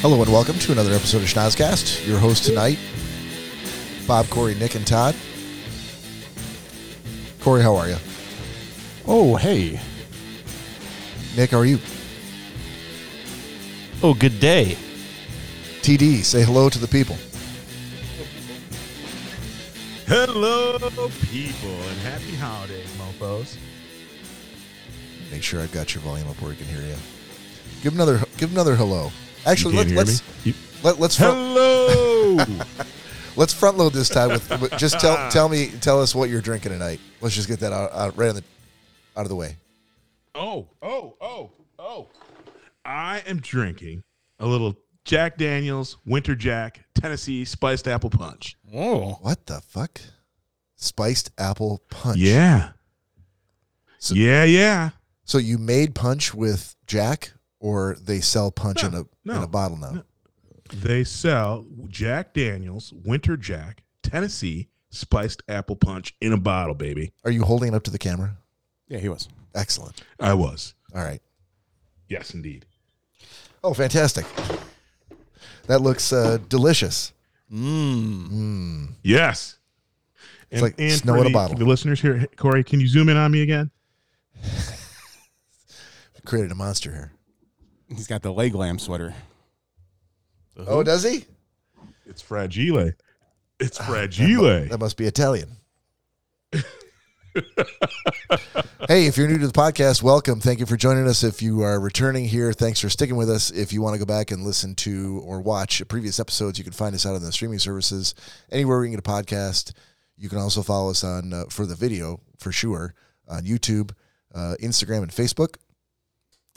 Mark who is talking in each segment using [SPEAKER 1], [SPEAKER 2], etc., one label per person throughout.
[SPEAKER 1] Hello and welcome to another episode of Schnozcast. Your host tonight, Bob, Corey, Nick, and Todd. Corey, how are you?
[SPEAKER 2] Oh, hey.
[SPEAKER 1] Nick, how are you?
[SPEAKER 3] Oh, good day.
[SPEAKER 1] TD, say hello to the people.
[SPEAKER 2] Hello, people, and happy holidays, mofos.
[SPEAKER 1] Make sure I've got your volume up where we can hear you. Give another, give another hello. Actually,
[SPEAKER 2] You
[SPEAKER 1] let,
[SPEAKER 2] can't hear
[SPEAKER 1] let's
[SPEAKER 2] me? You-
[SPEAKER 1] let, let's front,
[SPEAKER 2] Hello.
[SPEAKER 1] let's front load this time with with- just tell tell me tell us what you're drinking tonight. Let's just get that out, out right on the out of the way.
[SPEAKER 2] oh, oh, oh, oh. I am drinking a little Jack Daniels Winter Jack Tennessee Spiced Apple Punch.
[SPEAKER 3] Whoa.
[SPEAKER 1] What the fuck? Spiced apple punch.
[SPEAKER 2] Yeah.
[SPEAKER 1] So-
[SPEAKER 2] yeah, yeah.
[SPEAKER 1] So you made punch with Jack, or they sell punch in a in
[SPEAKER 2] no,
[SPEAKER 1] a bottle now?
[SPEAKER 2] They sell Jack Daniels Winter Jack Tennessee Spiced Apple Punch in a bottle, baby.
[SPEAKER 1] Are you holding it up to the camera?
[SPEAKER 3] Yeah, he was.
[SPEAKER 1] Excellent.
[SPEAKER 2] I was.
[SPEAKER 1] All right.
[SPEAKER 2] Yes, indeed.
[SPEAKER 1] Oh, fantastic. That looks uh, delicious.
[SPEAKER 2] Yes.
[SPEAKER 1] It's like snow in
[SPEAKER 2] for
[SPEAKER 1] a
[SPEAKER 2] the-
[SPEAKER 1] bottle.
[SPEAKER 2] The listeners here, Corey, can you zoom in on me again?
[SPEAKER 1] Created a monster here.
[SPEAKER 3] He's got the leg lamb sweater.
[SPEAKER 1] Oh, does he?
[SPEAKER 2] It's fragile. It's fragile.
[SPEAKER 1] That must be Italian. hey, if you're new to the podcast, welcome. Thank you for joining us. If you are returning here, thanks for sticking with us. If you want to go back and listen to or watch previous episodes, you can find us out on the streaming services, anywhere we can get a podcast. You can also follow us on uh, for the video for sure on YouTube, uh, Instagram, and Facebook.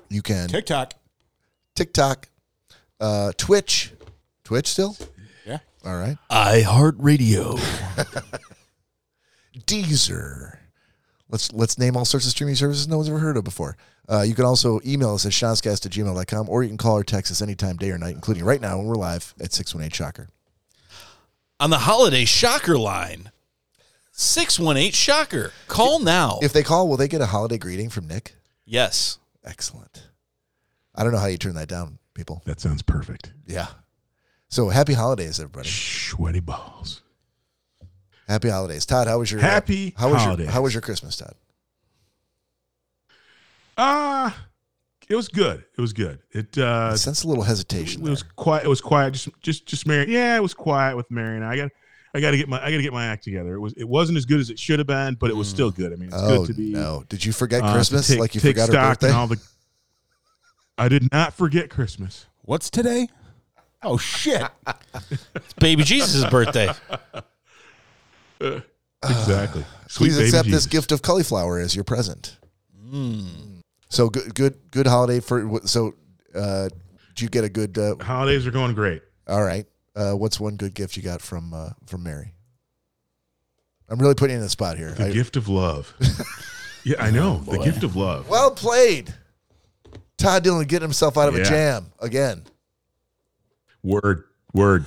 [SPEAKER 1] You can
[SPEAKER 3] TikTok.
[SPEAKER 1] TikTok, uh, Twitch, Twitch still.
[SPEAKER 3] Yeah.
[SPEAKER 1] All right.
[SPEAKER 3] I Heart Radio.
[SPEAKER 1] Deezer. Let's let's name all sorts of streaming services no one's ever heard of before. Uh, you can also email us at shotscast at gmail.com or you can call or text us anytime, day or night, including right now when we're live at 618 Shocker.
[SPEAKER 4] on the holiday shocker line 618 shocker call now
[SPEAKER 1] If they call, will they get a holiday greeting from Nick?
[SPEAKER 4] yes
[SPEAKER 1] Excellent. I don't know how you turn that down, people.
[SPEAKER 2] That sounds perfect.
[SPEAKER 1] Yeah. So happy holidays, everybody.
[SPEAKER 2] Sweaty balls.
[SPEAKER 1] Happy holidays. Todd, how was your uh,
[SPEAKER 2] Happy
[SPEAKER 1] how was your
[SPEAKER 2] holidays.
[SPEAKER 1] how was your Christmas, Todd?
[SPEAKER 2] Ah, it was good. It was good. It uh,
[SPEAKER 1] I sense a little hesitation.
[SPEAKER 2] it was
[SPEAKER 1] there.
[SPEAKER 2] quiet. It was quiet. Just just just Mary. Yeah, it was quiet with Mary and I. I got I got to get my I got to get my act together. It was it wasn't as good as it should have been, but it was still good. I mean, it's
[SPEAKER 1] Oh
[SPEAKER 2] good to be
[SPEAKER 1] no. Did you forget
[SPEAKER 2] uh, to
[SPEAKER 1] Christmas
[SPEAKER 2] take-
[SPEAKER 1] like you
[SPEAKER 2] take
[SPEAKER 1] forgot her
[SPEAKER 2] stock
[SPEAKER 1] birthday?
[SPEAKER 2] and all the. I did not forget Christmas.
[SPEAKER 3] What's today? Oh, shit.
[SPEAKER 4] it's baby jesus' birthday
[SPEAKER 2] Exactly.
[SPEAKER 1] Please
[SPEAKER 2] baby
[SPEAKER 1] accept this
[SPEAKER 2] Jesus.
[SPEAKER 1] gift of cauliflower as your present. Mm. So good, good, good holiday for. So, uh, did you get a good? Uh,
[SPEAKER 2] Holidays are going great.
[SPEAKER 1] all right. Uh, what's one good gift you got from uh, from Mary? I'm really putting you in the spot here.
[SPEAKER 2] The
[SPEAKER 1] I- Oh,
[SPEAKER 2] gift of love. yeah, I know. the gift of love.
[SPEAKER 1] well played, Todd Dillon getting himself out of a
[SPEAKER 2] Yeah.
[SPEAKER 1] jam again.
[SPEAKER 2] Word. Word.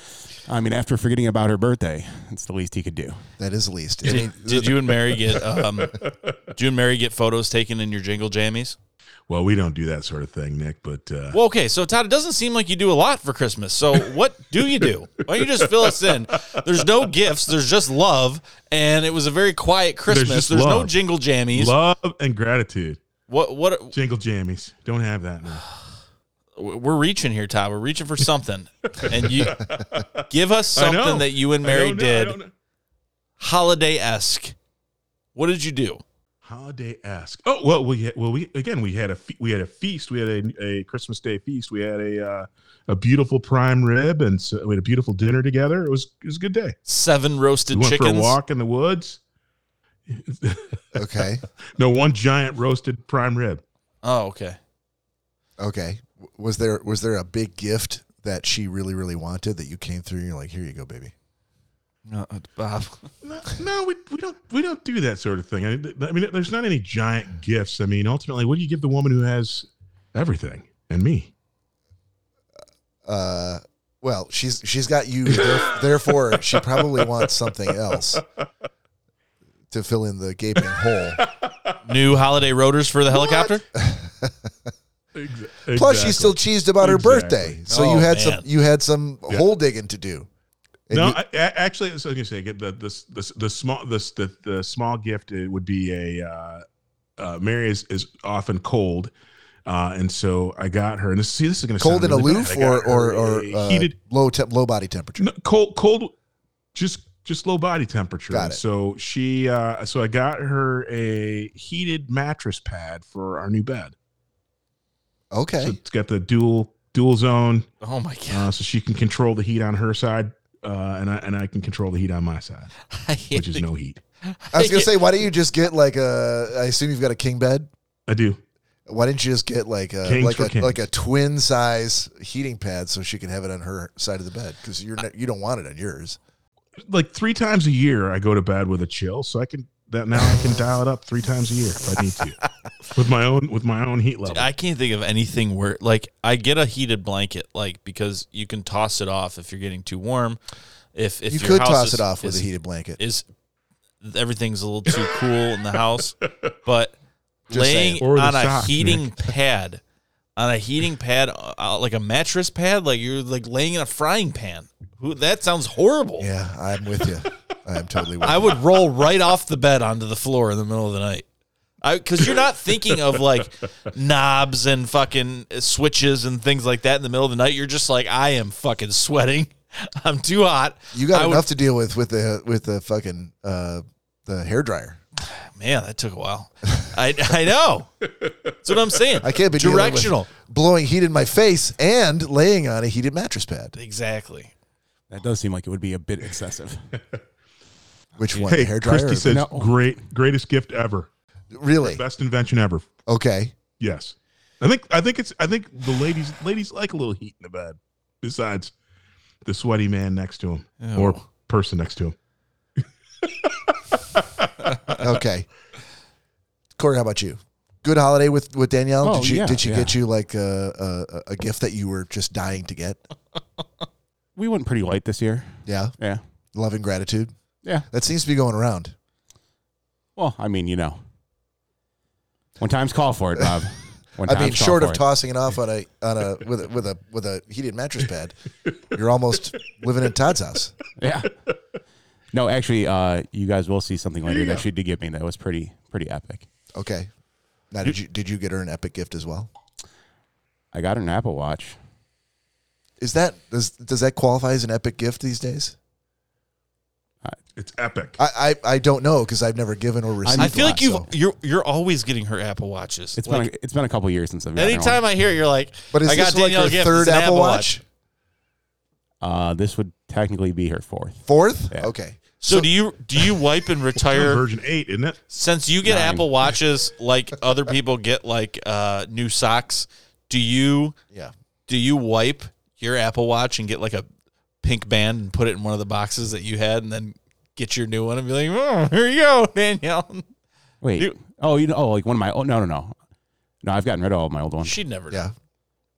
[SPEAKER 3] I mean, after forgetting about her birthday, it's the least he could do.
[SPEAKER 1] That is the least. I mean,
[SPEAKER 4] did, did you and mary get um did you and mary get photos taken in your jingle jammies
[SPEAKER 2] Well, we don't do that sort of thing, Nick, but uh,
[SPEAKER 4] well okay so todd it doesn't seem like you do a lot for christmas so what do you do why don't you just fill us in there's no gifts there's just love and it was a very quiet christmas
[SPEAKER 2] just
[SPEAKER 4] there's, no
[SPEAKER 2] love.
[SPEAKER 4] jingle jammies
[SPEAKER 2] love and gratitude.
[SPEAKER 4] what what
[SPEAKER 2] Jingle jammies. Don't have that now.
[SPEAKER 4] we're reaching here todd we're reaching for something and you give us
[SPEAKER 2] I know.
[SPEAKER 4] something that you and
[SPEAKER 2] I
[SPEAKER 4] mary
[SPEAKER 2] don't know, I
[SPEAKER 4] did
[SPEAKER 2] don't know.
[SPEAKER 4] holiday esque. What did you do?
[SPEAKER 2] Holiday esque. Oh well, we had, well we again we had a fe- we had a feast. We had a, a Christmas Day feast. We had a uh, a beautiful prime rib, and so we had a beautiful dinner together. It was it was a good day.
[SPEAKER 4] Seven roasted
[SPEAKER 2] We went for
[SPEAKER 4] chickens.
[SPEAKER 2] a walk in the woods.
[SPEAKER 1] okay,
[SPEAKER 2] No, one giant roasted prime rib.
[SPEAKER 4] Oh, okay.
[SPEAKER 1] okay. W- Was there was there a big gift that she really really wanted that you came through? and You're like, here you go, baby.
[SPEAKER 4] Bob.
[SPEAKER 2] No, no, we, we don't we don't do that sort of thing. I, th- I mean, there's not any giant gifts. I mean, ultimately, what do you give the woman who has everything and me?
[SPEAKER 1] uh well she's she's got you there- therefore she probably wants something else to fill in the gaping hole
[SPEAKER 4] New holiday rotors for the helicopter.
[SPEAKER 2] Uh, Exactly.
[SPEAKER 1] Plus, she still cheesed about
[SPEAKER 2] Exactly.
[SPEAKER 1] her birthday, so
[SPEAKER 4] Oh,
[SPEAKER 1] you had
[SPEAKER 4] man.
[SPEAKER 1] some you had some hole digging to do. And
[SPEAKER 2] No,
[SPEAKER 1] you-
[SPEAKER 2] I, I- actually, I was going to say get the the the, the small the, the the small gift it would be a uh, uh, Mary is, is often cold, uh, and so I got her. And this, see, this is going to
[SPEAKER 1] cold and
[SPEAKER 2] really
[SPEAKER 1] aloof,
[SPEAKER 2] bad. I got
[SPEAKER 1] or or
[SPEAKER 2] her
[SPEAKER 1] or
[SPEAKER 2] a
[SPEAKER 1] uh,
[SPEAKER 2] heated
[SPEAKER 1] low temp, low body temperature.
[SPEAKER 2] no, cold cold just just low body temperature.
[SPEAKER 1] Got it.
[SPEAKER 2] So she uh, so I got her a heated mattress pad for our new bed.
[SPEAKER 1] Okay,
[SPEAKER 2] So it's got the dual dual zone,
[SPEAKER 4] Oh my god!
[SPEAKER 2] uh, so she can control the heat on her side, uh, and I and I can control the heat on my side,
[SPEAKER 4] I hate
[SPEAKER 2] which is
[SPEAKER 4] it.
[SPEAKER 2] no heat.
[SPEAKER 1] I was gonna say, why don't you just get like a? I assume you've got a king bed.
[SPEAKER 2] I do.
[SPEAKER 1] Why didn't you just get like a
[SPEAKER 2] Kings
[SPEAKER 1] like
[SPEAKER 2] for
[SPEAKER 1] a
[SPEAKER 2] kings.
[SPEAKER 1] like a twin size heating pad so she can have it on her side of the bed because you're not, you don't want it on yours.
[SPEAKER 2] Like three times a year, I go to bed with a chill, so I can that now I can dial it up three times a year if I need to, with my own with my own heat level.
[SPEAKER 4] I can't think of anything where like I get a heated blanket like because you can toss it off if you're getting too warm. If if
[SPEAKER 1] you
[SPEAKER 4] your
[SPEAKER 1] could
[SPEAKER 4] house
[SPEAKER 1] toss
[SPEAKER 4] is-
[SPEAKER 1] it off with
[SPEAKER 4] is-
[SPEAKER 1] a heated blanket.
[SPEAKER 4] is everything's a little too cool in the house, but
[SPEAKER 1] Just
[SPEAKER 4] laying
[SPEAKER 2] saying. Or the
[SPEAKER 4] on a
[SPEAKER 2] socks,
[SPEAKER 4] heating pad, on a heating pad, uh, uh, like a mattress pad, like you're like laying in a frying pan. Who that sounds horrible.
[SPEAKER 1] yeah, I'm with you. I am totally with
[SPEAKER 4] I
[SPEAKER 1] you.
[SPEAKER 4] would roll right off the bed onto the floor in the middle of the night. Because you're not thinking of like knobs and fucking switches and things like that in the middle of the night. You're just like, I am fucking sweating. I'm too hot.
[SPEAKER 1] You got
[SPEAKER 4] I would-
[SPEAKER 1] enough to deal with with the with the fucking uh, the hair dryer.
[SPEAKER 4] Man, that took a while. I I know. That's what I'm saying.
[SPEAKER 1] I can't be dealing with-
[SPEAKER 4] directional.
[SPEAKER 1] blowing heat in my face and laying on a heated mattress pad.
[SPEAKER 4] Exactly.
[SPEAKER 3] That does seem like it would be a bit excessive.
[SPEAKER 1] Which one?
[SPEAKER 2] hey,
[SPEAKER 1] hair dryer?
[SPEAKER 2] Christy
[SPEAKER 1] or-
[SPEAKER 2] says,
[SPEAKER 3] No.
[SPEAKER 2] "Great, greatest gift ever,
[SPEAKER 1] really?
[SPEAKER 2] best invention ever."
[SPEAKER 1] Okay.
[SPEAKER 2] Yes, I think I think it's I think the ladies ladies like a little heat in the bed. Besides the sweaty man next to him or person next to him.
[SPEAKER 1] Okay. Corey, how about you? Good holiday with with Danielle.
[SPEAKER 3] Oh,
[SPEAKER 1] did you
[SPEAKER 3] yeah,
[SPEAKER 1] did she
[SPEAKER 3] yeah.
[SPEAKER 1] get you like a, a a gift that you were just dying to get?
[SPEAKER 3] we went pretty light this year.
[SPEAKER 1] Yeah,
[SPEAKER 3] Yeah.
[SPEAKER 1] love and gratitude.
[SPEAKER 3] Yeah.
[SPEAKER 1] That seems to be going around.
[SPEAKER 3] Well, I mean, you know, when times call for it, Bob. When
[SPEAKER 1] I mean,
[SPEAKER 3] times call
[SPEAKER 1] short
[SPEAKER 3] for
[SPEAKER 1] of
[SPEAKER 3] it.
[SPEAKER 1] tossing it off on a on a with a, with a with a heated mattress pad, you're almost living in Todd's house.
[SPEAKER 3] Yeah. No, actually, uh, you guys will see something later that she did give me that was pretty pretty epic.
[SPEAKER 1] Okay. Now, did you did you get her an epic gift as well?
[SPEAKER 3] I got her an Apple Watch.
[SPEAKER 1] Is that does does that qualify as an epic gift these days?
[SPEAKER 2] It's epic.
[SPEAKER 1] I I, I don't know because I've never given or received.
[SPEAKER 4] I feel like
[SPEAKER 1] one,
[SPEAKER 4] you
[SPEAKER 1] so-
[SPEAKER 4] you're you're always getting her Apple watches.
[SPEAKER 3] It's
[SPEAKER 4] like
[SPEAKER 3] been a, it's been a couple years since I've gotten her one.
[SPEAKER 4] anytime I hear it, you're like,
[SPEAKER 1] But is
[SPEAKER 4] I got
[SPEAKER 1] this like
[SPEAKER 4] Danielle
[SPEAKER 1] her
[SPEAKER 4] a gift.
[SPEAKER 1] third
[SPEAKER 4] It's an
[SPEAKER 1] Apple, Watch?
[SPEAKER 4] Watch.
[SPEAKER 3] Uh, this would technically be her fourth.
[SPEAKER 1] Fourth?
[SPEAKER 3] Yeah.
[SPEAKER 1] Okay.
[SPEAKER 4] So, do you do you wipe and retire
[SPEAKER 2] Virgin eight, isn't it?
[SPEAKER 4] since you get
[SPEAKER 3] Nine.
[SPEAKER 4] Apple watches like other people get like uh, new socks? Do you
[SPEAKER 1] Yeah.
[SPEAKER 4] do you wipe your Apple Watch and get like a pink band and put it in one of the boxes that you had, and then get your new one and be like, oh, here you go, Danielle.
[SPEAKER 3] Wait.
[SPEAKER 4] You-
[SPEAKER 3] oh, you know, oh, like one of my. Oh, no, no, no. No, I've gotten rid of all my old ones.
[SPEAKER 4] She'd never. know.
[SPEAKER 1] Yeah.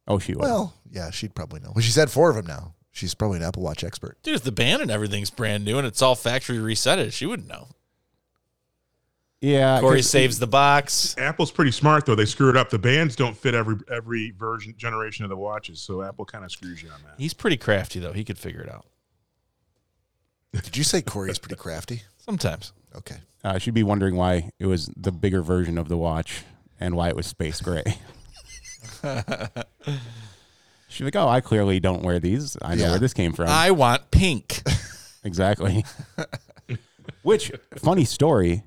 [SPEAKER 3] Oh, she would.
[SPEAKER 1] Well, yeah, she'd probably know. Well, she's had four of them now. She's probably an Apple Watch expert.
[SPEAKER 4] Dude, if the band and everything's brand new and it's all factory resetted, she wouldn't know.
[SPEAKER 3] yeah.
[SPEAKER 4] Corey
[SPEAKER 3] 'cause-
[SPEAKER 4] saves the box.
[SPEAKER 2] Apple's pretty smart though. They screw it up. The bands don't fit every every version generation of the watches, so Apple kind of screws you on that.
[SPEAKER 4] He's pretty crafty though. He could figure it out.
[SPEAKER 1] Did you say Corey's pretty crafty?
[SPEAKER 4] Sometimes.
[SPEAKER 1] Okay.
[SPEAKER 3] Uh, she'd be wondering why it was the bigger version of the watch and why it was space gray. She's like, oh, I clearly don't wear these. I know
[SPEAKER 1] Yeah.
[SPEAKER 3] where this came from.
[SPEAKER 4] I want pink.
[SPEAKER 3] exactly. Which funny story,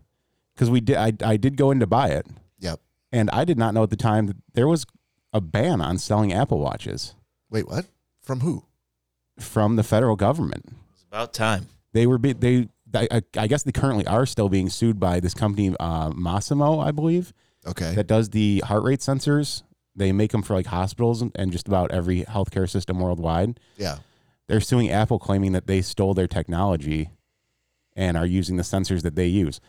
[SPEAKER 3] because we did. I, I did go in to buy it,
[SPEAKER 1] Yep.
[SPEAKER 3] and I did not know at the time that there was a ban on selling Apple watches
[SPEAKER 1] Wait, what? From who?
[SPEAKER 3] from the federal government.
[SPEAKER 4] It's about time.
[SPEAKER 3] They were be, they. I, I- I guess they currently are still being sued by this company, uh, Massimo, I believe.
[SPEAKER 1] Okay.
[SPEAKER 3] that does the heart rate sensors. They make them for like hospitals and- and just about every healthcare system worldwide.
[SPEAKER 1] yeah.
[SPEAKER 3] They're suing Apple, claiming that they stole their technology and are using the sensors that they use.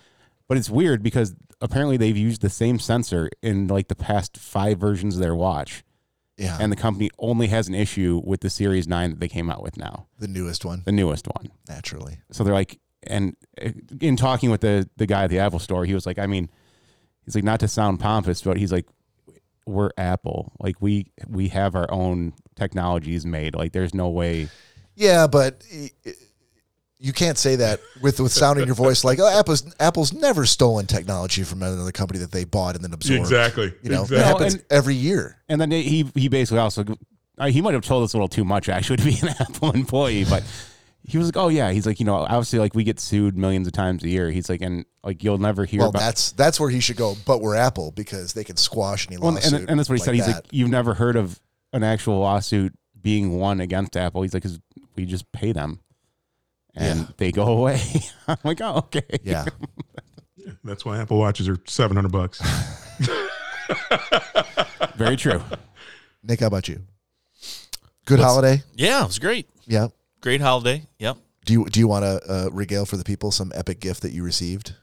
[SPEAKER 3] But it's weird because apparently they've used the same sensor in like the past five versions of their watch,
[SPEAKER 1] Yeah.
[SPEAKER 3] and the company only has an issue with the Series 9 that they came out with now,
[SPEAKER 1] the newest one,
[SPEAKER 3] the newest one.
[SPEAKER 1] naturally.
[SPEAKER 3] So they're like, and uh, in talking with the the guy at the Apple store, he was like, I mean, he's like, not to sound pompous, but he's like, we're Apple. Like we we have our own technologies made. Like there's no way.
[SPEAKER 1] Yeah, but i- i- you can't say that with with sounding your voice like oh, Apple's Apple's never stolen technology from another company that they bought and then absorbed.
[SPEAKER 2] Exactly.
[SPEAKER 1] You know
[SPEAKER 2] exactly.
[SPEAKER 1] that
[SPEAKER 3] No,
[SPEAKER 1] happens
[SPEAKER 3] and-
[SPEAKER 1] every year.
[SPEAKER 3] And then he he basically also uh, he might have told us a little too much actually to be an Apple employee, but he was like, oh yeah, he's like you know obviously like we get sued millions of times a year. He's like and like you'll never hear
[SPEAKER 1] Well,
[SPEAKER 3] about.
[SPEAKER 1] that's that's where he should go. But we're Apple because they can squash any
[SPEAKER 3] Well,
[SPEAKER 1] lawsuit.
[SPEAKER 3] and, and that's what he
[SPEAKER 1] like
[SPEAKER 3] said. He's
[SPEAKER 1] that.
[SPEAKER 3] like, you've never heard of an actual lawsuit being won against Apple. He's like, because we just pay them and they go away. I'm like, oh, okay.
[SPEAKER 1] yeah,
[SPEAKER 2] That's why Apple watches are seven hundred bucks.
[SPEAKER 3] Very true.
[SPEAKER 1] Nick, how about you? Good holiday.
[SPEAKER 4] Yeah, it was great.
[SPEAKER 1] Yeah.
[SPEAKER 4] Great holiday. Yep.
[SPEAKER 1] Do you do you want to uh, regale for the people some epic gift that you received?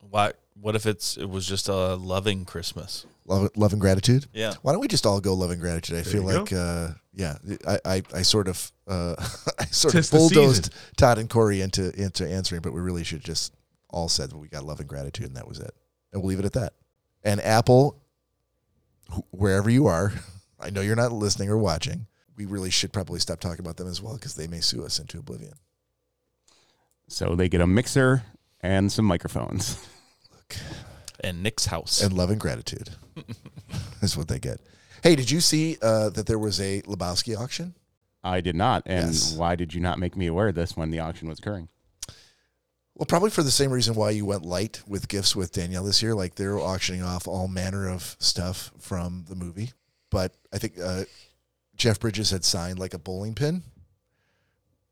[SPEAKER 4] Why? What if it's it was just a loving Christmas?
[SPEAKER 1] Love, love and gratitude.
[SPEAKER 4] Yeah.
[SPEAKER 1] Why don't we just all go love and gratitude? I feel
[SPEAKER 2] you go.
[SPEAKER 1] like, uh, yeah, I, I, I sort of, uh, I sort
[SPEAKER 2] Tis
[SPEAKER 1] of
[SPEAKER 2] the
[SPEAKER 1] bulldozed Todd and Corey into into answering, but we really should just all said we got love and gratitude, and that was it, and we'll leave it at that. And Apple, wh- wherever you are, I know you're not listening or watching. We really should probably stop talking about them as well because they may sue us into oblivion.
[SPEAKER 3] So they get a mixer and some microphones.
[SPEAKER 4] And Nick's house.
[SPEAKER 1] And love and gratitude is what they get. Hey, did you see uh, that there was a Lebowski auction?
[SPEAKER 3] I did not. And
[SPEAKER 1] Yes.
[SPEAKER 3] why did you not make me aware of this when the auction was occurring?
[SPEAKER 1] Well, probably for the same reason why you went light with gifts with Danielle this year. Like they're auctioning off all manner of stuff from the movie. But I think uh, Jeff Bridges had signed like a bowling pin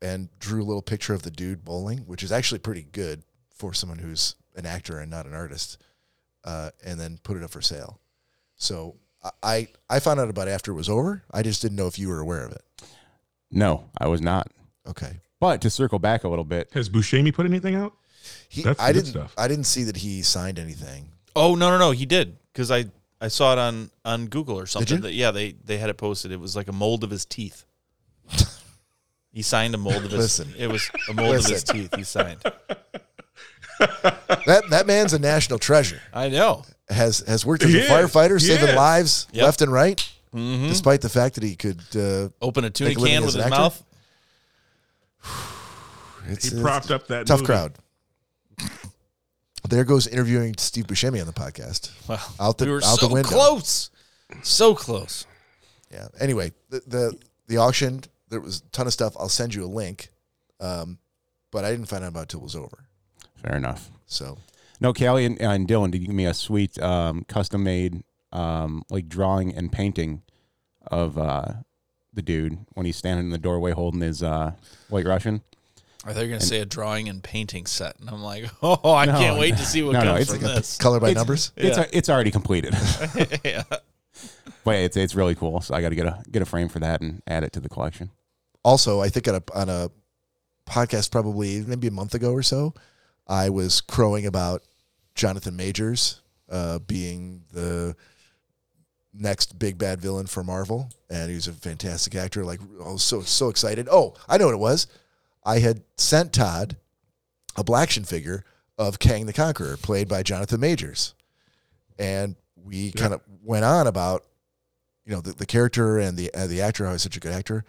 [SPEAKER 1] and drew a little picture of the dude bowling, which is actually pretty good for someone who's an actor and not an artist, uh, and then put it up for sale. So I- I, I found out about it after it was over. I just didn't know if you were aware of it.
[SPEAKER 3] No, I was not.
[SPEAKER 1] Okay.
[SPEAKER 3] But to circle back a little bit,
[SPEAKER 2] Has Buscemi put anything out?
[SPEAKER 1] He,
[SPEAKER 2] That's
[SPEAKER 1] I
[SPEAKER 2] good
[SPEAKER 1] didn't
[SPEAKER 2] stuff.
[SPEAKER 1] I didn't see that he signed anything.
[SPEAKER 4] oh no no no he did because I I saw it on on Google or something.
[SPEAKER 1] you?
[SPEAKER 4] That, yeah they they had it posted. It was like a mold of his teeth. He signed a mold of his.
[SPEAKER 1] Listen.
[SPEAKER 4] It was a mold of his
[SPEAKER 1] Listen.
[SPEAKER 4] teeth. He signed.
[SPEAKER 1] That that man's a national treasure.
[SPEAKER 4] I know.
[SPEAKER 1] has has worked as
[SPEAKER 2] He
[SPEAKER 1] a
[SPEAKER 2] is.
[SPEAKER 1] firefighter,
[SPEAKER 2] He
[SPEAKER 1] saving
[SPEAKER 2] is. Mm-hmm.
[SPEAKER 1] lives
[SPEAKER 4] Yep.
[SPEAKER 1] left and right, despite the fact that he could. Uh,
[SPEAKER 4] Open a tuna
[SPEAKER 1] Make a living
[SPEAKER 4] can
[SPEAKER 1] as
[SPEAKER 4] with
[SPEAKER 1] an
[SPEAKER 4] his
[SPEAKER 1] actor?
[SPEAKER 4] mouth.
[SPEAKER 1] it's,
[SPEAKER 2] He
[SPEAKER 1] it's
[SPEAKER 2] propped up
[SPEAKER 1] a
[SPEAKER 2] that
[SPEAKER 1] tough
[SPEAKER 2] movie.
[SPEAKER 1] crowd. There goes interviewing Steve Buscemi on the podcast.
[SPEAKER 4] Wow.
[SPEAKER 1] Out the-
[SPEAKER 4] we were
[SPEAKER 1] out the
[SPEAKER 4] so
[SPEAKER 1] window.
[SPEAKER 4] close. So close.
[SPEAKER 1] Yeah. Anyway, the the, the auction there was a ton of stuff. I'll send you a link, um, but I didn't find out about it till it was over.
[SPEAKER 3] fair enough.
[SPEAKER 1] So
[SPEAKER 3] No, Callie and, and Dylan did give me a sweet um, custom made um, like drawing and painting of uh, the dude when he's standing in the doorway holding his uh, white Russian.
[SPEAKER 4] Are they going to say a drawing and painting set? And I'm like, oh, I
[SPEAKER 3] No,
[SPEAKER 4] can't wait to see what
[SPEAKER 3] no, no,
[SPEAKER 4] comes
[SPEAKER 3] it's
[SPEAKER 4] from
[SPEAKER 3] like
[SPEAKER 4] this.
[SPEAKER 1] color by
[SPEAKER 3] It's-
[SPEAKER 1] numbers.
[SPEAKER 3] It's
[SPEAKER 4] Yeah.
[SPEAKER 3] it's already completed,
[SPEAKER 4] yeah.
[SPEAKER 3] but it's it's really cool. So I got to get a get a frame for that and add it to the collection.
[SPEAKER 1] Also, I think on a on a podcast probably maybe a month ago or so, I was crowing about Jonathan Majors uh, being the next big bad villain for Marvel, and he was a fantastic actor. Like I was so so excited. Oh, I know what it was. I had sent Todd a Blackshin figure of Kang the Conqueror, played by Jonathan Majors, and we kind of went on about you know the, the character and the uh, the actor how he's such a good actor,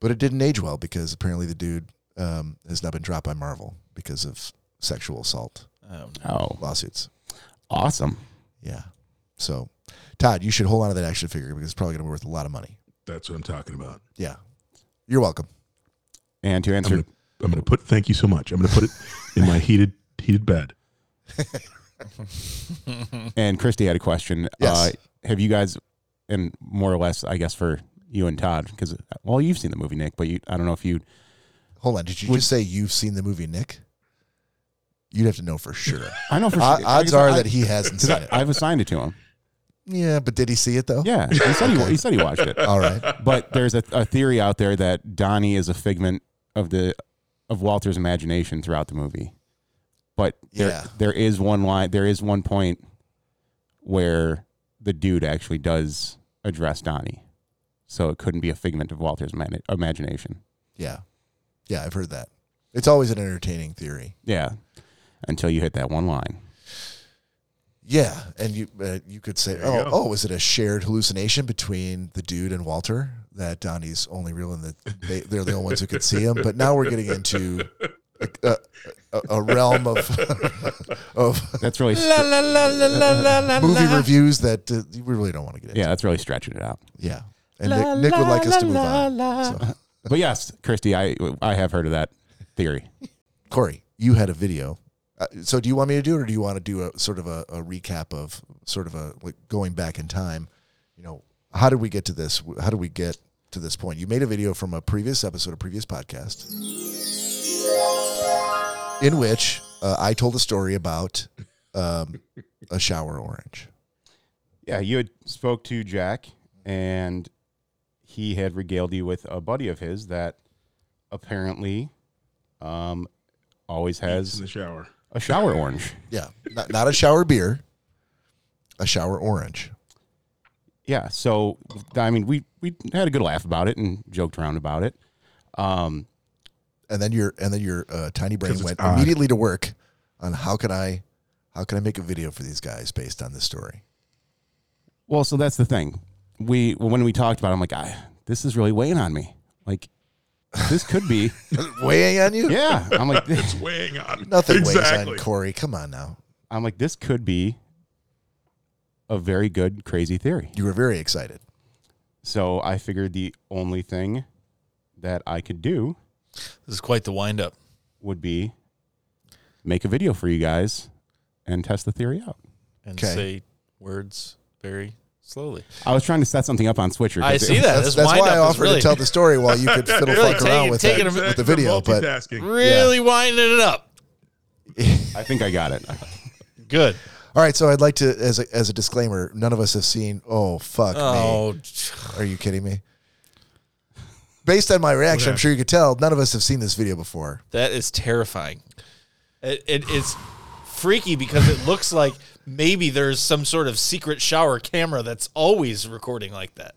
[SPEAKER 1] but it didn't age well because apparently the dude um, has not been dropped by Marvel because of sexual assault
[SPEAKER 4] Um,
[SPEAKER 3] Oh,
[SPEAKER 1] lawsuits.
[SPEAKER 3] awesome!
[SPEAKER 1] Yeah. So, Todd, you should hold on to that action figure because it's probably going to be worth a lot of money.
[SPEAKER 2] That's what I'm talking about.
[SPEAKER 1] Yeah. You're welcome.
[SPEAKER 3] And to
[SPEAKER 2] I'm
[SPEAKER 3] answer,
[SPEAKER 2] gonna, I'm gonna put. Thank you so much. I'm gonna put it in my heated heated bed.
[SPEAKER 3] and Christy had a question.
[SPEAKER 1] Yes.
[SPEAKER 3] Uh, have you guys, and more or less, I guess for you and Todd, because well, you've seen the movie Nick, but you I don't know if you
[SPEAKER 1] Hold on. Did you
[SPEAKER 3] Would-
[SPEAKER 1] just say you've seen the movie Nick? You'd have to know for sure.
[SPEAKER 3] I know for
[SPEAKER 1] O-
[SPEAKER 3] sure-
[SPEAKER 1] odds
[SPEAKER 3] I-
[SPEAKER 1] are
[SPEAKER 3] I-
[SPEAKER 1] that he hasn't seen it.
[SPEAKER 3] I've assigned it to him.
[SPEAKER 1] Yeah, but did he see it though?
[SPEAKER 4] Oh.
[SPEAKER 3] Yeah, he said he, he said he watched it.
[SPEAKER 1] All right.
[SPEAKER 3] But there's a, a theory out there that Donnie is a figment of the of Walter's imagination throughout the movie. But there
[SPEAKER 1] Yeah.
[SPEAKER 3] there is one line, there is one point where the dude actually does address Donnie, so it couldn't be a figment of Walter's imagina- imagination.
[SPEAKER 1] Yeah. Yeah, I've heard that. It's always an entertaining theory.
[SPEAKER 3] Yeah, until you hit that one line.
[SPEAKER 1] Yeah, and you uh, you could say,
[SPEAKER 2] you
[SPEAKER 1] oh,
[SPEAKER 2] go.
[SPEAKER 1] oh, was it a shared hallucination between the dude and Walter that Donnie's only real and that they, they're the only ones who could see him? But now we're getting into a, a, a- a realm of of
[SPEAKER 3] That's really
[SPEAKER 4] La, la, la, la, la, la, la,
[SPEAKER 1] movie
[SPEAKER 4] la.
[SPEAKER 1] reviews that uh, we really don't want to get into.
[SPEAKER 3] yeah, that's really stretching it out.
[SPEAKER 1] yeah. And
[SPEAKER 4] La,
[SPEAKER 1] Nick, Nick would
[SPEAKER 4] la,
[SPEAKER 1] like us to
[SPEAKER 4] la,
[SPEAKER 1] move on.
[SPEAKER 4] la, la.
[SPEAKER 1] So,
[SPEAKER 3] But yes, Christy, I I have heard of that theory.
[SPEAKER 1] Corey, you had a video. Uh, so do you want me to do it, or do you want to do a sort of a, a recap of sort of a like going back in time? You know, how did we get to this? How did we get to this point? You made a video from a previous episode, a previous podcast, in which uh, I told a story about um, a shower orange.
[SPEAKER 3] Yeah, you had spoke to Jack, and he had regaled you with a buddy of his that apparently, um, always
[SPEAKER 2] It's in
[SPEAKER 3] has
[SPEAKER 2] the shower.
[SPEAKER 3] a shower orange.
[SPEAKER 1] Yeah, not, not a shower beer, a shower orange.
[SPEAKER 3] yeah so i mean we we had a good laugh about it and joked around about it um
[SPEAKER 1] and then your and then your uh, tiny brain
[SPEAKER 2] 'Cause it's
[SPEAKER 1] went
[SPEAKER 2] odd.
[SPEAKER 1] immediately to work on how can I how can I make a video for these guys based on this story?
[SPEAKER 3] well so that's the thing we when we talked about it i'm like I, this is really weighing on me like this could be
[SPEAKER 1] weighing on you?
[SPEAKER 3] yeah i'm like this,
[SPEAKER 2] Weighing on
[SPEAKER 1] Nothing weighs on
[SPEAKER 2] exactly.
[SPEAKER 1] Corey. Come on now.
[SPEAKER 3] i'm like this could be a very good crazy theory
[SPEAKER 1] You were very excited.
[SPEAKER 3] so i figured the only thing that i could do
[SPEAKER 4] This is quite the wind up.
[SPEAKER 3] would be make a video for you guys and test the theory out
[SPEAKER 4] And
[SPEAKER 1] Okay.
[SPEAKER 4] say words very slowly.
[SPEAKER 3] i was trying to set something up on switcher 'cause
[SPEAKER 4] I
[SPEAKER 3] it
[SPEAKER 4] see
[SPEAKER 3] was-
[SPEAKER 4] that.
[SPEAKER 1] That's,
[SPEAKER 4] this
[SPEAKER 1] that's
[SPEAKER 4] wind
[SPEAKER 1] why I
[SPEAKER 4] up is
[SPEAKER 1] offered
[SPEAKER 4] really,
[SPEAKER 1] to tell the story while you could fiddle
[SPEAKER 4] Really
[SPEAKER 1] fuck around
[SPEAKER 4] taking-
[SPEAKER 1] with,
[SPEAKER 4] taking
[SPEAKER 1] that,
[SPEAKER 4] a-
[SPEAKER 1] with the video. But
[SPEAKER 2] Multitasking.
[SPEAKER 4] really winding it up.
[SPEAKER 3] i think i got it
[SPEAKER 4] Good.
[SPEAKER 1] all right, so I'd like to, as a, as a disclaimer, none of us have seen. Oh fuck me!
[SPEAKER 4] Oh,
[SPEAKER 1] Are you kidding me? Based on my reaction, I'm
[SPEAKER 2] Whatever.
[SPEAKER 1] sure you could tell none of us have seen this video before.
[SPEAKER 4] that is terrifying. It, it is freaky because it looks like maybe there's some sort of secret shower camera that's always recording like that.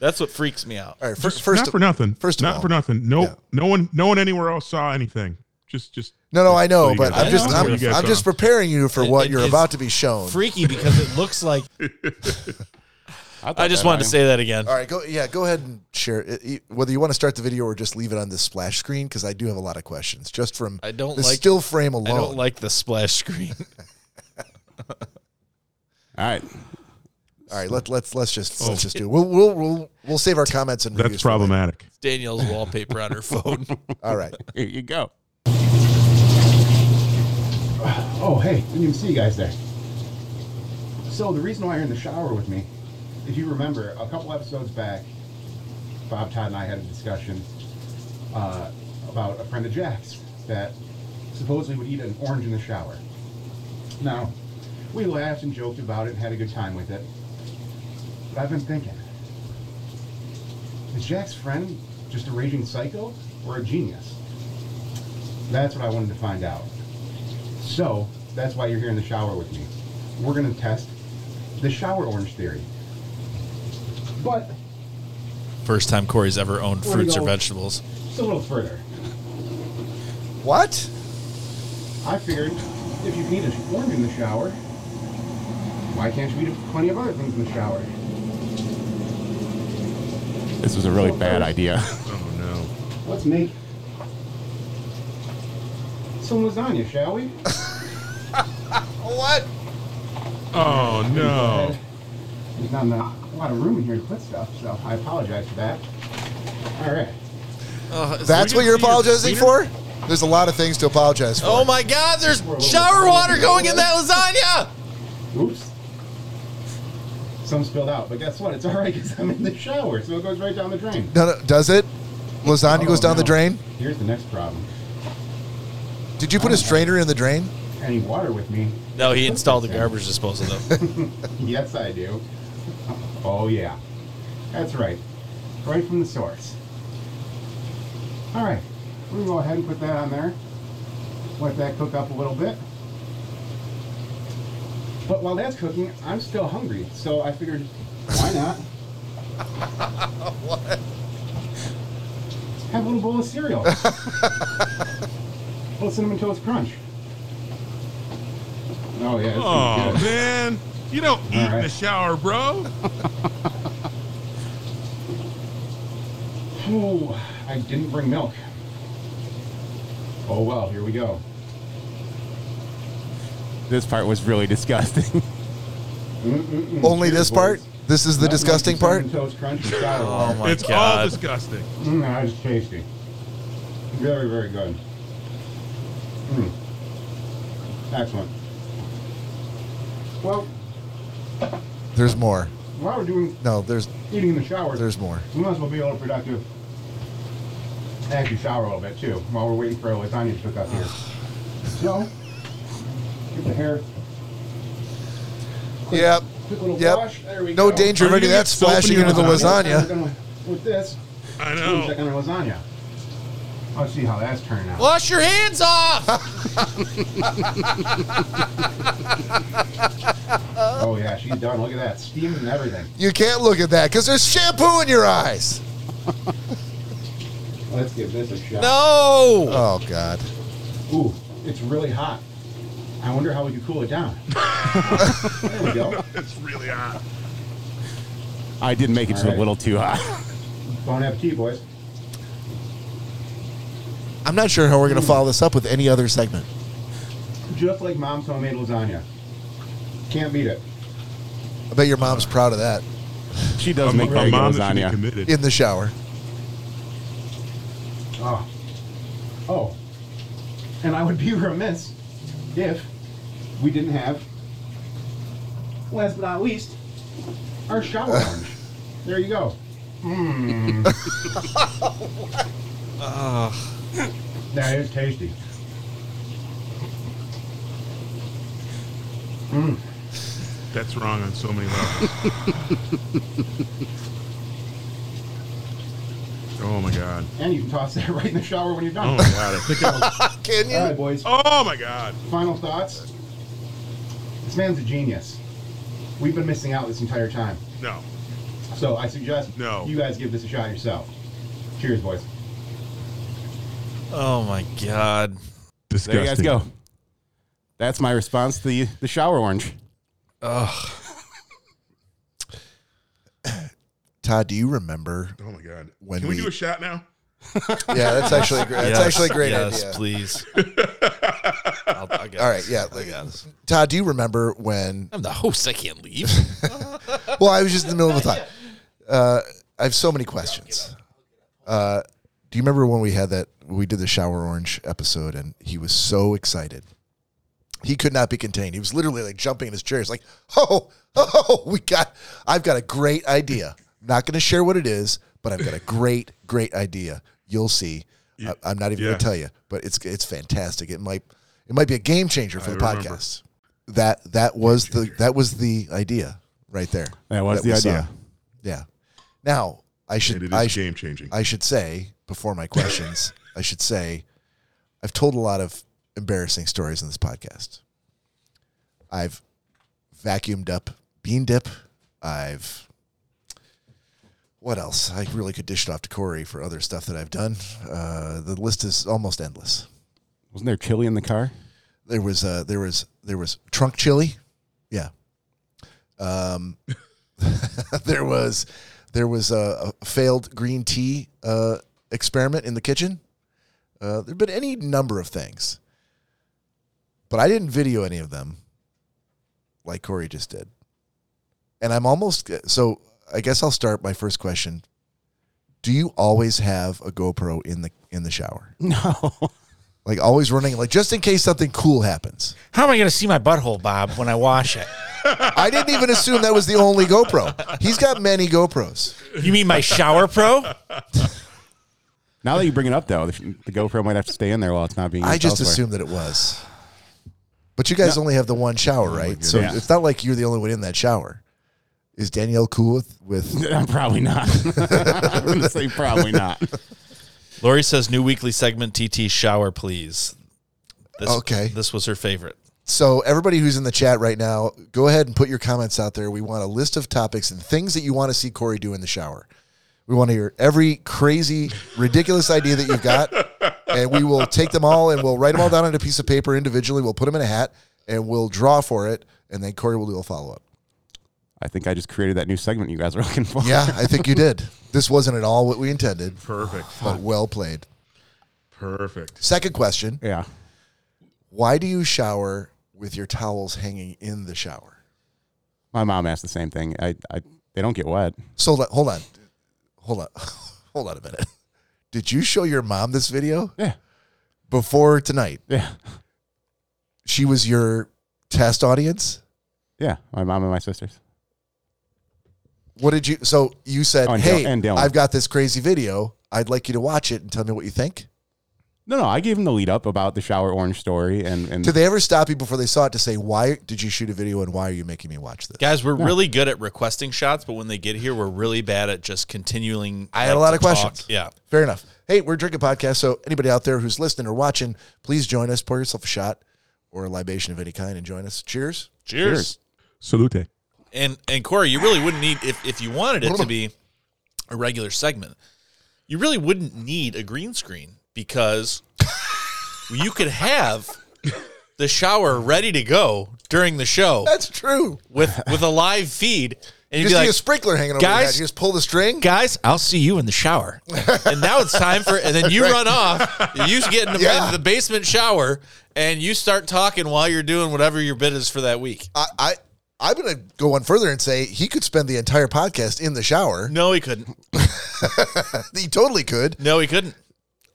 [SPEAKER 4] That's what freaks me out.
[SPEAKER 1] All right, fir- first
[SPEAKER 2] not for nothing.
[SPEAKER 1] first of
[SPEAKER 2] not
[SPEAKER 1] all-
[SPEAKER 2] for nothing. No,
[SPEAKER 1] Yeah.
[SPEAKER 2] no one, no one anywhere else saw anything. Just, just
[SPEAKER 1] No, no, I know,
[SPEAKER 2] you
[SPEAKER 1] but
[SPEAKER 2] guys-
[SPEAKER 1] I'm
[SPEAKER 4] I
[SPEAKER 1] just
[SPEAKER 4] know.
[SPEAKER 1] I'm,
[SPEAKER 2] You guys
[SPEAKER 1] I'm just
[SPEAKER 2] are.
[SPEAKER 1] preparing you for
[SPEAKER 4] It-
[SPEAKER 1] what
[SPEAKER 4] it
[SPEAKER 1] you're
[SPEAKER 4] is
[SPEAKER 1] about to be shown.
[SPEAKER 4] Freaky because it looks like. I just wanted to say that again.
[SPEAKER 1] All right, go yeah, go ahead and share it, e- whether you want to start the video or just leave it on this splash screen because I do have a lot of questions just from
[SPEAKER 4] I don't
[SPEAKER 1] the
[SPEAKER 4] like-
[SPEAKER 1] still frame alone.
[SPEAKER 4] I don't like the splash screen.
[SPEAKER 3] All right.
[SPEAKER 1] All right, let let's let's just let's just do. It. We'll we'll we'll we'll save our comments and
[SPEAKER 2] Oh. that's
[SPEAKER 1] reviews for later.
[SPEAKER 2] problematic.
[SPEAKER 4] Danielle's wallpaper on her phone.
[SPEAKER 1] All right,
[SPEAKER 3] Here you go.
[SPEAKER 5] Oh, hey, didn't even see you guys there. So, the reason why you're in the shower with me, if you remember, a couple episodes back, Bob Todd and I had a discussion uh, about a friend of Jack's that supposedly would eat an orange in the shower. Now, we laughed and joked about it and had a good time with it. But I've been thinking is Jack's friend just a raging psycho or a genius? That's what I wanted to find out. So that's why you're here in the shower with me. We're gonna test the shower orange theory. But
[SPEAKER 4] First time Corey's ever owned
[SPEAKER 5] Where do you
[SPEAKER 4] fruits or
[SPEAKER 5] go?
[SPEAKER 4] vegetables.
[SPEAKER 5] just a little further.
[SPEAKER 1] what?
[SPEAKER 5] I figured if you can eat an orange in the shower, why can't you eat plenty of other things in the shower?
[SPEAKER 3] This was a really bad idea.
[SPEAKER 2] Oh no!
[SPEAKER 5] Let's make some lasagna, shall we?
[SPEAKER 1] What?
[SPEAKER 2] Oh no!
[SPEAKER 5] There's not enough, a lot of room in here to put stuff, so I apologize for that. All right.
[SPEAKER 4] Oh,
[SPEAKER 1] That's what you're apologizing for? There's a lot of things to apologize for.
[SPEAKER 4] Oh my God! There's shower water going in that lasagna.
[SPEAKER 5] Oops. Some spilled out, but guess what? It's all right because I'm in the shower, so it goes right down the drain.
[SPEAKER 1] No, no, does it? Lasagna
[SPEAKER 5] Oh,
[SPEAKER 1] goes down the
[SPEAKER 5] no.
[SPEAKER 1] drain.
[SPEAKER 5] Here's the next problem.
[SPEAKER 1] Did you put a strainer in the drain?
[SPEAKER 5] Any water with me?
[SPEAKER 4] No, he installed the garbage disposal though.
[SPEAKER 5] Yes, I do. Oh, yeah. That's right. Right from the source. All right. We're going to go ahead and put that on there. Let that cook up a little bit. But while that's cooking, I'm still hungry, so I figured, why not? Have a little bowl of cereal. little cinnamon toast crunch. Oh yeah. It's
[SPEAKER 2] Oh
[SPEAKER 5] gonna be good.
[SPEAKER 2] man, you don't eat in the
[SPEAKER 5] right.
[SPEAKER 2] shower, bro.
[SPEAKER 5] Ooh, I didn't bring milk. Oh well, here we go.
[SPEAKER 3] This part was really disgusting.
[SPEAKER 5] Mm-mm-mm.
[SPEAKER 1] Only
[SPEAKER 5] Cheers,
[SPEAKER 1] this part?
[SPEAKER 5] boys.
[SPEAKER 1] This is the
[SPEAKER 5] Nothing like
[SPEAKER 1] disgusting part?
[SPEAKER 5] cinnamon Toast crunch and sour
[SPEAKER 4] Oh
[SPEAKER 5] water.
[SPEAKER 4] my
[SPEAKER 2] it's all
[SPEAKER 4] god.
[SPEAKER 2] disgusting.
[SPEAKER 5] Mm, that is tasty. Very, very good. Mm. Excellent. Well,
[SPEAKER 1] There's more.
[SPEAKER 5] while we're doing
[SPEAKER 1] No, there's
[SPEAKER 5] eating in the shower,
[SPEAKER 1] there's more.
[SPEAKER 5] we might as well be a little productive. Actually, shower a little bit too while we're waiting for a lasagna to cook up here. So, get the hair.
[SPEAKER 1] Yep.
[SPEAKER 5] Quick little
[SPEAKER 1] Yep.
[SPEAKER 5] wash. There we
[SPEAKER 1] No
[SPEAKER 5] go.
[SPEAKER 1] danger of
[SPEAKER 2] Are you
[SPEAKER 1] any of
[SPEAKER 2] gonna
[SPEAKER 1] that
[SPEAKER 2] get soap in
[SPEAKER 1] splashing
[SPEAKER 2] your
[SPEAKER 1] into the
[SPEAKER 5] Next time we're
[SPEAKER 1] lasagna.
[SPEAKER 5] gonna- With this,
[SPEAKER 2] I
[SPEAKER 5] Who's
[SPEAKER 2] know.
[SPEAKER 5] second lasagna? Let's see how that's turning out.
[SPEAKER 4] Wash your hands off.
[SPEAKER 5] Oh yeah, she's done. Look at that, steam and everything.
[SPEAKER 1] You can't look at that because there's shampoo in your eyes.
[SPEAKER 5] Let's give this a shot.
[SPEAKER 4] no.
[SPEAKER 1] Oh God.
[SPEAKER 5] Ooh, it's really hot. I wonder how we could cool it down. there we go.
[SPEAKER 2] It's really hot.
[SPEAKER 3] I did make it just
[SPEAKER 5] All right.
[SPEAKER 3] a little too hot.
[SPEAKER 5] Bon appetit, boys.
[SPEAKER 1] I'm not sure how we're gonna follow this up with any other segment.
[SPEAKER 5] Just like mom's homemade lasagna. Can't beat it.
[SPEAKER 1] I bet your mom's proud of that
[SPEAKER 3] She does
[SPEAKER 2] A-
[SPEAKER 3] make
[SPEAKER 2] a
[SPEAKER 3] very good
[SPEAKER 2] mom that should be
[SPEAKER 3] lasagna.
[SPEAKER 2] committed.
[SPEAKER 1] in the shower.
[SPEAKER 5] Oh. Oh. And I would be remiss if we didn't have, last but not least, our shower lounge. There you go. Mmm. that is tasty. Mmm.
[SPEAKER 2] That's wrong on so many levels. oh my god.
[SPEAKER 5] And you can toss that right in the shower when you're
[SPEAKER 2] Oh my
[SPEAKER 5] done.
[SPEAKER 2] god. I think I was,
[SPEAKER 1] Can
[SPEAKER 5] All
[SPEAKER 1] you?
[SPEAKER 5] right, boys.
[SPEAKER 2] oh my god.
[SPEAKER 5] Final thoughts. This man's a genius. We've been missing out this entire time.
[SPEAKER 2] No.
[SPEAKER 5] So I suggest
[SPEAKER 2] No.
[SPEAKER 5] you guys give this a shot yourself. Cheers, boys.
[SPEAKER 4] Oh my god.
[SPEAKER 2] Disgusting.
[SPEAKER 3] There you guys go. That's my response to the, the shower orange.
[SPEAKER 1] Todd, do you remember?
[SPEAKER 2] Oh my god.
[SPEAKER 1] When
[SPEAKER 2] Can we,
[SPEAKER 1] we-
[SPEAKER 2] do a shot now?
[SPEAKER 1] Yeah, that's actually a gr- that's
[SPEAKER 4] Yes,
[SPEAKER 1] actually a great
[SPEAKER 4] yes,
[SPEAKER 1] idea.
[SPEAKER 4] please. I'll, I'll get
[SPEAKER 1] All right,
[SPEAKER 4] this.
[SPEAKER 1] yeah.
[SPEAKER 4] I got this.
[SPEAKER 1] Todd, do you remember when
[SPEAKER 4] I'm the host. I can't leave.
[SPEAKER 1] well, I was just in the middle of a thought. Uh, I have so many questions. Uh, do you remember when we had that? We did the shower orange episode, and he was so excited. He could not be contained. He was literally like jumping in his chair. He's like, "Oh, oh, we got! I've got a great idea. I'm not going to share what it is, but I've got a great, great idea. You'll see. I, am not even
[SPEAKER 2] Yeah.
[SPEAKER 1] going to tell you, but it's it's fantastic. It might it might be a game changer for
[SPEAKER 2] I
[SPEAKER 1] the
[SPEAKER 2] remember.
[SPEAKER 1] podcast. That that was the that was the idea right there.
[SPEAKER 3] That was the
[SPEAKER 1] we
[SPEAKER 3] idea.
[SPEAKER 1] Yeah. Now I
[SPEAKER 2] And it
[SPEAKER 1] should
[SPEAKER 2] is
[SPEAKER 1] I should
[SPEAKER 2] game changing.
[SPEAKER 1] I should say before my questions I should say I've told a lot of embarrassing stories in this podcast. I've vacuumed up bean dip. I've what else? I really could dish it off to Corey for other stuff that I've done. Uh, the list is almost endless.
[SPEAKER 3] Wasn't there chili in the car?
[SPEAKER 1] There was uh, there was there was trunk chili, yeah. Um, there was there was a, a failed green tea uh, experiment in the kitchen. Uh, there've been any number of things, but I didn't video any of them, like Corey just did. And I'm almost so. I guess I'll start my first question. Do you always have a GoPro in the in the shower?
[SPEAKER 3] No.
[SPEAKER 1] Like always running, like just in case something cool happens.
[SPEAKER 4] How am I going to see my butthole, Bob, when I wash it?
[SPEAKER 1] I didn't even assume that was the only GoPro. He's got many GoPros.
[SPEAKER 4] You mean my shower pro?
[SPEAKER 3] Now that you bring it up, though, the, the GoPro might have to stay in there while it's not being.
[SPEAKER 1] I
[SPEAKER 3] used
[SPEAKER 1] just
[SPEAKER 3] elsewhere.
[SPEAKER 1] assumed that it was. But you guys only have the one shower, right? So
[SPEAKER 3] Oh goodness.
[SPEAKER 1] it's not like you're the only one in that shower. Is Danielle cool with? with
[SPEAKER 3] probably not. I'm gonna say probably not.
[SPEAKER 4] Lori says new weekly segment TT shower, please. This,
[SPEAKER 1] Okay.
[SPEAKER 4] This was her favorite.
[SPEAKER 1] so everybody who's in the chat right now, go ahead and put your comments out there. We want a list of topics and things that you want to see Corey do in the shower. We want to hear every crazy, ridiculous idea that you've got, and we will take them all and we'll write them all down on a piece of paper individually. We'll put them in a hat and we'll draw for it, and then Corey will do a follow up.
[SPEAKER 3] I think I just created that new segment you guys are looking for.
[SPEAKER 1] Yeah, I think you did. This wasn't at all what we intended,
[SPEAKER 2] Perfect.
[SPEAKER 1] but well played.
[SPEAKER 2] Perfect.
[SPEAKER 1] Second question
[SPEAKER 3] Yeah.
[SPEAKER 1] Why do you shower with your towels hanging in the shower?
[SPEAKER 3] My mom asked the same thing. I, I they don't get wet.
[SPEAKER 1] So let- hold on, hold on, hold on a minute. Did you show your mom this video
[SPEAKER 3] Yeah.
[SPEAKER 1] before tonight?
[SPEAKER 3] Yeah.
[SPEAKER 1] She was your test audience.
[SPEAKER 3] Yeah. My mom and my sisters.
[SPEAKER 1] What did you? So you said,
[SPEAKER 3] Oh, and
[SPEAKER 1] "Hey,
[SPEAKER 3] Dylan- and Dylan.
[SPEAKER 1] I've got this crazy video. I'd like you to watch it and tell me what you think."
[SPEAKER 3] No, no, I gave them the lead up about the shower orange story and, and
[SPEAKER 1] Did they ever stop you before they saw it to say, "Why did you shoot a video and why are you making me watch this?"
[SPEAKER 4] Guys, we're really good at requesting shots, but when they get here, we're really bad at just continuing.
[SPEAKER 1] I had a lot
[SPEAKER 4] like, to
[SPEAKER 1] of
[SPEAKER 4] talk.
[SPEAKER 1] questions.
[SPEAKER 4] Yeah.
[SPEAKER 1] Fair enough. Hey, we're drinking podcast, so anybody out there who's listening or watching, please join us. Pour yourself a shot or a libation of any kind and join us. Cheers.
[SPEAKER 4] Cheers.
[SPEAKER 2] Salute.
[SPEAKER 4] And and Corey, you really wouldn't need if if you wanted it to be a regular segment, you really wouldn't need a green screen because you could have the shower ready to go during the show
[SPEAKER 1] That's true.
[SPEAKER 4] with with a live feed,
[SPEAKER 1] You
[SPEAKER 4] and you'd
[SPEAKER 1] just need
[SPEAKER 4] be like,
[SPEAKER 1] a sprinkler hanging over
[SPEAKER 4] "Guys,
[SPEAKER 1] your head. You just pull the string.
[SPEAKER 4] guys, I'll see you in the shower. and now it's time for, and then you run off. You get in the,
[SPEAKER 1] Yeah.
[SPEAKER 4] in the basement shower, and you start talking while you're doing whatever your bit is for that week.
[SPEAKER 1] I, I I'm gonna go one further and say he could spend the entire podcast in the shower.
[SPEAKER 4] No, he couldn't.
[SPEAKER 1] He totally could.
[SPEAKER 4] No, he couldn't.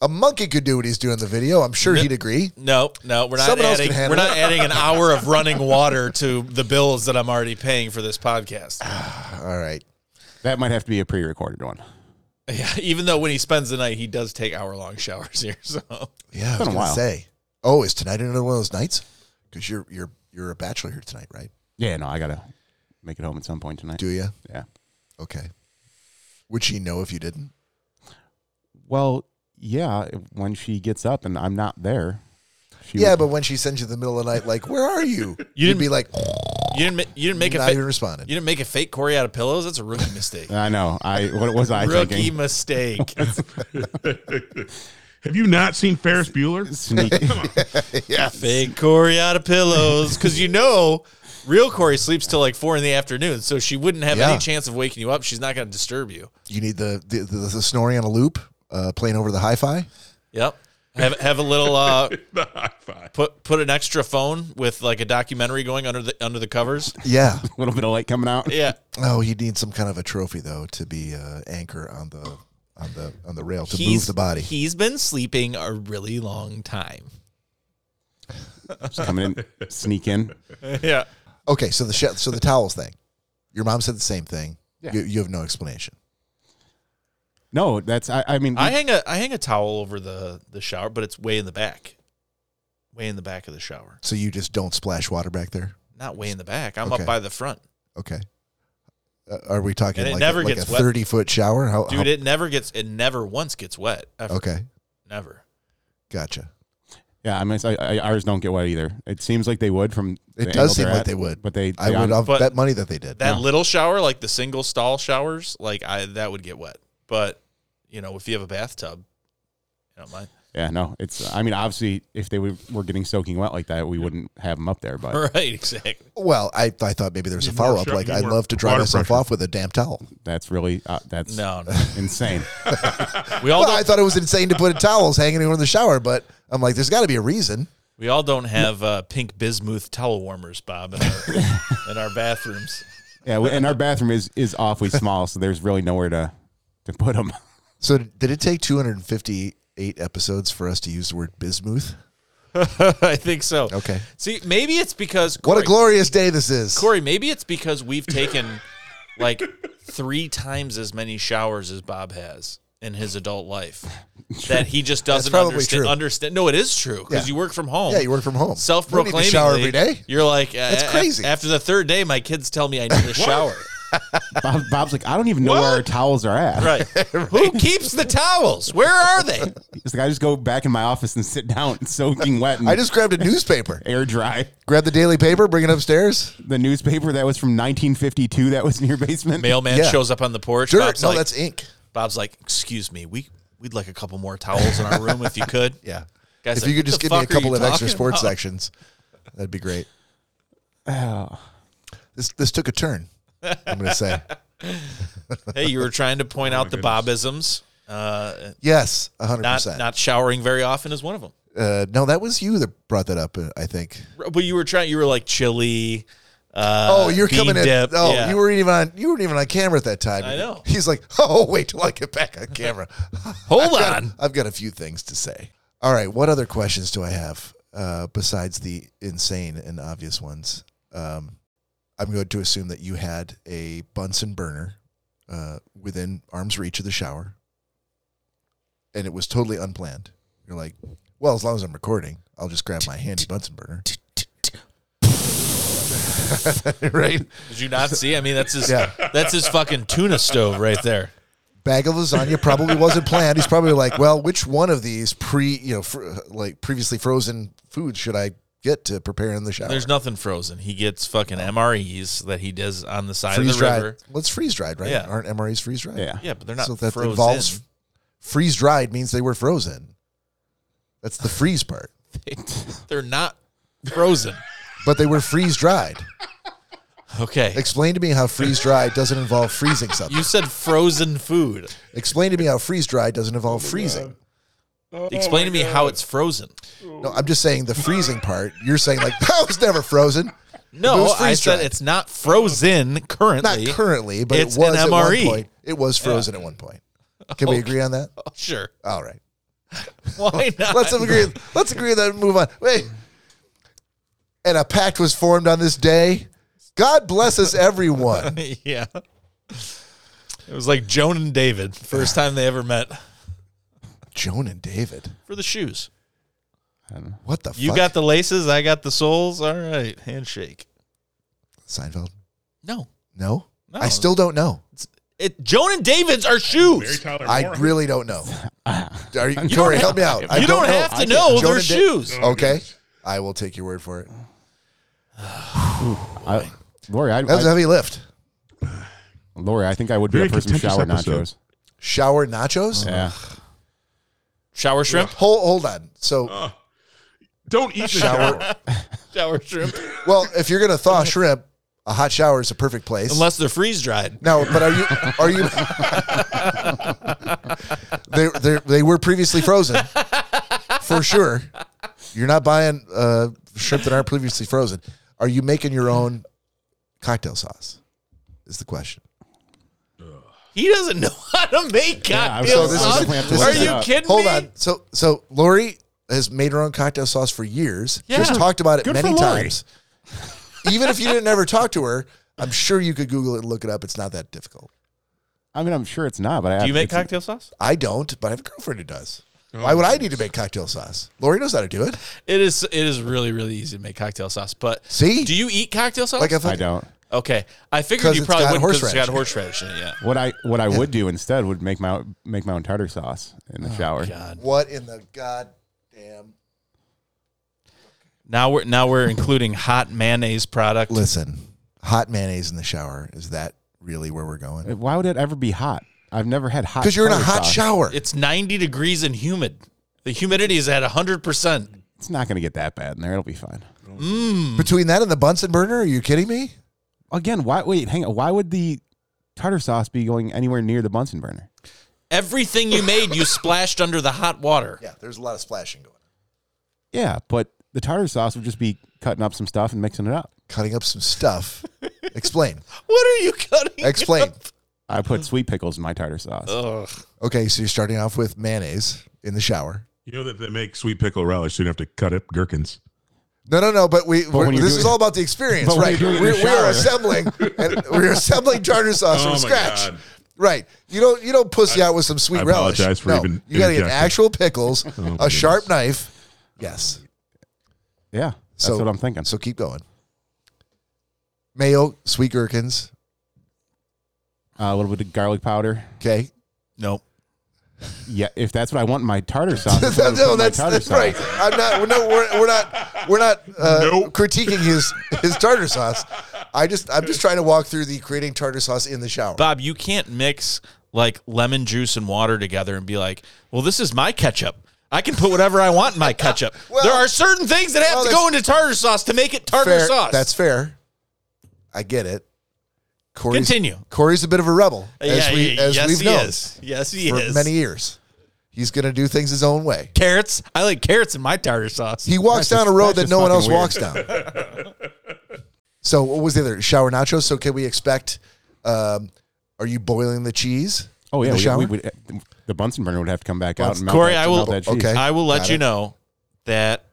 [SPEAKER 1] A monkey could do what he's doing in the video. I'm sure he'd agree.
[SPEAKER 4] No, no, we're not
[SPEAKER 1] Someone else
[SPEAKER 4] adding.
[SPEAKER 1] can handle
[SPEAKER 4] We're not
[SPEAKER 1] it.
[SPEAKER 4] adding an hour of running water to the bills that I'm already paying for this podcast.
[SPEAKER 1] Ah. All right.
[SPEAKER 3] That might have to be a pre recorded one.
[SPEAKER 4] Yeah, even though when he spends the night, he does take hour long showers here. So
[SPEAKER 1] Yeah, I was
[SPEAKER 3] been a
[SPEAKER 1] gonna
[SPEAKER 3] while.
[SPEAKER 1] say. Oh, is tonight another one of those nights? Because you're you're you're a bachelor here tonight, right?
[SPEAKER 3] Yeah, no, I gotta make it home at some point tonight.
[SPEAKER 1] Do you?
[SPEAKER 3] Yeah.
[SPEAKER 1] Okay. Would she know if you didn't?
[SPEAKER 3] Well, yeah, when she gets up and I'm not there. She
[SPEAKER 1] Yeah,
[SPEAKER 3] would-
[SPEAKER 1] but when she sends you in the middle of the night, like, where are you?
[SPEAKER 4] You
[SPEAKER 1] You'd
[SPEAKER 4] didn't-
[SPEAKER 1] be like,
[SPEAKER 4] you didn't ma- you didn't make a
[SPEAKER 1] not
[SPEAKER 4] fa-
[SPEAKER 1] even
[SPEAKER 4] you
[SPEAKER 1] responding.
[SPEAKER 4] didn't make a fake Corey out of pillows. That's a rookie mistake.
[SPEAKER 3] I know. I what was I
[SPEAKER 4] rookie
[SPEAKER 3] thinking?
[SPEAKER 4] mistake.
[SPEAKER 2] Have you not seen Ferris Bueller?
[SPEAKER 3] Sneak.
[SPEAKER 4] Fake Corey out of pillows because you know real Corey sleeps till like four in the afternoon, so she wouldn't have
[SPEAKER 1] Yeah.
[SPEAKER 4] any chance of waking you up. She's not going to disturb you.
[SPEAKER 1] You need the the, the, the snoring on a loop, uh, playing over the hi-fi.
[SPEAKER 4] Yep. Have have a little uh,
[SPEAKER 2] the high five.
[SPEAKER 4] put put an extra phone with like a documentary going under the under the covers.
[SPEAKER 1] Yeah.
[SPEAKER 3] a little bit of light coming out.
[SPEAKER 4] Yeah.
[SPEAKER 1] Oh, he needs some kind of a trophy though to be uh, anchor on the on the on the rail to move the body.
[SPEAKER 4] He's been sleeping a really long time.
[SPEAKER 3] Just coming in, sneak in.
[SPEAKER 4] yeah.
[SPEAKER 1] Okay, so the sh- so the towels thing. Your mom said the same thing.
[SPEAKER 3] Yeah.
[SPEAKER 1] You, you have no explanation.
[SPEAKER 3] No, that's I, I mean
[SPEAKER 4] I hang a I hang a towel over the the shower, but it's way in the back. Way in the back of the shower.
[SPEAKER 1] So you just don't splash water back there.
[SPEAKER 4] Not way in the back. I'm
[SPEAKER 1] Okay.
[SPEAKER 4] up by the front.
[SPEAKER 1] Okay. Uh, are we talking
[SPEAKER 4] And it
[SPEAKER 1] like
[SPEAKER 4] never
[SPEAKER 1] a, like a
[SPEAKER 4] gets wet.
[SPEAKER 1] thirty foot shower? How, how-
[SPEAKER 4] Dude, it never gets it never once gets wet. Ever.
[SPEAKER 1] okay,
[SPEAKER 4] Never.
[SPEAKER 1] gotcha.
[SPEAKER 3] yeah, I mean I, I, ours don't get wet either. It seems like they would from the
[SPEAKER 1] It does
[SPEAKER 3] angle
[SPEAKER 1] seem
[SPEAKER 3] they're
[SPEAKER 1] like
[SPEAKER 3] at,
[SPEAKER 1] they would.
[SPEAKER 3] But they,
[SPEAKER 1] I
[SPEAKER 3] they
[SPEAKER 1] would
[SPEAKER 3] hon-
[SPEAKER 1] I'll
[SPEAKER 4] But-
[SPEAKER 1] bet money that they did.
[SPEAKER 4] That
[SPEAKER 3] No.
[SPEAKER 4] little shower, like the single stall showers, like I that would get wet. But you know, if you have a bathtub, you don't mind.
[SPEAKER 3] Yeah, no, it's I mean obviously if they were, were getting soaking wet like that, we wouldn't have them up there, but
[SPEAKER 4] Right, exactly.
[SPEAKER 1] well, I, I thought maybe there was a
[SPEAKER 2] Need more
[SPEAKER 1] follow up.
[SPEAKER 2] shot-
[SPEAKER 1] Like
[SPEAKER 2] need
[SPEAKER 1] I'd
[SPEAKER 2] more
[SPEAKER 1] love to dry
[SPEAKER 2] water
[SPEAKER 1] myself
[SPEAKER 2] pressure.
[SPEAKER 1] off with a damp towel.
[SPEAKER 3] that's really uh, that's
[SPEAKER 4] No, no.
[SPEAKER 3] insane.
[SPEAKER 4] We all
[SPEAKER 1] Well, I
[SPEAKER 4] don't,
[SPEAKER 1] thought it was insane to put towels hanging over the shower, but I'm like, there's got to be a reason.
[SPEAKER 4] we all don't have uh, pink bismuth towel warmers, Bob, in our, in our bathrooms.
[SPEAKER 3] yeah, we- and our bathroom is is awfully small, so there's really nowhere to to put them.
[SPEAKER 1] So did it take 258 episodes for us to use the word bismuth?
[SPEAKER 4] I think so.
[SPEAKER 1] Okay.
[SPEAKER 4] See, maybe it's because
[SPEAKER 1] What a
[SPEAKER 4] Corey,
[SPEAKER 1] glorious day this is.
[SPEAKER 4] Corey, maybe it's because we've taken like three times as many showers as Bob has in his adult life that he just doesn't
[SPEAKER 1] probably
[SPEAKER 4] understand.
[SPEAKER 1] true.
[SPEAKER 4] Understand? No, it is true
[SPEAKER 1] Yeah.
[SPEAKER 4] because you work from home.
[SPEAKER 1] Yeah, you work from home.
[SPEAKER 4] Self-proclaiming
[SPEAKER 1] You don't need to shower every day.
[SPEAKER 4] You're like uh,
[SPEAKER 1] That's
[SPEAKER 4] a-
[SPEAKER 1] crazy.
[SPEAKER 4] After the third day, my kids tell me I need a shower.
[SPEAKER 3] Bob, Bob's like, I don't even know where our towels are at.
[SPEAKER 4] Right. Who keeps the towels? Where are they?
[SPEAKER 3] He's like, I just go back in my office and sit down, soaking wet and
[SPEAKER 1] I just grabbed a newspaper.
[SPEAKER 3] air dry.
[SPEAKER 1] Grab the daily paper, bring it upstairs.
[SPEAKER 3] The newspaper that was from 1952 that was in your basement.
[SPEAKER 4] Mailman
[SPEAKER 1] Yeah.
[SPEAKER 4] shows up on the porch.
[SPEAKER 1] Sure.
[SPEAKER 4] Bob's
[SPEAKER 1] No,
[SPEAKER 4] like,
[SPEAKER 1] that's ink.
[SPEAKER 4] Bob's like, "Excuse me, we we'd like a couple more towels in our room if you could."
[SPEAKER 1] Yeah.
[SPEAKER 4] Guys,
[SPEAKER 1] if you could
[SPEAKER 4] like,
[SPEAKER 1] just
[SPEAKER 4] "What the
[SPEAKER 1] give me a couple
[SPEAKER 4] fuck are you
[SPEAKER 1] of extra
[SPEAKER 4] talking
[SPEAKER 1] sports
[SPEAKER 4] about?"
[SPEAKER 1] sections, that'd be great.
[SPEAKER 3] Oh,
[SPEAKER 1] This this took a turn. I'm going to say
[SPEAKER 4] Hey, you were trying to point out the Bobisms. Uh,
[SPEAKER 1] yes, 100.
[SPEAKER 4] not
[SPEAKER 1] percent
[SPEAKER 4] not showering very often is one of them.
[SPEAKER 1] uh, No, that was you that brought that up. uh, I think.
[SPEAKER 4] But you were trying. You were like chili. Uh,
[SPEAKER 1] Oh, you're
[SPEAKER 4] bean
[SPEAKER 1] coming
[SPEAKER 4] dip.
[SPEAKER 1] in. Oh,
[SPEAKER 4] Yeah.
[SPEAKER 1] you weren't even on. You weren't even on camera at that time.
[SPEAKER 4] I know.
[SPEAKER 1] He's like, oh, wait till I get back on camera.
[SPEAKER 4] Hold
[SPEAKER 1] I've got-
[SPEAKER 4] on.
[SPEAKER 1] I've got a few things to say. All right. What other questions do I have uh, besides the insane and obvious ones? Um, I'm going to assume that you had a Bunsen burner uh, within arm's reach of the shower, and it was totally unplanned. You're like, well, as long as I'm recording, I'll just grab my handy Bunsen burner. right?
[SPEAKER 4] Did you not see? I mean, that's his.
[SPEAKER 1] Yeah.
[SPEAKER 4] That's his fucking tuna stove right there.
[SPEAKER 1] bag of lasagna probably wasn't planned. He's probably like, well, which one of these pre, you know, fr- like previously frozen foods should I get to prepare in the shower?
[SPEAKER 4] There's nothing frozen. He gets fucking MREs that he does on the side
[SPEAKER 1] freeze
[SPEAKER 4] of the
[SPEAKER 1] dried.
[SPEAKER 4] river.
[SPEAKER 1] Let's freeze dried, right?
[SPEAKER 4] Yeah.
[SPEAKER 1] Aren't MREs freeze dried?
[SPEAKER 3] yeah.
[SPEAKER 4] Yeah, but they're not
[SPEAKER 1] so that
[SPEAKER 4] frozen.
[SPEAKER 1] involves freeze dried means they were frozen. That's the freeze part,
[SPEAKER 4] they're not frozen.
[SPEAKER 1] but they were freeze dried.
[SPEAKER 4] Okay.
[SPEAKER 1] Explain to me how freeze dried doesn't involve freezing something.
[SPEAKER 4] You said frozen food.
[SPEAKER 1] Explain to me how freeze dried doesn't involve freezing.
[SPEAKER 4] Explain to me how it's frozen.
[SPEAKER 1] No, I'm just saying the freezing part. You're saying like that was never frozen. It
[SPEAKER 4] No,
[SPEAKER 1] was
[SPEAKER 4] I said
[SPEAKER 1] freeze-dried.
[SPEAKER 4] it's not frozen
[SPEAKER 1] Not
[SPEAKER 4] currently.
[SPEAKER 1] currently, but
[SPEAKER 4] It's
[SPEAKER 1] it was
[SPEAKER 4] an E.
[SPEAKER 1] at one
[SPEAKER 4] MRE.
[SPEAKER 1] point. It was frozen at one point. Can we
[SPEAKER 4] Okay.
[SPEAKER 1] agree on that?
[SPEAKER 4] sure.
[SPEAKER 1] All right.
[SPEAKER 4] Why not?
[SPEAKER 1] Let's agree. Let's agree that and move on. Wait. And a pact was formed on this day. God bless us, everyone.
[SPEAKER 4] yeah. It was like Joan and David, first time they ever met
[SPEAKER 1] Joan and David.
[SPEAKER 4] for the shoes.
[SPEAKER 3] I don't know.
[SPEAKER 1] What the
[SPEAKER 4] You
[SPEAKER 1] fuck?
[SPEAKER 4] got the laces, I got the soles. All right, handshake.
[SPEAKER 1] Seinfeld?
[SPEAKER 4] No,
[SPEAKER 1] No?
[SPEAKER 4] No.
[SPEAKER 1] I still don't know.
[SPEAKER 4] it, Joan and David's are shoes.
[SPEAKER 2] Tyler
[SPEAKER 1] I
[SPEAKER 2] Moore.
[SPEAKER 1] really don't know. Are you, Tori, help me out. I
[SPEAKER 4] E. you don't,
[SPEAKER 1] know.
[SPEAKER 4] have to know
[SPEAKER 1] Joan
[SPEAKER 4] their
[SPEAKER 1] and Da- Oh.
[SPEAKER 4] shoes.
[SPEAKER 1] Okay. I will take your word for it.
[SPEAKER 3] I, Lori, I,
[SPEAKER 1] That was a
[SPEAKER 3] I-
[SPEAKER 1] heavy lift.
[SPEAKER 3] Lori, I think I would be
[SPEAKER 2] Very
[SPEAKER 3] up for some
[SPEAKER 2] contentious
[SPEAKER 3] shower
[SPEAKER 2] episode.
[SPEAKER 3] nachos.
[SPEAKER 1] Shower nachos?
[SPEAKER 3] Yeah.
[SPEAKER 4] Shower shrimp.
[SPEAKER 1] Hold, hold on. So
[SPEAKER 4] Oh.
[SPEAKER 2] Don't eat the
[SPEAKER 1] Shower.
[SPEAKER 2] shower.
[SPEAKER 4] Shower shrimp.
[SPEAKER 1] Well, if you're gonna thaw shrimp, a hot shower is a perfect place.
[SPEAKER 4] Unless they're freeze dried.
[SPEAKER 1] no, but are you are you? they they they were previously frozen, for sure. You're not buying uh, shrimp that aren't previously frozen. Are you making your own cocktail sauce? Is the question.
[SPEAKER 4] He doesn't know how to make
[SPEAKER 3] Yeah, I'm
[SPEAKER 4] cocktail
[SPEAKER 1] so- this is
[SPEAKER 4] sauce.
[SPEAKER 1] definitely have to
[SPEAKER 4] Are
[SPEAKER 1] set
[SPEAKER 4] you
[SPEAKER 3] up.
[SPEAKER 4] kidding
[SPEAKER 1] Hold
[SPEAKER 4] me?
[SPEAKER 1] on. So so Lori has made her own cocktail sauce for years.
[SPEAKER 4] Yeah.
[SPEAKER 1] She's talked about it
[SPEAKER 3] Good
[SPEAKER 1] many
[SPEAKER 3] for Lori.
[SPEAKER 1] times. Even if you didn't ever talk to her, I'm sure you could Google it and look it up. It's not that difficult.
[SPEAKER 3] I mean, I'm sure it's not, but I,
[SPEAKER 4] Do you make
[SPEAKER 3] it's-
[SPEAKER 4] cocktail sauce?
[SPEAKER 1] I don't, but I have a girlfriend who does. Why would I need to make cocktail sauce? Lori knows how to do it.
[SPEAKER 4] It is. It is really, really easy to make cocktail sauce. But
[SPEAKER 1] See?
[SPEAKER 4] do you eat cocktail sauce?
[SPEAKER 1] Like if
[SPEAKER 3] I don't.
[SPEAKER 4] okay, I
[SPEAKER 1] 'Cause
[SPEAKER 4] figured you
[SPEAKER 1] it's
[SPEAKER 4] probably
[SPEAKER 1] got
[SPEAKER 4] wouldn't because it's got
[SPEAKER 1] horseradish.
[SPEAKER 4] horseradish in it. Yeah.
[SPEAKER 3] What I what I would do instead would make my make my own tartar sauce in the shower.
[SPEAKER 4] Oh, God.
[SPEAKER 1] What in the goddamn?
[SPEAKER 4] Now we're now we're including hot mayonnaise product.
[SPEAKER 1] Listen, hot mayonnaise in the shower. Is that really where we're going?
[SPEAKER 3] Why would it ever be hot? I've never had hot.
[SPEAKER 1] Because you're in a
[SPEAKER 3] tartar
[SPEAKER 1] hot
[SPEAKER 3] sauce.
[SPEAKER 1] shower.
[SPEAKER 4] It's 90 degrees and humid. The humidity is at 100%.
[SPEAKER 3] It's not going to get that bad in there. It'll be fine.
[SPEAKER 1] Between that and the Bunsen burner, are you kidding me?
[SPEAKER 3] Again, why? Wait, hang on. Why would the tartar sauce be going anywhere near the Bunsen burner?
[SPEAKER 4] Everything you made, you splashed under the hot water.
[SPEAKER 1] Yeah, there's a lot of splashing going on.
[SPEAKER 3] Yeah, but the tartar sauce would just be cutting up some stuff and mixing it up.
[SPEAKER 1] Cutting up some stuff. Explain.
[SPEAKER 4] What are you cutting?
[SPEAKER 1] Explain.
[SPEAKER 3] I put sweet pickles in my tartar sauce.
[SPEAKER 4] Ugh.
[SPEAKER 1] Okay, so you're starting off with mayonnaise in the shower.
[SPEAKER 2] You know that they make sweet pickle relish, so you don't have to cut up gherkins.
[SPEAKER 1] No, no, no. But we
[SPEAKER 3] when
[SPEAKER 1] this
[SPEAKER 3] you're
[SPEAKER 1] is
[SPEAKER 3] doing-
[SPEAKER 1] all about the experience,
[SPEAKER 3] But when
[SPEAKER 1] right?
[SPEAKER 3] you're
[SPEAKER 1] We're,
[SPEAKER 3] doing it in the
[SPEAKER 1] we are
[SPEAKER 3] shower.
[SPEAKER 1] assembling, and we're assembling tartar sauce
[SPEAKER 2] Oh
[SPEAKER 1] from
[SPEAKER 2] my
[SPEAKER 1] scratch,
[SPEAKER 2] God.
[SPEAKER 1] right? You don't you don't pussy out with some sweet
[SPEAKER 2] I
[SPEAKER 1] relish.
[SPEAKER 2] apologize for
[SPEAKER 1] no,
[SPEAKER 2] even
[SPEAKER 1] you got to get
[SPEAKER 2] interjecting.
[SPEAKER 1] actual pickles,
[SPEAKER 3] Oh,
[SPEAKER 1] a
[SPEAKER 2] goodness.
[SPEAKER 1] sharp knife. Yes.
[SPEAKER 3] Yeah, that's
[SPEAKER 1] So-
[SPEAKER 3] what I'm thinking.
[SPEAKER 1] So keep going. Mayo, sweet gherkins.
[SPEAKER 3] Uh, a little bit of garlic powder.
[SPEAKER 1] Okay.
[SPEAKER 4] Nope.
[SPEAKER 3] Yeah, if that's what I want in my tartar sauce. that's what I would put
[SPEAKER 1] no,
[SPEAKER 3] in my
[SPEAKER 1] that's,
[SPEAKER 3] tartar
[SPEAKER 1] that's
[SPEAKER 3] sauce.
[SPEAKER 1] right. I'm not. We're, no, we're, we're not. We're not uh, critiquing his his tartar sauce. I just I'm just trying to walk through the creating tartar sauce in the shower.
[SPEAKER 4] Bob, you can't mix like lemon juice and water together and be like, well, this is my ketchup. I can put whatever I want in my ketchup.
[SPEAKER 1] Well-
[SPEAKER 4] there are certain things that have
[SPEAKER 1] Well,
[SPEAKER 4] to go into tartar sauce to make it tartar
[SPEAKER 1] Fair.
[SPEAKER 4] sauce.
[SPEAKER 1] That's fair. I get it. Corey's,
[SPEAKER 4] Continue.
[SPEAKER 1] Corey's a bit of a rebel, as
[SPEAKER 4] Yeah,
[SPEAKER 1] we
[SPEAKER 4] yeah,
[SPEAKER 1] as
[SPEAKER 4] yes,
[SPEAKER 1] we've
[SPEAKER 4] he
[SPEAKER 1] known
[SPEAKER 4] is. Yes, he
[SPEAKER 1] for
[SPEAKER 4] is.
[SPEAKER 1] many years. He's going to do things his own way.
[SPEAKER 4] carrots. I like carrots in my tartar sauce.
[SPEAKER 1] He walks
[SPEAKER 3] That's
[SPEAKER 1] down a
[SPEAKER 3] just-
[SPEAKER 1] road that
[SPEAKER 3] that's
[SPEAKER 1] no
[SPEAKER 3] just
[SPEAKER 1] one else
[SPEAKER 3] fucking
[SPEAKER 1] walks
[SPEAKER 3] weird.
[SPEAKER 1] down. so what was the other shower nachos? So can we expect? Um, are you boiling the cheese?
[SPEAKER 3] Oh
[SPEAKER 1] in
[SPEAKER 3] yeah,
[SPEAKER 1] the shower.
[SPEAKER 3] we, we would. The Bunsen burner would have to come back out and melt
[SPEAKER 4] Corey,
[SPEAKER 3] that,
[SPEAKER 4] I will-
[SPEAKER 3] melt that cheese.
[SPEAKER 1] Okay.
[SPEAKER 4] I will let
[SPEAKER 1] Got
[SPEAKER 4] you
[SPEAKER 1] it.
[SPEAKER 4] know that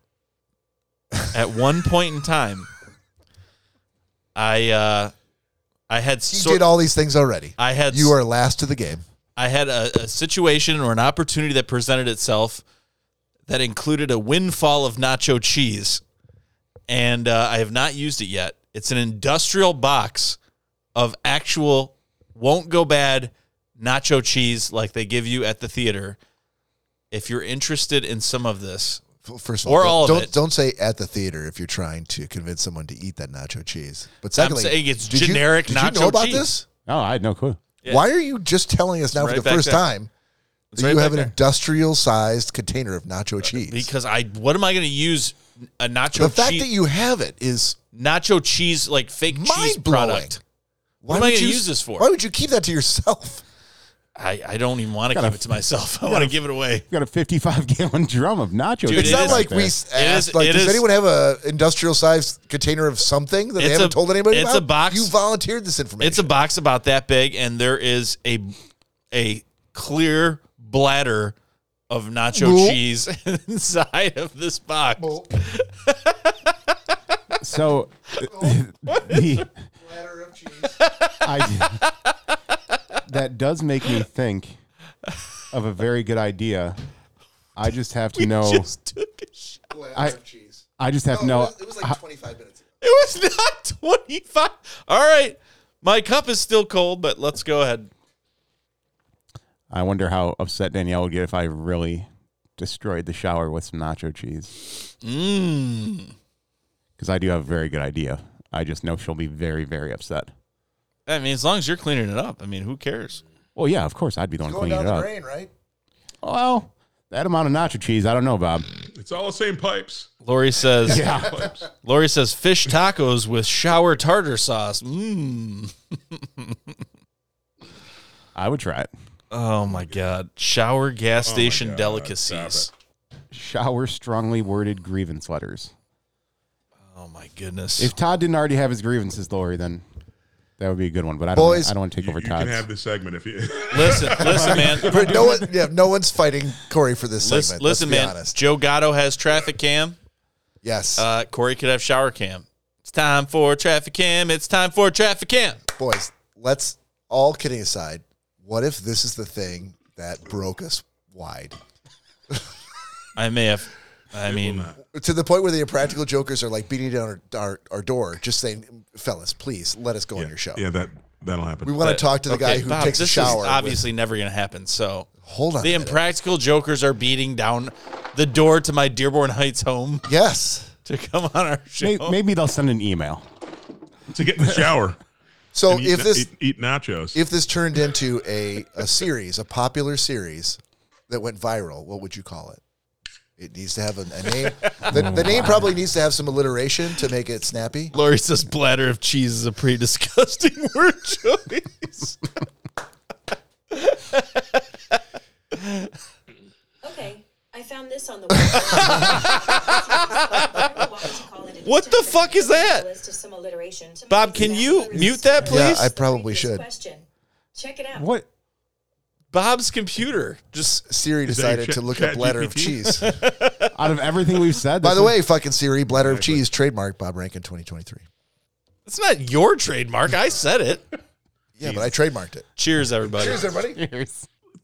[SPEAKER 4] at one point in time, I uh, I had
[SPEAKER 1] you
[SPEAKER 4] sort
[SPEAKER 1] did all these things already.
[SPEAKER 4] I had
[SPEAKER 1] you are last to the game.
[SPEAKER 4] I had a, a situation or an opportunity that presented itself that included a windfall of nacho cheese, and uh, I have not used it yet. It's an industrial box of actual won't go bad nacho cheese like they give you at the theater. If you're interested in some of this,
[SPEAKER 1] F- First of all,
[SPEAKER 4] Or
[SPEAKER 1] don't,
[SPEAKER 4] all of
[SPEAKER 1] don't,
[SPEAKER 4] it.
[SPEAKER 1] don't say at the theater if you're trying to convince someone to eat that nacho cheese. But
[SPEAKER 4] I'm
[SPEAKER 1] secondly,
[SPEAKER 4] saying it's
[SPEAKER 1] did you-
[SPEAKER 4] generic
[SPEAKER 1] did you know
[SPEAKER 4] nacho
[SPEAKER 1] about
[SPEAKER 4] cheese.
[SPEAKER 1] this?
[SPEAKER 3] Oh, I had no clue.
[SPEAKER 4] Yeah.
[SPEAKER 1] Why are you just telling us now
[SPEAKER 4] Right
[SPEAKER 1] for the
[SPEAKER 4] back
[SPEAKER 1] first
[SPEAKER 4] there.
[SPEAKER 1] time that
[SPEAKER 4] right
[SPEAKER 1] you
[SPEAKER 4] back
[SPEAKER 1] have an
[SPEAKER 4] there. Uh,
[SPEAKER 1] industrial-sized container of nacho cheese?
[SPEAKER 4] because I what am I going to use a nacho
[SPEAKER 1] the fact
[SPEAKER 4] cheese
[SPEAKER 1] that you have it is
[SPEAKER 4] nacho cheese like fake cheese
[SPEAKER 1] Mind-blowing.
[SPEAKER 4] product?
[SPEAKER 1] why
[SPEAKER 4] am I
[SPEAKER 1] would
[SPEAKER 4] gonna
[SPEAKER 1] you-
[SPEAKER 4] use this for?
[SPEAKER 1] Why would you keep that to yourself?
[SPEAKER 4] I, I don't even want to
[SPEAKER 3] Gotta-
[SPEAKER 4] give it to myself. I want to give it away.
[SPEAKER 3] We've got a 55 gallon drum of nachos.
[SPEAKER 4] Dude,
[SPEAKER 1] It's
[SPEAKER 4] it
[SPEAKER 1] not
[SPEAKER 4] is
[SPEAKER 1] like we
[SPEAKER 3] there.
[SPEAKER 1] asked.
[SPEAKER 4] is-
[SPEAKER 1] like,
[SPEAKER 4] it
[SPEAKER 1] does
[SPEAKER 4] is-
[SPEAKER 1] anyone have a industrial sized container of something that they
[SPEAKER 4] It's
[SPEAKER 1] haven't
[SPEAKER 4] a-
[SPEAKER 1] told anybody
[SPEAKER 4] it's
[SPEAKER 1] about?
[SPEAKER 4] a box-
[SPEAKER 1] You volunteered this information.
[SPEAKER 4] It's a box about that big, and there is a a clear bladder of nacho
[SPEAKER 1] Boop.
[SPEAKER 4] cheese inside of this box.
[SPEAKER 1] Oh,
[SPEAKER 3] So,
[SPEAKER 1] oh,
[SPEAKER 3] the, I, that does make me think of a very good idea. I just have to know.
[SPEAKER 4] Just took a shot.
[SPEAKER 3] I, I just
[SPEAKER 1] Oh,
[SPEAKER 3] have to
[SPEAKER 1] uh,
[SPEAKER 3] know. how-
[SPEAKER 1] 25 minutes.
[SPEAKER 4] It was not 25. All right. My cup is still cold, but let's go ahead.
[SPEAKER 3] I wonder how upset Danielle would get if I really destroyed the shower with some nacho cheese.
[SPEAKER 1] Mm.
[SPEAKER 3] Because I do have a very good idea. I just know she'll be very, very upset.
[SPEAKER 4] I mean, as long as you're cleaning it up, I mean, who cares?
[SPEAKER 3] Well, yeah, of course, I'd be the one
[SPEAKER 1] Going down
[SPEAKER 3] cleaning it
[SPEAKER 1] the
[SPEAKER 3] up.
[SPEAKER 1] drain, right?
[SPEAKER 3] Well, that amount of nacho cheese, I don't know, Bob.
[SPEAKER 2] It's all the same pipes.
[SPEAKER 4] Lori says.
[SPEAKER 3] Yeah.
[SPEAKER 2] Pipes.
[SPEAKER 4] Lori says fish tacos with shower tartar sauce. Mmm.
[SPEAKER 3] I would try it.
[SPEAKER 4] Oh my god. Shower gas
[SPEAKER 2] Oh my
[SPEAKER 4] station
[SPEAKER 2] God,
[SPEAKER 4] delicacies.
[SPEAKER 2] stop
[SPEAKER 3] Shower strongly worded grievance letters.
[SPEAKER 4] Oh my goodness.
[SPEAKER 3] If Todd didn't already have his grievances, Lori, then that would be a good one. But I don't.
[SPEAKER 1] Boys-
[SPEAKER 3] I don't want to take
[SPEAKER 2] You,
[SPEAKER 3] over
[SPEAKER 2] you can
[SPEAKER 3] Todd's.
[SPEAKER 2] have this segment if you.
[SPEAKER 4] listen, listen, man.
[SPEAKER 1] But no one, yeah, no one's fighting Corey for this
[SPEAKER 4] Listen,
[SPEAKER 1] segment.
[SPEAKER 4] listen
[SPEAKER 1] let's be
[SPEAKER 4] man.
[SPEAKER 1] honest.
[SPEAKER 4] Joe Gatto has traffic cam.
[SPEAKER 1] Yes,
[SPEAKER 4] Uh, Corey could have shower cam. It's time for traffic cam. It's time for traffic cam.
[SPEAKER 1] boys. Let's all kidding aside. What if this is the thing that broke us wide
[SPEAKER 4] I may have. I mean,
[SPEAKER 1] to the point where the impractical jokers are like beating down our, our, our door, just saying, "Fellas, please let us go on your show.
[SPEAKER 2] yeah, that that'll happen.
[SPEAKER 1] We want to talk to the guy
[SPEAKER 4] okay,
[SPEAKER 1] who
[SPEAKER 4] Bob,
[SPEAKER 1] takes a
[SPEAKER 4] this
[SPEAKER 1] shower."
[SPEAKER 4] Is
[SPEAKER 1] with-
[SPEAKER 4] obviously, never going to happen. So
[SPEAKER 1] hold on. a
[SPEAKER 4] the
[SPEAKER 1] minute.
[SPEAKER 4] impractical jokers are beating down the door to my Dearborn Heights home
[SPEAKER 1] Yes.
[SPEAKER 4] to come on our show.
[SPEAKER 3] May- Maybe they'll send an email.
[SPEAKER 2] to get in the shower.
[SPEAKER 1] So
[SPEAKER 2] and eat
[SPEAKER 1] Oh, if
[SPEAKER 2] na-
[SPEAKER 1] this
[SPEAKER 2] eat, eat nachos,
[SPEAKER 1] if this turned into a, a series, a popular series that went viral, what would you call it? It needs to have a, a name. The, the name probably needs to have some alliteration to make it snappy.
[SPEAKER 4] Lori says bladder of cheese is a pretty disgusting word choice.
[SPEAKER 6] Okay, I found this on the web.
[SPEAKER 4] What the fuck is that?
[SPEAKER 6] List of some alliteration to
[SPEAKER 4] Bob,
[SPEAKER 6] make
[SPEAKER 4] can
[SPEAKER 6] it
[SPEAKER 4] you
[SPEAKER 6] better.
[SPEAKER 4] mute that, please?
[SPEAKER 1] Yeah, I probably
[SPEAKER 6] Previous
[SPEAKER 1] should.
[SPEAKER 6] Question. Check it out.
[SPEAKER 3] What?
[SPEAKER 4] Bob's computer. Just
[SPEAKER 1] Siri
[SPEAKER 2] that your
[SPEAKER 1] decided
[SPEAKER 2] Chat-
[SPEAKER 1] to look up bladder of
[SPEAKER 2] ChatGPT?
[SPEAKER 1] cheese.
[SPEAKER 3] Out of everything we've said.
[SPEAKER 1] By
[SPEAKER 3] this
[SPEAKER 1] the
[SPEAKER 3] is-
[SPEAKER 1] way, fucking Siri, bladder of cheese, trademark Bob Rankin 2023.
[SPEAKER 4] it's not your trademark. I said it.
[SPEAKER 1] Yeah, but I trademarked it.
[SPEAKER 4] Cheers, everybody.
[SPEAKER 1] everybody.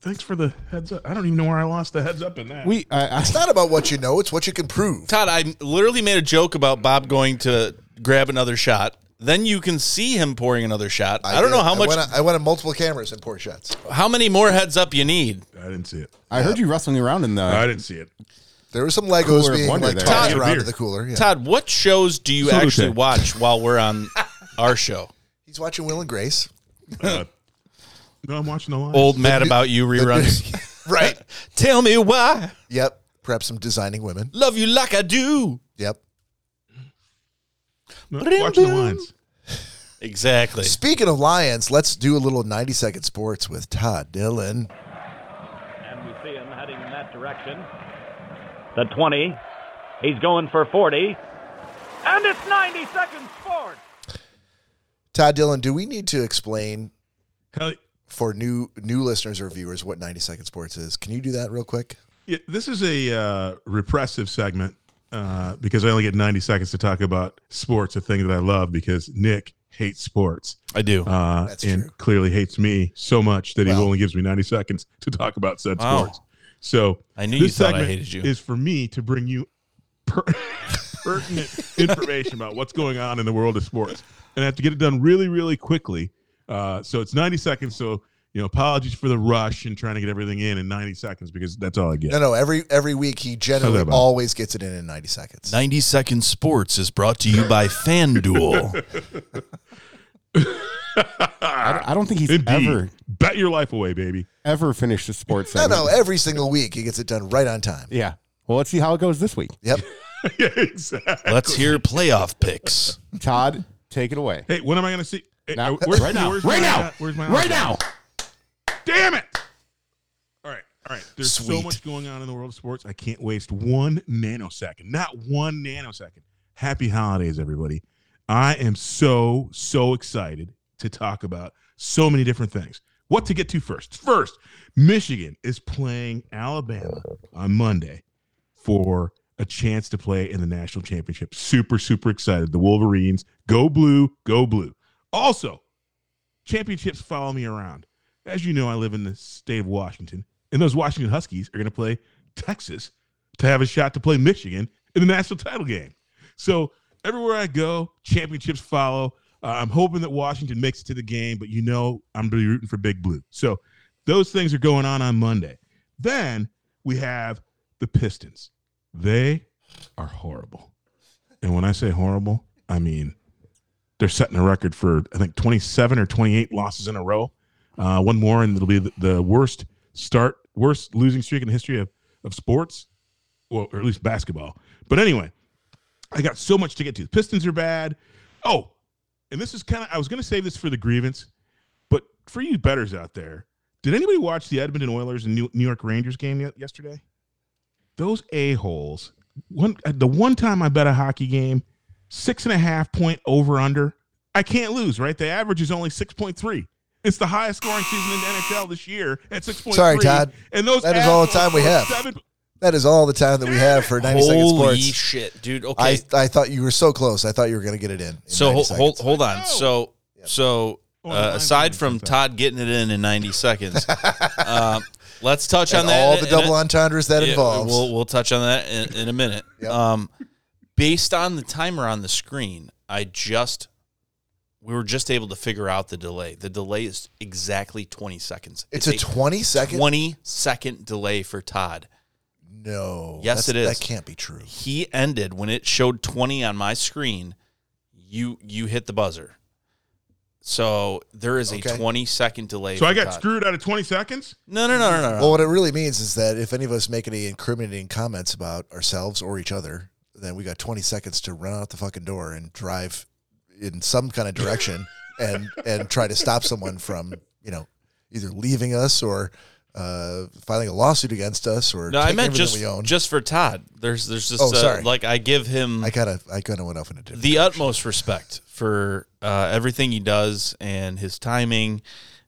[SPEAKER 2] thanks for the heads up. I don't even know where I lost the heads up in that.
[SPEAKER 3] we. I, I,
[SPEAKER 1] It's not about what you know; it's what you can prove.
[SPEAKER 4] Todd, I literally made a joke
[SPEAKER 1] Mm.
[SPEAKER 4] about Bob going to grab another shot. Then you can see him pouring another shot. I, don't
[SPEAKER 1] did.
[SPEAKER 4] know how much,
[SPEAKER 1] went on- I went on multiple cameras and poured shots.
[SPEAKER 4] how many more heads up you need.
[SPEAKER 2] I didn't see it.
[SPEAKER 3] I heard you rustling around in the.
[SPEAKER 2] I didn't see it.
[SPEAKER 1] There were some Legos
[SPEAKER 3] Cooler of
[SPEAKER 1] being
[SPEAKER 3] wonder
[SPEAKER 1] like
[SPEAKER 3] there.
[SPEAKER 1] tossed
[SPEAKER 2] Todd-
[SPEAKER 1] around to
[SPEAKER 2] Beer.
[SPEAKER 1] the cooler. Yeah.
[SPEAKER 4] Todd, what shows do you
[SPEAKER 3] Salute.
[SPEAKER 4] actually watch while we're on our show?
[SPEAKER 1] He's watching Will and Grace.
[SPEAKER 2] Uh, no, I'm watching the line.
[SPEAKER 4] Old Mad About You reruns.
[SPEAKER 1] Right.
[SPEAKER 4] Tell me why.
[SPEAKER 1] Yep. Perhaps some designing women.
[SPEAKER 4] Love you like I do.
[SPEAKER 1] Yep.
[SPEAKER 2] No, watching the lines.
[SPEAKER 4] Exactly.
[SPEAKER 1] Speaking of Lions, let's do a little 90 second sports with Todd Dillon.
[SPEAKER 7] And we see him heading in that direction. The 20. He's going for 40. And it's 90 seconds forward.
[SPEAKER 1] Todd Dillon, do we need to explain
[SPEAKER 2] Hell,
[SPEAKER 1] for new new listeners or viewers what 90 second sports is? Can you do that real quick?
[SPEAKER 2] yeah, this is a uh, repressive segment uh, because I only get 90 seconds to talk about sports, a thing that I love because Nick hates sports
[SPEAKER 4] I do.
[SPEAKER 2] uh,
[SPEAKER 1] That's
[SPEAKER 2] and
[SPEAKER 1] true.
[SPEAKER 2] clearly hates me so much that
[SPEAKER 1] Well.
[SPEAKER 2] he only gives me 90 seconds to talk about said
[SPEAKER 4] Wow.
[SPEAKER 2] sports. So
[SPEAKER 4] I knew you
[SPEAKER 2] this
[SPEAKER 4] thought I
[SPEAKER 2] segment
[SPEAKER 4] hated you.
[SPEAKER 2] is for me to bring you per- pertinent information about what's going on in the world of sports, and I have to get it done really, really quickly. Uh, so it's 90 seconds. So you know, apologies for the rush and trying to get everything in in 90 seconds because that's all I get.
[SPEAKER 1] No, no. Every every week he generally
[SPEAKER 2] How's that, Bob?
[SPEAKER 1] always gets it in in 90 seconds.
[SPEAKER 4] 90 Second Sports is brought to you by FanDuel.
[SPEAKER 3] I, don't- I don't think he's
[SPEAKER 2] Indeed.
[SPEAKER 3] ever
[SPEAKER 2] Bet your life away, baby.
[SPEAKER 3] ever finished a sports
[SPEAKER 1] No,
[SPEAKER 3] segment.
[SPEAKER 1] no. Every single week he gets it done right on time.
[SPEAKER 3] Yeah. Well, let's see how it goes this week.
[SPEAKER 1] Yep.
[SPEAKER 2] yeah, exactly.
[SPEAKER 4] Let's hear playoff picks.
[SPEAKER 3] Todd, take it away.
[SPEAKER 2] Hey, when am I going to see? Hey,
[SPEAKER 3] Now,
[SPEAKER 2] I- where's-
[SPEAKER 3] right now,
[SPEAKER 2] where's
[SPEAKER 3] right
[SPEAKER 2] my-
[SPEAKER 3] now,
[SPEAKER 2] Where's my
[SPEAKER 3] right now.
[SPEAKER 2] Damn it! All right, all right. There's so
[SPEAKER 4] Sweet.
[SPEAKER 2] much going on in the world of sports. I can't waste one nanosecond. Not one nanosecond. Happy holidays, everybody. I am so, so excited to talk about so many different things. What to get to first? First, Michigan is playing Alabama on Monday for a chance to play in the national championship. Super, super excited. The Wolverines go blue, go blue. Also, championships follow me around. As you know, I live in the state of Washington, and those Washington Huskies are going to play Texas to have a shot to play Michigan in the national title game. So everywhere I go, championships follow. Uh, I'm hoping that Washington makes it to the game, but you know I'm going to be rooting for Big Blue. So those things are going on on Monday. Then we have the Pistons. They are horrible. And when I say horrible, I mean they're setting a record for I think 27 or 28 losses in a row. Uh, one more, and it'll be the, the worst start, worst losing streak in the history of of sports, well, or at least basketball. But anyway, I got so much to get to. The Pistons are bad. Oh, and this is kind of I was going to save this for the grievance, but for you betters out there, did anybody watch the Edmonton Oilers and New, New York Rangers game ye- yesterday? Those a holes. One uh, the one time I bet a hockey game, six and a half point over under. I can't lose, right? The average is only six point three. It's the highest scoring season in the NHL this year at six point three.
[SPEAKER 1] Sorry, Todd.
[SPEAKER 2] And those
[SPEAKER 1] That is all the
[SPEAKER 2] assholes
[SPEAKER 1] time we have.
[SPEAKER 2] scored seven-
[SPEAKER 1] That is all the time that we have for 90 second
[SPEAKER 4] Holy
[SPEAKER 1] sports.
[SPEAKER 4] shit, dude. Okay.
[SPEAKER 1] I, I thought you were so close. I thought you were going to get it in. in
[SPEAKER 4] so
[SPEAKER 1] 90
[SPEAKER 4] hold, hold
[SPEAKER 1] seconds.
[SPEAKER 4] hold on.
[SPEAKER 2] No.
[SPEAKER 4] So so
[SPEAKER 2] Oh, no,
[SPEAKER 4] uh,
[SPEAKER 2] I'm
[SPEAKER 4] aside
[SPEAKER 2] fine.
[SPEAKER 4] from
[SPEAKER 2] I'm fine.
[SPEAKER 4] Todd getting it in in 90 seconds, uh, let's touch
[SPEAKER 1] And
[SPEAKER 4] on that.
[SPEAKER 1] all
[SPEAKER 4] in-
[SPEAKER 1] the
[SPEAKER 4] in a-
[SPEAKER 1] double entendres that
[SPEAKER 4] Yeah,
[SPEAKER 1] involves.
[SPEAKER 4] We'll we'll touch on that in, in a minute.
[SPEAKER 1] Yep.
[SPEAKER 4] Um, based on the timer on the screen, I just we were just able to figure out the delay. The delay is exactly 20 seconds.
[SPEAKER 1] it's a 20 second?
[SPEAKER 4] 20 second delay for Todd.
[SPEAKER 1] No.
[SPEAKER 4] Yes,
[SPEAKER 1] That's-
[SPEAKER 4] it is.
[SPEAKER 1] That can't be true.
[SPEAKER 4] He ended when it showed 20 on my screen. You you hit the buzzer. So there is
[SPEAKER 1] Okay.
[SPEAKER 4] a 20 second delay.
[SPEAKER 2] So I
[SPEAKER 4] for
[SPEAKER 2] got
[SPEAKER 4] Todd.
[SPEAKER 2] screwed out of 20 seconds?
[SPEAKER 4] No, no, no, no, no. no.
[SPEAKER 1] Well, what it really means is that if any of us make any incriminating comments about ourselves or each other, then we got 20 seconds to run out the fucking door and drive in some kind of direction and and try to stop someone from you know either leaving us or uh, filing a lawsuit against us or
[SPEAKER 4] no, I
[SPEAKER 1] taking
[SPEAKER 4] meant
[SPEAKER 1] everything
[SPEAKER 4] just
[SPEAKER 1] we own.
[SPEAKER 4] just for Todd. There's there's this
[SPEAKER 1] Oh,
[SPEAKER 4] uh,
[SPEAKER 1] sorry.
[SPEAKER 4] like I give him
[SPEAKER 1] I kind of I kind of went off in a different.
[SPEAKER 4] the utmost respect for uh, everything he does and his timing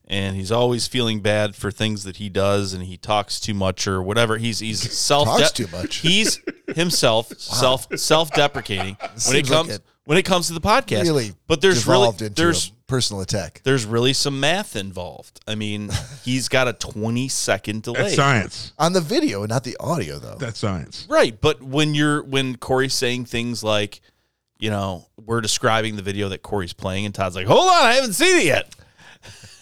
[SPEAKER 4] and he's always feeling bad for things that he does and he talks too much or whatever he's he's self
[SPEAKER 1] Talks too much.
[SPEAKER 4] he's himself self self-deprecating when it
[SPEAKER 1] seems like
[SPEAKER 4] comes
[SPEAKER 1] it
[SPEAKER 4] when it comes to the podcast
[SPEAKER 1] really,
[SPEAKER 4] but there's really
[SPEAKER 1] devolved into
[SPEAKER 4] there's
[SPEAKER 1] a personal attack.
[SPEAKER 4] there's really some math involved i mean he's got a 20 second delay
[SPEAKER 2] That's science.
[SPEAKER 1] on the video, not the audio, though.
[SPEAKER 2] That's science.
[SPEAKER 4] Right, but when you're when Corey's saying things like, you know, we're describing the video that Corey's playing, and Todd's like, "Hold on, I haven't seen it yet.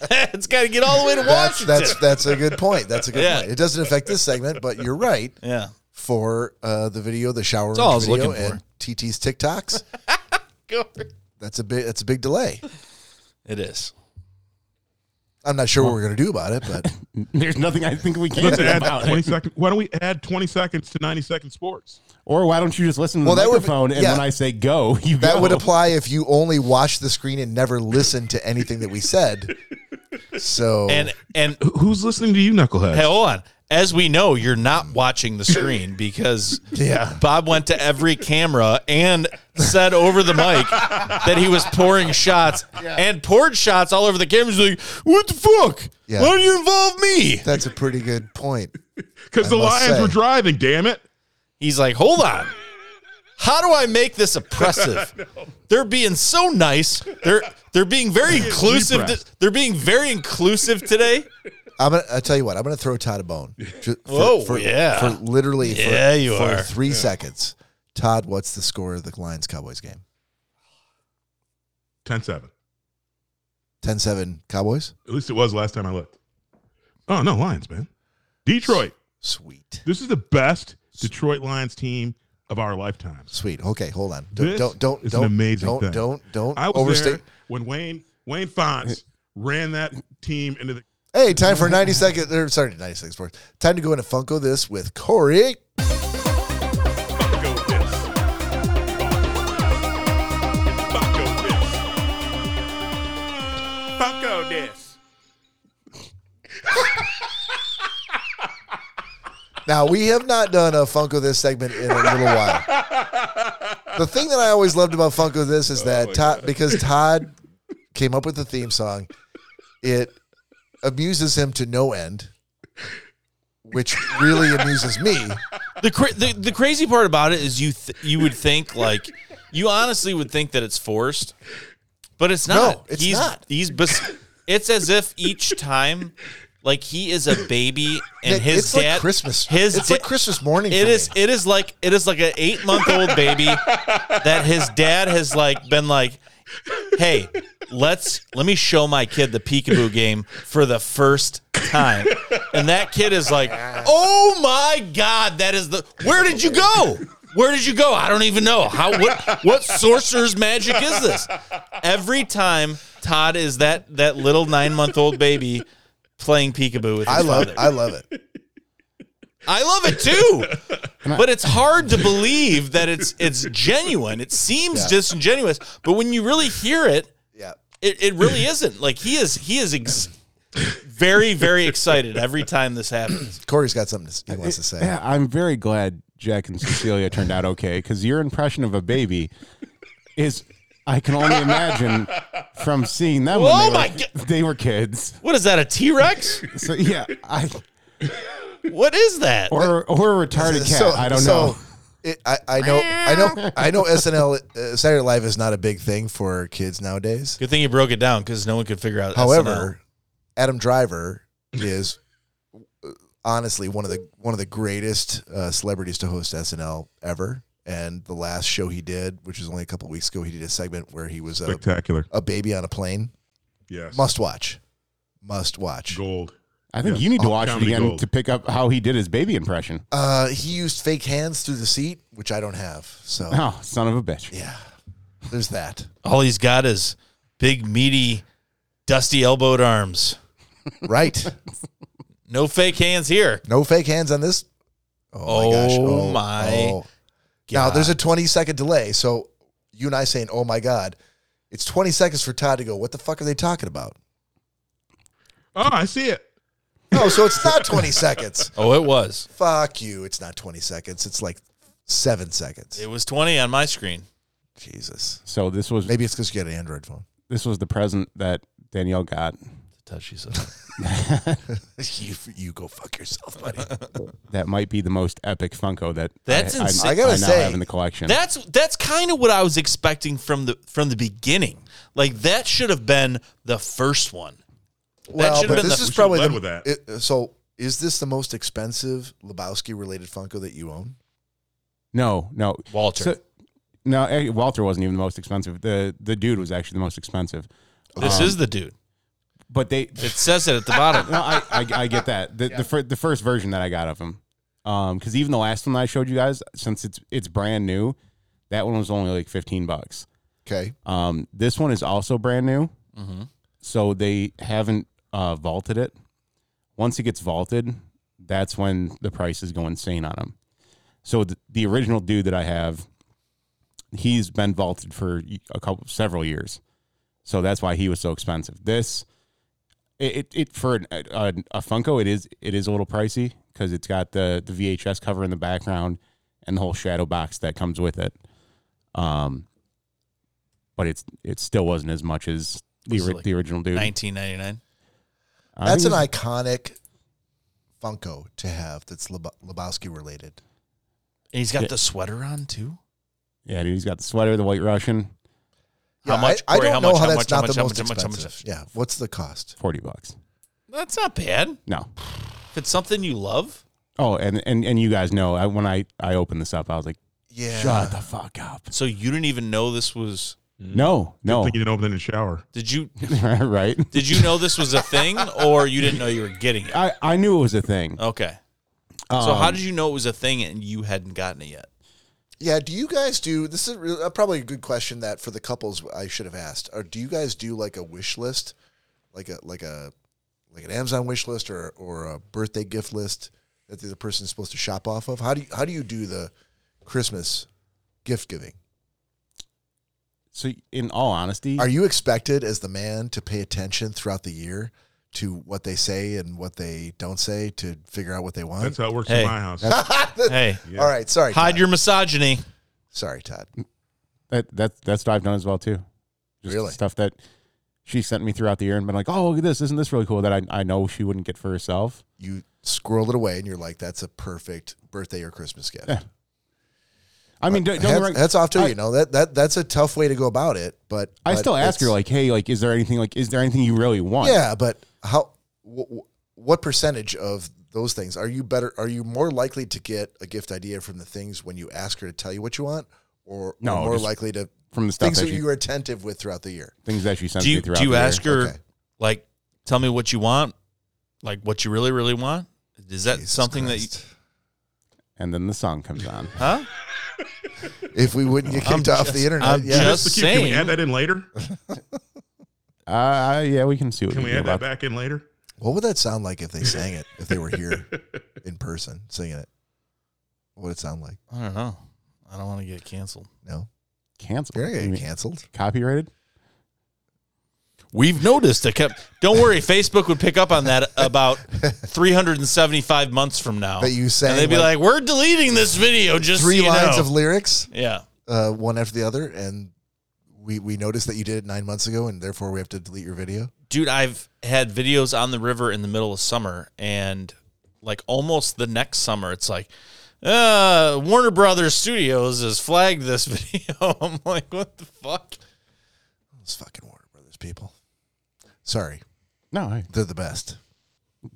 [SPEAKER 4] it's got to get all the way to
[SPEAKER 1] That's
[SPEAKER 4] Washington."
[SPEAKER 1] that's that's a good point. That's a good
[SPEAKER 4] Yeah.
[SPEAKER 1] point. It doesn't affect this segment, but you're right
[SPEAKER 4] yeah,
[SPEAKER 1] for uh, the video, the shower
[SPEAKER 4] all I
[SPEAKER 1] room
[SPEAKER 4] was
[SPEAKER 1] video,
[SPEAKER 4] looking for.
[SPEAKER 1] and TT's TikToks. That's a big that's a big delay.
[SPEAKER 4] it is.
[SPEAKER 1] I'm not sure what we're going to do about it, but
[SPEAKER 3] There's nothing I think we can
[SPEAKER 2] Let's
[SPEAKER 3] do
[SPEAKER 2] add
[SPEAKER 3] about
[SPEAKER 2] 20
[SPEAKER 3] it.
[SPEAKER 2] seconds. Why don't we add 20 seconds to 90 second sports?
[SPEAKER 3] Or why don't you just listen to
[SPEAKER 1] Well,
[SPEAKER 3] the
[SPEAKER 1] that would be-
[SPEAKER 3] microphone and
[SPEAKER 1] yeah.
[SPEAKER 3] when I say go, you
[SPEAKER 1] that
[SPEAKER 3] go.
[SPEAKER 1] would apply if you only watched the screen and never listened to anything that we said. So
[SPEAKER 4] And and
[SPEAKER 2] Who- Who's listening to you, Knucklehead?
[SPEAKER 4] Hey, hold on. As we know, you're not watching the screen because
[SPEAKER 1] Yeah.
[SPEAKER 4] Bob went to every camera and said over the mic that he was pouring shots and poured shots all over the camera. He's like, what the fuck?
[SPEAKER 1] Yeah.
[SPEAKER 4] Why don't you involve me?
[SPEAKER 1] that's a pretty good point.
[SPEAKER 2] Because the
[SPEAKER 1] I must
[SPEAKER 2] Lions
[SPEAKER 1] say.
[SPEAKER 2] were driving, damn it.
[SPEAKER 4] He's like, hold on. How do I make this oppressive? They're being so nice. They're they're being very inclusive.
[SPEAKER 2] repressed.
[SPEAKER 4] They're being very inclusive today.
[SPEAKER 1] I'm gonna. I tell you what. I'm gonna throw Todd a bone. Ju- For,
[SPEAKER 4] Whoa,
[SPEAKER 1] for,
[SPEAKER 4] yeah.
[SPEAKER 1] For literally,
[SPEAKER 4] Yeah,
[SPEAKER 1] for,
[SPEAKER 4] you
[SPEAKER 1] for
[SPEAKER 4] are.
[SPEAKER 1] three seconds. Todd, what's the score of the Lions Cowboys game?
[SPEAKER 2] 10 7.
[SPEAKER 1] 10-7 Cowboys.
[SPEAKER 2] At least it was last time I looked. Oh, no, Lions, man. Detroit.
[SPEAKER 1] Sweet,
[SPEAKER 2] This is the best Detroit Lions team of our lifetimes.
[SPEAKER 1] sweet. Okay, hold on. Don't
[SPEAKER 2] This
[SPEAKER 1] don't don't
[SPEAKER 2] is an
[SPEAKER 1] don't
[SPEAKER 2] amazing
[SPEAKER 1] don't,
[SPEAKER 2] thing.
[SPEAKER 1] don't don't
[SPEAKER 2] I was
[SPEAKER 1] overstate.
[SPEAKER 2] there when Wayne Wayne Fonts ran that team into the
[SPEAKER 1] Hey, time for ninety second. Or sorry, ninety second sports. Time to go into Funko this with Corey.
[SPEAKER 2] Go this. Funko this. Funko this.
[SPEAKER 1] Now we have not done a Funko this segment in a little while. The thing that I always loved about Funko this is that Todd, because Todd came up with the theme song, it amuses him to no end, which really amuses me.
[SPEAKER 4] the, cra- the the crazy part about it is you th- you would think like you honestly would think that it's forced, but it's not.
[SPEAKER 1] it's
[SPEAKER 4] he's,
[SPEAKER 1] not.
[SPEAKER 4] He's bes- it's as if each time, like he is a baby and
[SPEAKER 1] Nick,
[SPEAKER 4] his
[SPEAKER 1] it's
[SPEAKER 4] dad.
[SPEAKER 1] like Christmas.
[SPEAKER 4] His
[SPEAKER 1] it's
[SPEAKER 4] da-
[SPEAKER 1] like Christmas morning.
[SPEAKER 4] It
[SPEAKER 1] for
[SPEAKER 4] is.
[SPEAKER 1] me.
[SPEAKER 4] It is like it is like an eight month old baby that his dad has like been like, hey, let's let me show my kid the peekaboo game for the first time, and that kid is like, oh my god, that is the where did you go? Where did you go? I don't even know. How what what sorcerer's magic is this? Every time Todd is that that little nine month old baby playing peekaboo with his
[SPEAKER 1] I love.
[SPEAKER 4] father.
[SPEAKER 1] I love it.
[SPEAKER 4] I love it too. But it's hard to believe that it's it's genuine. It seems
[SPEAKER 1] Yeah.
[SPEAKER 4] disingenuous, but when you really hear it,
[SPEAKER 1] Yeah.
[SPEAKER 4] it, it really isn't. Like he is he is ex- very very excited every time this happens.
[SPEAKER 1] Corey's got something to, s- he wants to say.
[SPEAKER 3] Yeah, I'm very glad Jack and Cecilia turned out okay because your impression of a baby is, I can only imagine from seeing them when
[SPEAKER 4] Oh
[SPEAKER 3] they,
[SPEAKER 4] my
[SPEAKER 3] were,
[SPEAKER 4] God.
[SPEAKER 3] they were kids.
[SPEAKER 4] What is that a T-Rex?
[SPEAKER 3] So yeah, I
[SPEAKER 4] What is that?
[SPEAKER 3] or or a retarded cat. I don't know.
[SPEAKER 1] It, I, I know I know I know SNL uh, Saturday Night Live is not a big thing for kids nowadays.
[SPEAKER 4] Good thing you broke it down cuz no one could figure out
[SPEAKER 1] However, Adam Driver is uh, honestly one of the one of the greatest uh, celebrities to host SNL ever. And the last show he did, which was only a couple weeks ago, he did a segment where he was a,
[SPEAKER 2] Spectacular.
[SPEAKER 1] a baby on a plane.
[SPEAKER 2] Yes.
[SPEAKER 1] Must watch, must watch.
[SPEAKER 2] Gold.
[SPEAKER 3] I think
[SPEAKER 2] Yeah.
[SPEAKER 3] you need to
[SPEAKER 2] Oh,
[SPEAKER 3] watch it
[SPEAKER 2] comedy
[SPEAKER 3] again
[SPEAKER 2] gold.
[SPEAKER 3] to pick up how he did his baby impression.
[SPEAKER 1] Uh, he used fake hands through the seat, which I don't have. So
[SPEAKER 3] Oh, son of a bitch!
[SPEAKER 1] yeah, there's that.
[SPEAKER 4] SNL. all he's got is big meaty dusty elbowed arms.
[SPEAKER 1] Right.
[SPEAKER 4] No fake hands here.
[SPEAKER 1] No fake hands on this.
[SPEAKER 4] Oh my
[SPEAKER 1] oh. Now
[SPEAKER 4] God.
[SPEAKER 1] there's a 20 second delay. So you and I saying, "Oh my god," it's 20 seconds for Todd to go. What the fuck are they talking about?
[SPEAKER 2] Oh, I see it.
[SPEAKER 1] No, so it's not 20 seconds.
[SPEAKER 4] Oh, it was.
[SPEAKER 1] Fuck you. It's not 20 seconds. It's like seven seconds.
[SPEAKER 4] It was 20 on my screen.
[SPEAKER 1] Jesus.
[SPEAKER 3] So this was
[SPEAKER 1] Maybe it's because you got an Android phone.
[SPEAKER 3] this was the present that Danielle got
[SPEAKER 4] Touchy
[SPEAKER 1] you you go fuck yourself, buddy.
[SPEAKER 3] that might be the most epic Funko that
[SPEAKER 4] That's
[SPEAKER 3] I,
[SPEAKER 4] insane.
[SPEAKER 1] I gotta
[SPEAKER 3] now
[SPEAKER 1] say,
[SPEAKER 3] have in the collection.
[SPEAKER 4] That's that's kind of what I was expecting from the from the beginning. Like that should have been the first one.
[SPEAKER 1] well,
[SPEAKER 4] should've
[SPEAKER 1] but
[SPEAKER 4] been
[SPEAKER 1] this
[SPEAKER 4] the-
[SPEAKER 1] is
[SPEAKER 4] we should've
[SPEAKER 1] probably
[SPEAKER 2] led
[SPEAKER 1] the,
[SPEAKER 2] with that.
[SPEAKER 1] it- so. Is this the most expensive Lebowski related Funko that you own?
[SPEAKER 3] no, no,
[SPEAKER 4] Walter.
[SPEAKER 3] So- no, eh, Walter wasn't even the most expensive. The the dude was actually the most expensive.
[SPEAKER 4] this is the dude.
[SPEAKER 3] But they,
[SPEAKER 4] It says it at the bottom.
[SPEAKER 3] no, I, I, I get that. The, the, fir- the first version that I got of him, because even the last one that I showed you guys, since it's it's brand new, that one was only like fifteen bucks.
[SPEAKER 1] Okay.
[SPEAKER 3] Um, this one is also brand new, so they haven't uh, vaulted it. Once it gets vaulted, that's when the prices go insane on them. So the, the original dude that I have, he's been vaulted for a couple several years, so that's why he was so expensive. This, it, it, it for an, a, a Funko, it is it is a little pricey because it's got the the VHS cover in the background and the whole shadow box that comes with it. Um, but it's it still wasn't as much as the,
[SPEAKER 4] Was it
[SPEAKER 3] ori-
[SPEAKER 4] like
[SPEAKER 3] the original dude.
[SPEAKER 4] 1999.
[SPEAKER 3] I
[SPEAKER 1] That's an
[SPEAKER 3] think
[SPEAKER 1] iconic Funko to have that's Lebo- Lebowski related.
[SPEAKER 4] And he's got
[SPEAKER 3] Yeah.
[SPEAKER 4] the sweater on too.
[SPEAKER 3] Yeah, dude, he's got the sweater, the White Russian,
[SPEAKER 4] How much,
[SPEAKER 1] I, I
[SPEAKER 4] Corey?
[SPEAKER 1] don't
[SPEAKER 4] How
[SPEAKER 1] know
[SPEAKER 4] much,
[SPEAKER 1] how
[SPEAKER 4] how
[SPEAKER 1] that's
[SPEAKER 4] much,
[SPEAKER 1] not
[SPEAKER 4] how
[SPEAKER 1] the
[SPEAKER 4] much, how
[SPEAKER 1] most
[SPEAKER 4] much, how much, how much?
[SPEAKER 1] expensive. Yeah, what's the cost?
[SPEAKER 3] forty bucks.
[SPEAKER 4] That's not bad.
[SPEAKER 3] No.
[SPEAKER 4] If it's something you love,
[SPEAKER 3] Oh, and and and you guys know I, when I I opened this up, I was like,
[SPEAKER 1] Yeah,
[SPEAKER 3] shut the fuck up.
[SPEAKER 4] so you didn't even know this was.
[SPEAKER 3] No, no,
[SPEAKER 2] Thinking it open in the shower.
[SPEAKER 4] Did you?
[SPEAKER 3] right?
[SPEAKER 4] Did you know this was a thing, or you didn't know you were getting it?
[SPEAKER 3] I I knew it was a thing.
[SPEAKER 4] Okay. So
[SPEAKER 3] Um,
[SPEAKER 4] how did you know it was a thing and you hadn't gotten it yet?
[SPEAKER 1] yeah. Do you guys do this? Is really, uh, probably a good question that for the couples I should have asked. Or do you guys do like a wish list, like a like a like an Amazon wish list or or a birthday gift list that the person is supposed to shop off of? How do you how do you do the Christmas gift giving?
[SPEAKER 3] So in all honesty,
[SPEAKER 1] Are you expected as the man to pay attention throughout the year to what they say and what they don't say to figure out what they want?
[SPEAKER 2] That's how it works
[SPEAKER 4] Hey.
[SPEAKER 2] in my house.
[SPEAKER 4] Hey,
[SPEAKER 1] All right, sorry.
[SPEAKER 4] hide
[SPEAKER 1] Todd.
[SPEAKER 4] your misogyny.
[SPEAKER 1] sorry, Todd.
[SPEAKER 3] that that's that's what I've done as well too.
[SPEAKER 1] Really?
[SPEAKER 3] stuff that she sent me throughout the year and been like, oh look at this, isn't this really cool? That I I know she wouldn't get for herself.
[SPEAKER 1] You squirreled it away, and you're like, "That's a perfect birthday or Christmas gift."
[SPEAKER 3] Yeah. I mean, don't, don't get me
[SPEAKER 1] Hats,
[SPEAKER 3] wrong,
[SPEAKER 1] hats off to
[SPEAKER 3] I-
[SPEAKER 1] you. You know that that that's a tough way to go about it, but
[SPEAKER 3] I
[SPEAKER 1] but
[SPEAKER 3] still ask her
[SPEAKER 1] it's-
[SPEAKER 3] like, hey, like, is there anything like, is there anything you really want?
[SPEAKER 1] "Yeah, but how? Wh- wh- what percentage of those things are you better? Are you more likely to get a gift idea from the things when you ask her to tell you what you want, or
[SPEAKER 3] No,
[SPEAKER 1] or more
[SPEAKER 3] just
[SPEAKER 1] likely to
[SPEAKER 3] from the stuff
[SPEAKER 1] things
[SPEAKER 3] that
[SPEAKER 1] that
[SPEAKER 3] she,
[SPEAKER 1] you were attentive with throughout the year?"
[SPEAKER 3] things that she sends
[SPEAKER 4] Do you
[SPEAKER 3] me throughout.
[SPEAKER 4] do you
[SPEAKER 3] the year.
[SPEAKER 4] ask her
[SPEAKER 1] Okay.
[SPEAKER 4] like, tell me what you want, like what you really really want? Is that
[SPEAKER 1] Jesus
[SPEAKER 4] something that
[SPEAKER 1] Christ.
[SPEAKER 4] you?
[SPEAKER 3] and then the song comes on.
[SPEAKER 4] Huh?
[SPEAKER 1] if we wouldn't get kicked off the internet,
[SPEAKER 4] I'm
[SPEAKER 1] yeah.
[SPEAKER 4] just
[SPEAKER 2] Can- Can we
[SPEAKER 4] saying.
[SPEAKER 2] add that in later?
[SPEAKER 3] Uh, yeah, we can see what
[SPEAKER 2] Can
[SPEAKER 3] we
[SPEAKER 2] we
[SPEAKER 3] do
[SPEAKER 2] add that
[SPEAKER 3] about
[SPEAKER 2] back in later?
[SPEAKER 1] What would that sound like if they sang it? If they were here in person singing it, what would it sound like?
[SPEAKER 4] I don't know. I don't want to get canceled.
[SPEAKER 1] No,
[SPEAKER 3] cancel.
[SPEAKER 1] you're not
[SPEAKER 3] You
[SPEAKER 1] gonna
[SPEAKER 3] mean
[SPEAKER 1] get canceled.
[SPEAKER 3] Copyrighted.
[SPEAKER 4] We've noticed it kept. Don't worry, Facebook would pick up on that about 375 months from now.
[SPEAKER 1] But you sang
[SPEAKER 4] and they'd be
[SPEAKER 1] like
[SPEAKER 4] like, "We're deleting this video just
[SPEAKER 1] Three
[SPEAKER 4] so you
[SPEAKER 1] lines
[SPEAKER 4] know."
[SPEAKER 1] of lyrics,
[SPEAKER 4] yeah."
[SPEAKER 1] uh, one after the other, and we we noticed that you did it nine months ago, and therefore we have to delete your video.
[SPEAKER 4] Dude, I've had videos on the river in the middle of summer, and like almost the next summer, it's like, uh, Warner Brothers Studios has flagged this video. I'm like, what the fuck?
[SPEAKER 1] Those fucking Warner Brothers people. Sorry,
[SPEAKER 3] No, I,
[SPEAKER 1] they're the best.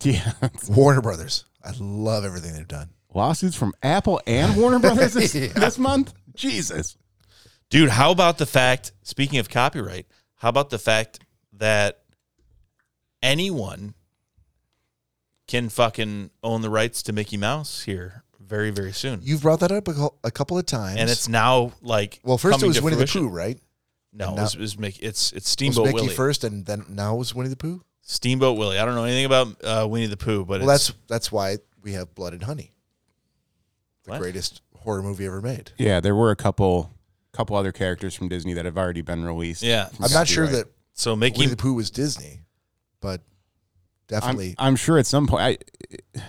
[SPEAKER 3] yeah.
[SPEAKER 1] Warner Brothers. I love everything they've done.
[SPEAKER 3] Lawsuits from Apple and Warner Brothers this, this month. Jesus.
[SPEAKER 4] Dude, how about the fact, speaking of copyright, how about the fact that anyone can fucking own the rights to Mickey Mouse here very, very soon?
[SPEAKER 1] You've brought that up a, cou- a couple of times,
[SPEAKER 4] and it's now like
[SPEAKER 1] well, first it
[SPEAKER 4] coming
[SPEAKER 1] was
[SPEAKER 4] to
[SPEAKER 1] Winnie
[SPEAKER 4] fruition.
[SPEAKER 1] the Pooh, right?
[SPEAKER 4] No,
[SPEAKER 1] and now-
[SPEAKER 4] it was, it was Mickey, it's it's
[SPEAKER 1] It was
[SPEAKER 4] Steamboat
[SPEAKER 1] Mickey
[SPEAKER 4] Willie.
[SPEAKER 1] first, and then now it was Winnie the Pooh.
[SPEAKER 4] Steamboat Willie. I don't know anything about uh, Winnie the Pooh, but
[SPEAKER 1] Well,
[SPEAKER 4] it's,
[SPEAKER 1] that's that's why we have Blood and Honey, the
[SPEAKER 4] What?
[SPEAKER 1] greatest horror movie ever made.
[SPEAKER 3] Yeah, there were a couple, couple other characters from Disney that have already been released.
[SPEAKER 4] Yeah.
[SPEAKER 3] from
[SPEAKER 1] I'm not sure
[SPEAKER 3] copyright.
[SPEAKER 1] that
[SPEAKER 4] so
[SPEAKER 1] Winnie
[SPEAKER 4] Mickey.
[SPEAKER 1] the Pooh was Disney, but
[SPEAKER 3] I'm,
[SPEAKER 1] definitely
[SPEAKER 3] I'm sure at some point. I,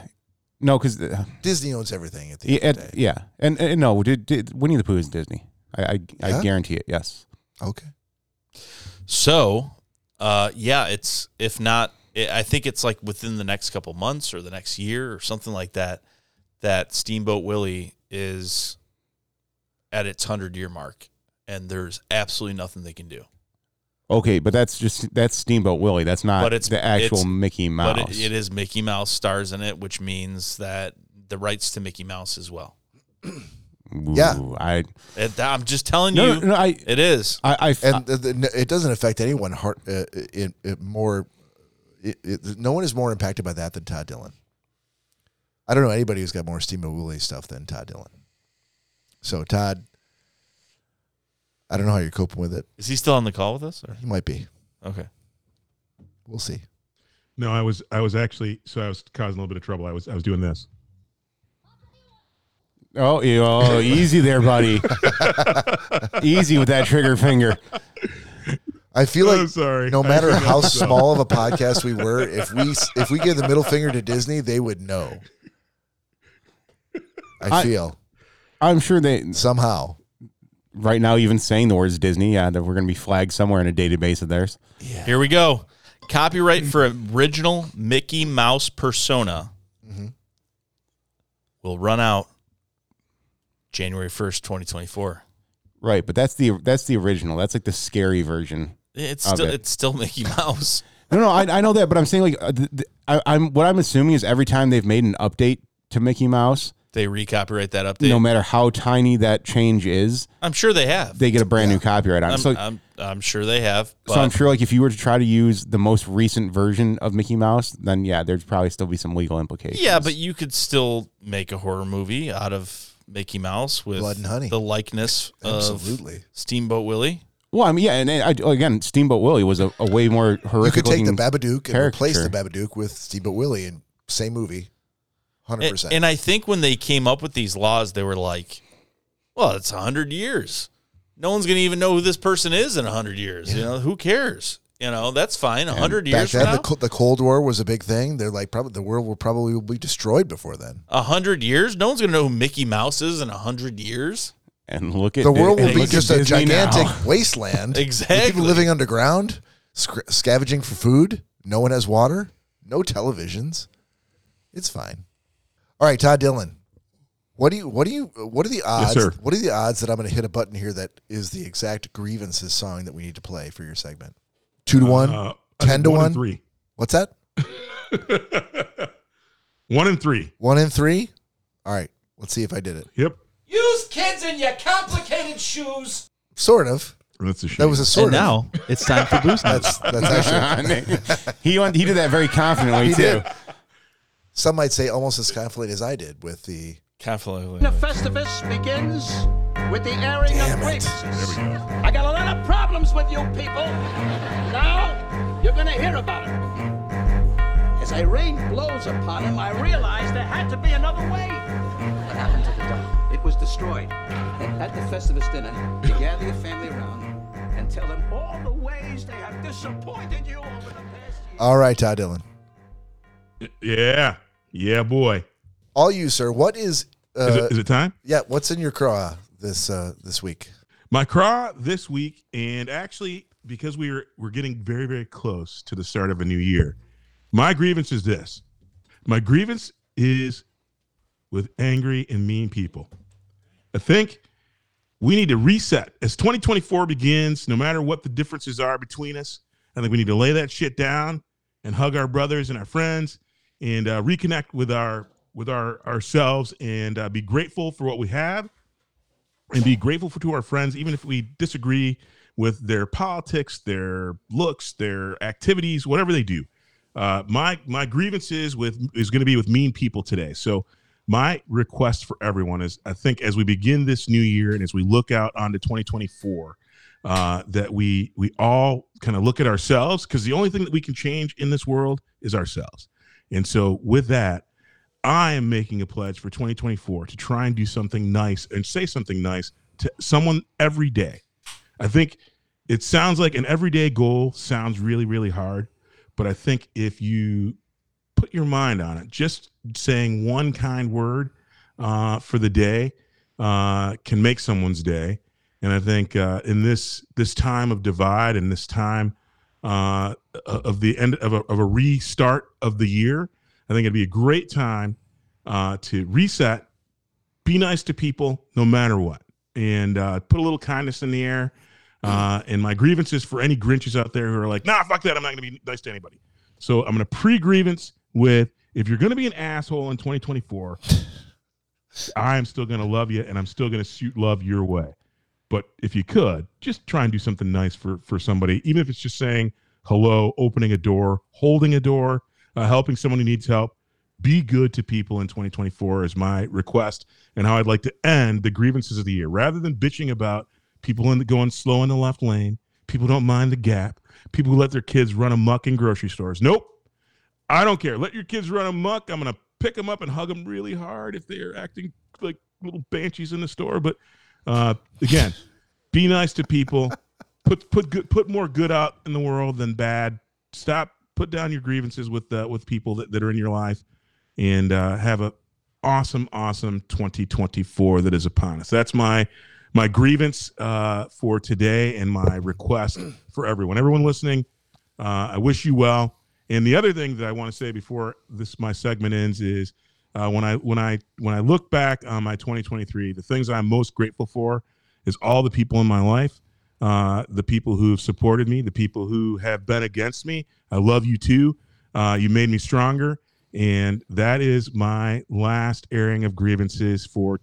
[SPEAKER 3] no, because
[SPEAKER 1] Disney owns everything at the
[SPEAKER 3] yeah,
[SPEAKER 1] end of the day.
[SPEAKER 3] yeah, and, and no, did, did, Winnie the Pooh is Disney. I I,
[SPEAKER 1] Yeah?
[SPEAKER 3] I guarantee it. Yes.
[SPEAKER 1] Okay,
[SPEAKER 4] So, uh, yeah, it's if not, i I think it's like within the next couple months or the next year or something like that. That Steamboat Willie is at its hundred year mark, and there's absolutely nothing they can do.
[SPEAKER 3] Okay, but that's just that's Steamboat Willie. That's not
[SPEAKER 4] But it's-
[SPEAKER 3] Uh, the actual
[SPEAKER 4] it's-
[SPEAKER 3] Mickey Mouse.
[SPEAKER 4] But it, it is Mickey Mouse stars in it, which means that the rights to Mickey Mouse as well.
[SPEAKER 3] Ooh,
[SPEAKER 1] Yeah.
[SPEAKER 3] I
[SPEAKER 4] It- I'm just telling
[SPEAKER 3] no,
[SPEAKER 4] you,
[SPEAKER 3] no, no, I
[SPEAKER 4] it is.
[SPEAKER 3] I, I
[SPEAKER 1] and
[SPEAKER 4] Uh,
[SPEAKER 1] the, the, n- it doesn't affect anyone. Heart uh, it, it more. It, it, no one is more impacted by that than Todd Dylan. I don't know anybody who's got more Steamboat Willie stuff than Todd Dylan. So Todd, I don't know how you're coping with it.
[SPEAKER 4] Is he still on the call with us? Or?
[SPEAKER 1] He might be.
[SPEAKER 4] Okay.
[SPEAKER 1] We'll see.
[SPEAKER 2] No, I was I was actually so I was causing a little bit of trouble. I was I was doing this.
[SPEAKER 3] Oh, you, oh easy there, buddy. easy with that trigger finger.
[SPEAKER 1] I feel like
[SPEAKER 2] I'm sorry.
[SPEAKER 1] no
[SPEAKER 2] I
[SPEAKER 1] matter
[SPEAKER 2] forgot
[SPEAKER 1] how
[SPEAKER 2] myself.
[SPEAKER 1] small of a podcast we were, if we if we give the middle finger to Disney, they would know. I
[SPEAKER 3] I-
[SPEAKER 1] feel
[SPEAKER 3] I'm sure they
[SPEAKER 1] somehow.
[SPEAKER 3] right now even saying the words Disney, yeah, that we're gonna be flagged somewhere in a database of theirs.
[SPEAKER 4] Here we go. Copyright for original Mickey Mouse persona will run out January 1st, 2024.
[SPEAKER 3] Right, but that's the that's the original. That's like the scary version.
[SPEAKER 4] It's
[SPEAKER 3] Of
[SPEAKER 4] still
[SPEAKER 3] it.
[SPEAKER 4] it's still Mickey Mouse.
[SPEAKER 3] No, no, I, I know that, but I'm saying like uh, th- th- I, I'm what I'm assuming is every time they've made an update to Mickey Mouse,
[SPEAKER 4] They recopyright that update.
[SPEAKER 3] no matter how tiny that change is,
[SPEAKER 4] I'm sure they have.
[SPEAKER 3] they get a brand new copyright on. it.
[SPEAKER 4] I'm,
[SPEAKER 3] So,
[SPEAKER 4] I'm, I'm sure they have. Um, uh, But
[SPEAKER 3] so I'm sure like if you were to try to use the most recent version of Mickey Mouse, then yeah, there'd probably still be some legal implications.
[SPEAKER 4] yeah, but you could still make a horror movie out of Mickey Mouse with
[SPEAKER 1] Blood and honey.
[SPEAKER 4] the likeness
[SPEAKER 1] Absolutely.
[SPEAKER 4] of Steamboat Willie.
[SPEAKER 3] well, I mean, yeah, and, and I, again, Steamboat Willie was a, a way more
[SPEAKER 1] You
[SPEAKER 3] horrific.
[SPEAKER 1] could take the
[SPEAKER 3] looking-
[SPEAKER 1] Babadook and replace the
[SPEAKER 3] caricature.
[SPEAKER 1] Babadook with Steamboat Willie and same movie. Hundred
[SPEAKER 4] And,
[SPEAKER 1] percent.
[SPEAKER 4] and I think when they came up with these laws, they were like, "Well, it's hundred years. No one's going to even know who this person is in hundred years. You know, who cares? You know, that's fine. hundred
[SPEAKER 1] Back
[SPEAKER 4] years from
[SPEAKER 1] then, the,
[SPEAKER 4] now,
[SPEAKER 1] Co- the Cold War was a big thing. They're like, probably the world will probably will be destroyed before then.
[SPEAKER 4] hundred years. No one's going to know who Mickey Mouse is in hundred years.
[SPEAKER 3] and look at
[SPEAKER 1] The world
[SPEAKER 3] and
[SPEAKER 1] will be
[SPEAKER 3] look at
[SPEAKER 1] just a
[SPEAKER 3] Disney now.
[SPEAKER 1] gigantic wasteland. With
[SPEAKER 4] Exactly.
[SPEAKER 1] people living underground, sc- scavenging for food. No one has water. No televisions. It's fine. All right, Todd Dillon. What do you? What do you? What are the odds?
[SPEAKER 2] sir.
[SPEAKER 1] What are the odds that I'm going to hit a button here that is the exact grievances song that we need to play for your segment? Two to one,
[SPEAKER 2] Uh,
[SPEAKER 1] ten to
[SPEAKER 2] one
[SPEAKER 1] one.
[SPEAKER 2] and three.
[SPEAKER 1] What's that?
[SPEAKER 2] One and three.
[SPEAKER 1] One in three. All right. Let's see if I did it.
[SPEAKER 2] Yep.
[SPEAKER 8] Use kids in your complicated shoes.
[SPEAKER 1] Sort of.
[SPEAKER 2] That's a shame.
[SPEAKER 1] That was a sort of.
[SPEAKER 4] it's time for boost.
[SPEAKER 1] That's that's actually
[SPEAKER 3] he went, he did that very confidently too.
[SPEAKER 1] did. some might say almost as confident as I did with the
[SPEAKER 8] The Festivus begins with the airing
[SPEAKER 1] Damn
[SPEAKER 8] of
[SPEAKER 1] it.
[SPEAKER 8] grievances. I got a lot of problems with you people. Now you're gonna hear about it. As a rain blows upon him, I realized there had to be another way. What happened to the dog? It was destroyed. At the Festivus dinner, you gather your family around and tell them all the ways they have disappointed you over the past year.
[SPEAKER 1] All right, Todd Dillon.
[SPEAKER 2] yeah. Yeah, boy.
[SPEAKER 1] All you, sir. What is? Uh,
[SPEAKER 2] Is, it, is it time?
[SPEAKER 1] yeah. What's in your craw this uh, this week?
[SPEAKER 2] My craw this week, and actually because we are we're getting very very close to the start of a new year, my grievance is this. My grievance is with angry and mean people. I think we need to reset as 2024 begins. No matter what the differences are between us, I think we need to lay that shit down and hug our brothers and our friends and uh, reconnect with our with our ourselves and uh, be grateful for what we have and be grateful for, to our friends, even if we disagree with their politics, their looks, their activities, whatever they do. Uh, my my grievances with is going to be with mean people today. So my request for everyone is, I think, as we begin this new year and as we look out onto 2024, uh, that we we all kind of look at ourselves because the only thing that we can change in this world is ourselves. And so with that, I am making a pledge for 2024 to try and do something nice and say something nice to someone every day. I think it sounds like an everyday goal sounds really, really hard, but I think if you put your mind on it, just saying one kind word uh, for the day uh, can make someone's day. And I think uh, in this this time of divide and this time uh, of the end of a, of a restart of the year, I think it'd be a great time uh, to reset, be nice to people no matter what, and uh, put a little kindness in the air. Uh, and my grievances for any Grinches out there who are like, nah, fuck that. I'm not going to be nice to anybody. So I'm going to pre grievance with if you're going to be an asshole in 2024, I'm still going to love you and I'm still going to shoot love your way. But if you could, just try and do something nice for, for somebody, even if it's just saying hello, opening a door, holding a door, uh, helping someone who needs help. Be good to people in 2024 is my request, and how I'd like to end the grievances of the year. Rather than bitching about people in the, going slow in the left lane, people who don't mind the gap, people who let their kids run amok in grocery stores. Nope. I don't care. Let your kids run amok. I'm gonna pick them up and hug them really hard if they're acting like little banshees in the store. But uh, again, be nice to people. Put put good put more good out in the world than bad. Stop. Put down your grievances with uh, with people that, that are in your life, and uh, have a awesome awesome 2024 that is upon us. That's my my grievance uh, for today and my request for everyone. Everyone listening, uh, I wish you well. And the other thing that I want to say before this my segment ends is uh, when I when I when I look back on my 2023, the things I'm most grateful for is all the people in my life, uh, the people who have supported me, the people who have been against me. I love you too. Uh, you made me stronger. And that is my last airing of grievances for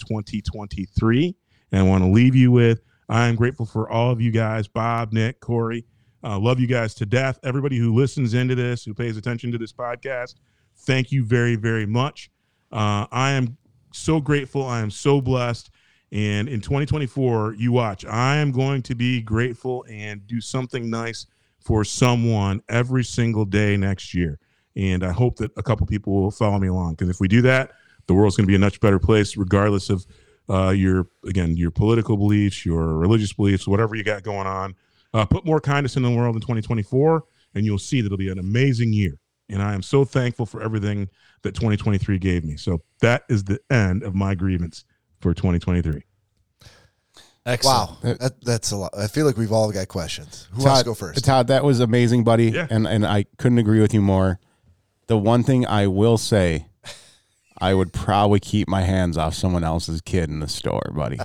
[SPEAKER 2] 2023. And I want to leave you with I am grateful for all of you guys, Bob, Nick, Corey. Uh, love you guys to death. Everybody who listens into this, who pays attention to this podcast, thank you very, very much. Uh, I am so grateful. I am so blessed. And in 2024, you watch, I am going to be grateful and do something nice for someone every single day next year. And I hope that a couple people will follow me along because if we do that, the world's going to be a much better place, regardless of uh, your, again, your political beliefs, your religious beliefs, whatever you got going on. Uh, put more kindness in the world in 2024, and you'll see that it'll be an amazing year. And I am so thankful for everything that 2023 gave me. So that is the end of my grievance for 2023.
[SPEAKER 4] Excellent.
[SPEAKER 1] Wow, that, that's a lot. I feel like we've all got questions. Who wants
[SPEAKER 3] uh, Todd,
[SPEAKER 1] to go first?
[SPEAKER 3] Todd, that was amazing, buddy.
[SPEAKER 2] Yeah.
[SPEAKER 3] And and I couldn't agree with you more. The one thing I will say, I would probably keep my hands off someone else's kid in the store, buddy.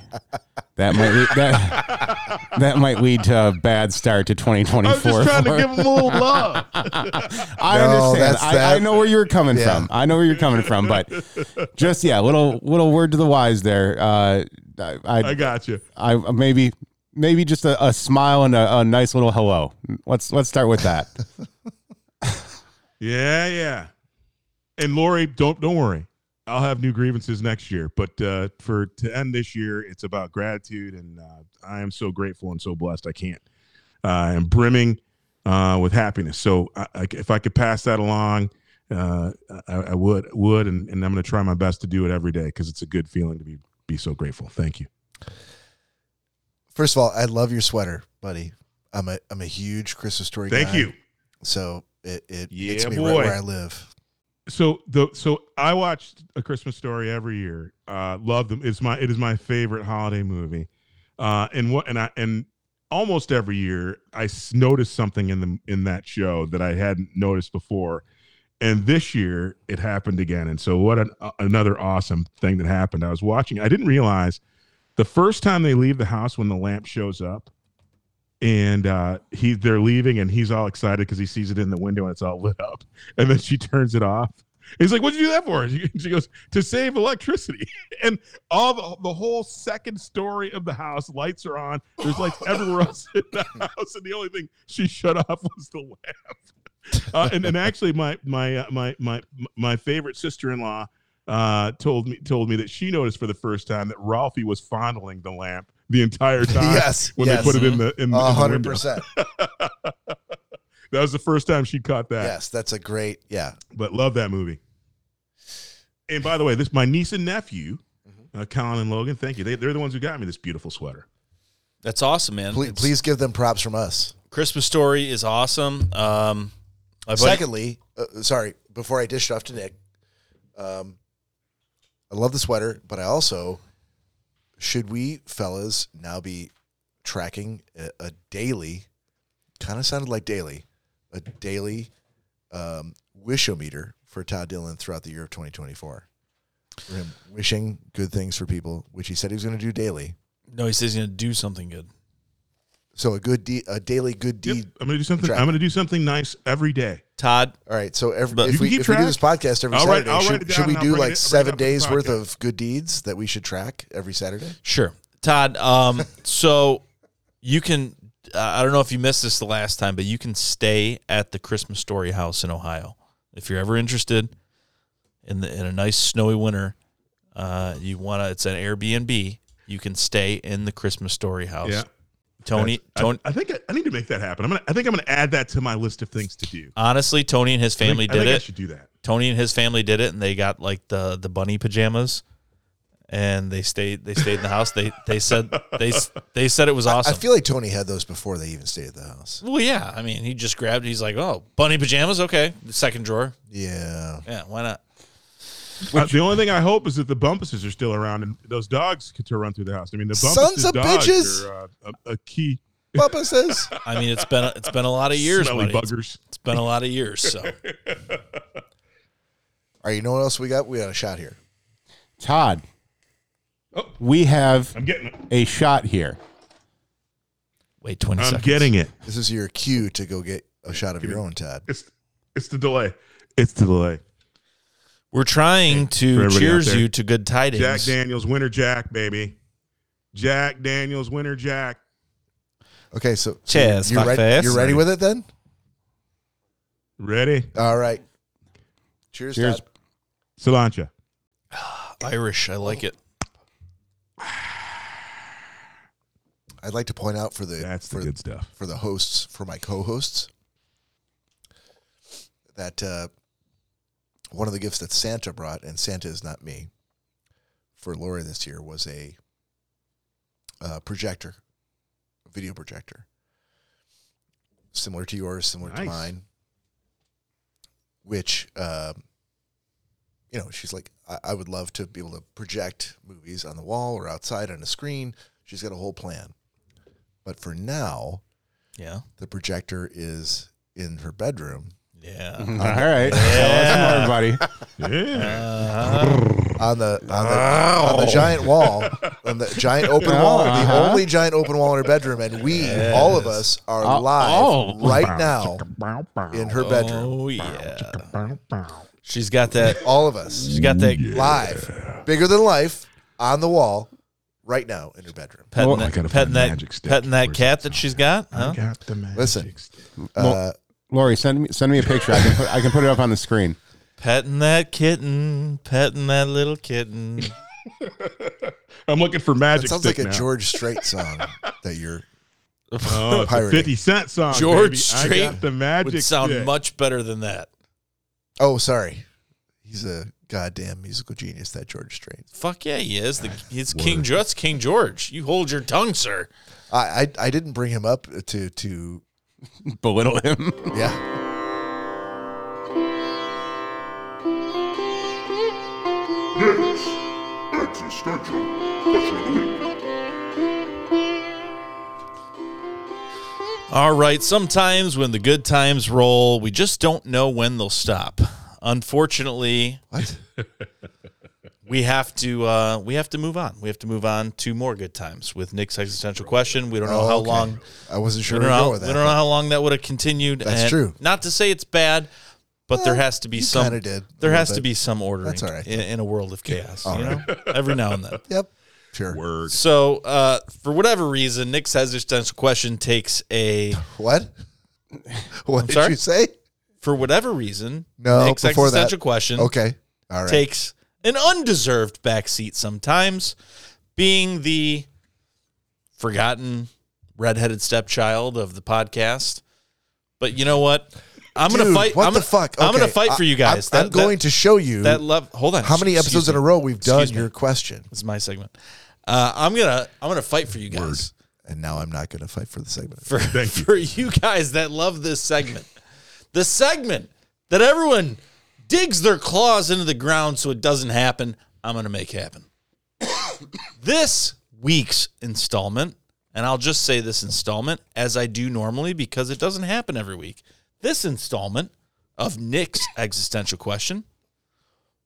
[SPEAKER 3] That might lead, that that might lead to a bad start to
[SPEAKER 2] I was
[SPEAKER 3] 2024.
[SPEAKER 2] just trying
[SPEAKER 3] for-
[SPEAKER 2] to give them a little love.
[SPEAKER 3] I
[SPEAKER 1] No,
[SPEAKER 3] understand.
[SPEAKER 1] that's-
[SPEAKER 3] I,
[SPEAKER 1] that-
[SPEAKER 3] I know where you're coming
[SPEAKER 1] Yeah.
[SPEAKER 3] from. I know where you're coming from, but just yeah, little little word to the wise there. Uh, I,
[SPEAKER 2] I
[SPEAKER 3] I,
[SPEAKER 2] got you.
[SPEAKER 3] I maybe maybe just a, a smile and a, a nice little hello. Let's let's start with that.
[SPEAKER 2] Yeah, yeah. And Lori, don't don't worry. I'll have new grievances next year, but uh, for to end this year, it's about gratitude, and uh, I am so grateful and so blessed. I can't. Uh, I am brimming uh, with happiness. So I, I, if I could pass that along, uh, I, I would would, and, and I'm going to try my best to do it every day because it's a good feeling to be be so grateful. Thank you.
[SPEAKER 1] First of all, I love your sweater, buddy. I'm a I'm a huge Christmas story.
[SPEAKER 2] Thank
[SPEAKER 1] guy,
[SPEAKER 2] you.
[SPEAKER 1] So it it
[SPEAKER 2] Yeah,
[SPEAKER 1] hits me
[SPEAKER 2] boy.
[SPEAKER 1] right where I live.
[SPEAKER 2] so the so I watched A Christmas Story every year. Uh, love them. It's my it is my favorite holiday movie. Uh, and what and I and almost every year I s- noticed something in the in that show that I hadn't noticed before. And this year it happened again. And so what an, uh, another awesome thing that happened. I was watching. I didn't realize the first time they leave the house when the lamp shows up and uh he they're leaving and he's all excited because he sees it in the window and it's all lit up and then she turns it off he's like what'd you do that for she, she goes to save electricity and all the, the whole second story of the house lights are on there's lights everywhere else in the house and the only thing she shut off was the lamp uh, and, and actually my my uh, my my my favorite sister-in-law uh, told me told me that she noticed for the first time that Ralphie was fondling the lamp the entire time
[SPEAKER 1] Yes,
[SPEAKER 2] when
[SPEAKER 1] yes.
[SPEAKER 2] they put it in the in, the- in
[SPEAKER 1] A
[SPEAKER 2] the
[SPEAKER 1] hundred
[SPEAKER 2] window.
[SPEAKER 1] percent.
[SPEAKER 2] That was the first time she caught that.
[SPEAKER 1] Yes, that's a great. Yeah,
[SPEAKER 2] But love that movie. And by the way, this my niece and nephew,
[SPEAKER 1] Mm-hmm.
[SPEAKER 2] uh, Colin and Logan. Thank you. They, they're the ones who got me this beautiful sweater.
[SPEAKER 4] That's awesome, man.
[SPEAKER 1] please,
[SPEAKER 4] It's-
[SPEAKER 1] please give them props from us.
[SPEAKER 4] Christmas story is awesome. Um, my buddy-
[SPEAKER 1] Secondly, uh, sorry, before I dish it off to Nick, um, I love the sweater, but I also should we fellas now be tracking a, a daily, kind of sounded like daily, a daily um, wishometer for Todd Dylan throughout the year of 2024. For him wishing good things for people, which he said he was going to do daily.
[SPEAKER 4] no, he says he's going to do something good.
[SPEAKER 1] So a good de- a daily good
[SPEAKER 2] Yep.
[SPEAKER 1] deed.
[SPEAKER 2] I'm gonna do something.
[SPEAKER 1] track.
[SPEAKER 2] I'm gonna do something nice every day.
[SPEAKER 4] Todd,
[SPEAKER 1] All right, so every,
[SPEAKER 4] But
[SPEAKER 1] if,
[SPEAKER 2] you
[SPEAKER 1] we,
[SPEAKER 2] keep
[SPEAKER 1] if we do
[SPEAKER 2] track.
[SPEAKER 1] this podcast every
[SPEAKER 2] I'll write-
[SPEAKER 1] Saturday,
[SPEAKER 2] I'll write it
[SPEAKER 1] should,
[SPEAKER 2] down
[SPEAKER 1] should we
[SPEAKER 2] and I'll
[SPEAKER 1] do
[SPEAKER 2] bring it-
[SPEAKER 1] like
[SPEAKER 2] bring it
[SPEAKER 1] seven
[SPEAKER 2] up to the
[SPEAKER 1] days worth
[SPEAKER 2] podcast.
[SPEAKER 1] of good deeds that we should track every Saturday?
[SPEAKER 4] Sure. Todd, um, so you can, uh, I don't know if you missed this the last time, but you can stay at the Christmas Story House in Ohio. If you're ever interested in, the, in a nice snowy winter, uh, you want to, it's an Airbnb. You can stay in the Christmas Story House.
[SPEAKER 2] Yeah.
[SPEAKER 4] Tony,
[SPEAKER 2] I-
[SPEAKER 4] Tony,
[SPEAKER 2] I, think I, I need to make that happen. I'm gonna. I think I'm gonna add that to my list of things to do.
[SPEAKER 4] honestly, Tony and his
[SPEAKER 2] I think-
[SPEAKER 4] family
[SPEAKER 2] I think
[SPEAKER 4] did
[SPEAKER 2] I
[SPEAKER 4] it.
[SPEAKER 2] should do that.
[SPEAKER 4] Tony and his family did it, and they got like the the bunny pajamas, and they stayed they stayed in the house. They they said they s- they said it was awesome.
[SPEAKER 1] I feel like Tony had those before they even stayed at the house.
[SPEAKER 4] well, yeah. I mean, he just grabbed. He's like, oh, bunny pajamas, okay. The second drawer,
[SPEAKER 1] Yeah.
[SPEAKER 4] yeah. Why not?
[SPEAKER 2] Uh, the only thing I hope is that the Bumpuses are still around and those dogs could run through the house. I mean, the Bumpuses
[SPEAKER 1] Sons of
[SPEAKER 2] dogs
[SPEAKER 1] bitches!
[SPEAKER 2] are uh, a, a key
[SPEAKER 1] Papa says.
[SPEAKER 4] I mean, it's been a, it's been a lot of years,
[SPEAKER 2] smelly
[SPEAKER 4] buddy. It's-
[SPEAKER 2] buggers.
[SPEAKER 4] it's been a lot of years. So
[SPEAKER 1] All right, you know what else we got? We got a shot here.
[SPEAKER 3] Todd,
[SPEAKER 2] Oh.
[SPEAKER 3] we have
[SPEAKER 2] I'm getting it.
[SPEAKER 3] a shot here.
[SPEAKER 4] wait, twenty
[SPEAKER 2] I'm
[SPEAKER 4] seconds.
[SPEAKER 2] getting it.
[SPEAKER 1] This is your cue to go get a shot of your own, Todd.
[SPEAKER 2] It's it's the delay. It's the delay.
[SPEAKER 4] We're trying
[SPEAKER 2] for
[SPEAKER 4] to
[SPEAKER 2] everybody out
[SPEAKER 4] cheers
[SPEAKER 2] there.
[SPEAKER 4] you to good tidings.
[SPEAKER 2] Jack Daniels, winner Jack, baby. Jack Daniels, winner Jack.
[SPEAKER 1] Okay, so, so
[SPEAKER 4] Cheers,
[SPEAKER 1] You're, ready,
[SPEAKER 4] fuckface.
[SPEAKER 1] you're ready with it then?
[SPEAKER 2] Ready?
[SPEAKER 1] All right. Cheers,
[SPEAKER 3] Cheers.
[SPEAKER 1] Todd.
[SPEAKER 2] Solancha.
[SPEAKER 4] Irish, I like it.
[SPEAKER 1] I'd like to point out for the
[SPEAKER 2] That's the
[SPEAKER 1] for,
[SPEAKER 2] good stuff.
[SPEAKER 1] for the hosts for my co-hosts that uh, one of the gifts that Santa brought, and Santa is not me, for Laura this year was a uh, projector, a video projector, similar to yours, similar to
[SPEAKER 2] Nice.
[SPEAKER 1] mine. Which, um, you know, she's like, I-, I would love to be able to project movies on the wall or outside on a screen. She's got a whole plan, but for now,
[SPEAKER 4] Yeah,
[SPEAKER 1] the projector is in her bedroom
[SPEAKER 4] yeah.
[SPEAKER 3] All right. Tell us more, buddy.
[SPEAKER 2] Yeah.
[SPEAKER 1] on the on the, on the giant wall on the giant open wall the
[SPEAKER 3] Uh-huh.
[SPEAKER 1] only giant open wall in her bedroom and we all of us are
[SPEAKER 3] Uh,
[SPEAKER 1] live
[SPEAKER 3] oh.
[SPEAKER 1] right now in her bedroom
[SPEAKER 4] Oh yeah. She's got that.
[SPEAKER 1] all of us
[SPEAKER 4] She's got that
[SPEAKER 1] live bigger than life on the wall right now in her bedroom
[SPEAKER 4] petting
[SPEAKER 3] Oh,
[SPEAKER 2] I
[SPEAKER 4] that,
[SPEAKER 2] gotta find
[SPEAKER 4] petting
[SPEAKER 2] the
[SPEAKER 4] that,
[SPEAKER 2] magic stick.
[SPEAKER 4] petting that
[SPEAKER 2] Where's
[SPEAKER 4] cat
[SPEAKER 2] that
[SPEAKER 4] that she's got.
[SPEAKER 2] I
[SPEAKER 4] Huh?
[SPEAKER 2] got the magic
[SPEAKER 1] Listen.
[SPEAKER 2] stick.
[SPEAKER 1] uh,
[SPEAKER 3] Lori, send me send me a picture. I can put, I can put it up on the screen.
[SPEAKER 4] Petting that kitten, petting that little kitten.
[SPEAKER 2] I'm looking for magic.
[SPEAKER 1] that sounds like
[SPEAKER 2] stick
[SPEAKER 1] a
[SPEAKER 2] now.
[SPEAKER 1] George Strait song that you're
[SPEAKER 2] Oh, it's a
[SPEAKER 1] Pirating.
[SPEAKER 2] 50 Cent song.
[SPEAKER 4] George
[SPEAKER 2] baby.
[SPEAKER 4] Strait
[SPEAKER 2] I got the magic.
[SPEAKER 4] Would sound
[SPEAKER 2] stick.
[SPEAKER 4] much better than that.
[SPEAKER 1] oh sorry he's a goddamn musical genius that George Strait
[SPEAKER 4] Fuck yeah, he is. The, he's King. George. That's King George. You hold your tongue, sir.
[SPEAKER 1] I, I I didn't bring him up to to
[SPEAKER 3] Belittle him.
[SPEAKER 1] yeah
[SPEAKER 4] All right. Sometimes when the good times roll, we just don't know when they'll stop. Unfortunately,
[SPEAKER 1] what
[SPEAKER 4] we have to uh, we have to move on. We have to move on to more good times with Nick's existential question. We don't know
[SPEAKER 1] Oh,
[SPEAKER 4] how
[SPEAKER 1] okay.
[SPEAKER 4] long
[SPEAKER 1] I wasn't sure
[SPEAKER 4] We
[SPEAKER 1] where
[SPEAKER 4] don't,
[SPEAKER 1] to
[SPEAKER 4] know,
[SPEAKER 1] go with
[SPEAKER 4] we don't know
[SPEAKER 1] that.
[SPEAKER 4] how long that would have continued.
[SPEAKER 1] That's
[SPEAKER 4] and
[SPEAKER 1] true.
[SPEAKER 4] Not to say it's bad, but there has to be
[SPEAKER 1] you
[SPEAKER 4] some.
[SPEAKER 1] kinda did, a
[SPEAKER 4] There
[SPEAKER 1] little
[SPEAKER 4] has to
[SPEAKER 1] bit.
[SPEAKER 4] be some ordering
[SPEAKER 1] That's all right.
[SPEAKER 4] in, in a world of chaos.
[SPEAKER 1] All
[SPEAKER 4] you know, every now and then.
[SPEAKER 1] Yep. Sure.
[SPEAKER 2] Word.
[SPEAKER 4] So, uh, for whatever reason, Nick's existential question takes a.
[SPEAKER 1] What? What did
[SPEAKER 4] sorry?
[SPEAKER 1] you say?
[SPEAKER 4] For whatever reason,
[SPEAKER 1] No,
[SPEAKER 4] Nick's
[SPEAKER 1] before that.
[SPEAKER 4] existential question
[SPEAKER 1] Okay. All right.
[SPEAKER 4] takes an undeserved backseat sometimes, being the forgotten redheaded stepchild of the podcast. But you know what? I'm gonna
[SPEAKER 1] Dude,
[SPEAKER 4] fight.
[SPEAKER 1] What
[SPEAKER 4] I'm
[SPEAKER 1] the
[SPEAKER 4] gonna,
[SPEAKER 1] fuck?
[SPEAKER 4] I'm gonna
[SPEAKER 1] Okay.
[SPEAKER 4] fight for
[SPEAKER 1] I-
[SPEAKER 4] you guys.
[SPEAKER 1] I'm, I'm going to show you
[SPEAKER 4] that love. Hold on.
[SPEAKER 1] how many
[SPEAKER 4] Excuse
[SPEAKER 1] episodes in
[SPEAKER 4] me.
[SPEAKER 1] a row we've done
[SPEAKER 4] Excuse me.
[SPEAKER 1] your question.
[SPEAKER 4] This is my segment. Uh, I'm gonna I'm gonna fight for you guys
[SPEAKER 1] And now I'm not going to fight for the segment.
[SPEAKER 4] for
[SPEAKER 2] you.
[SPEAKER 4] for you guys that love this segment, the segment that everyone digs their claws into the ground so it doesn't happen. I'm gonna make happen. this week's installment, and I'll just say this installment as I do normally because it doesn't happen every week. This installment of Nick's existential question.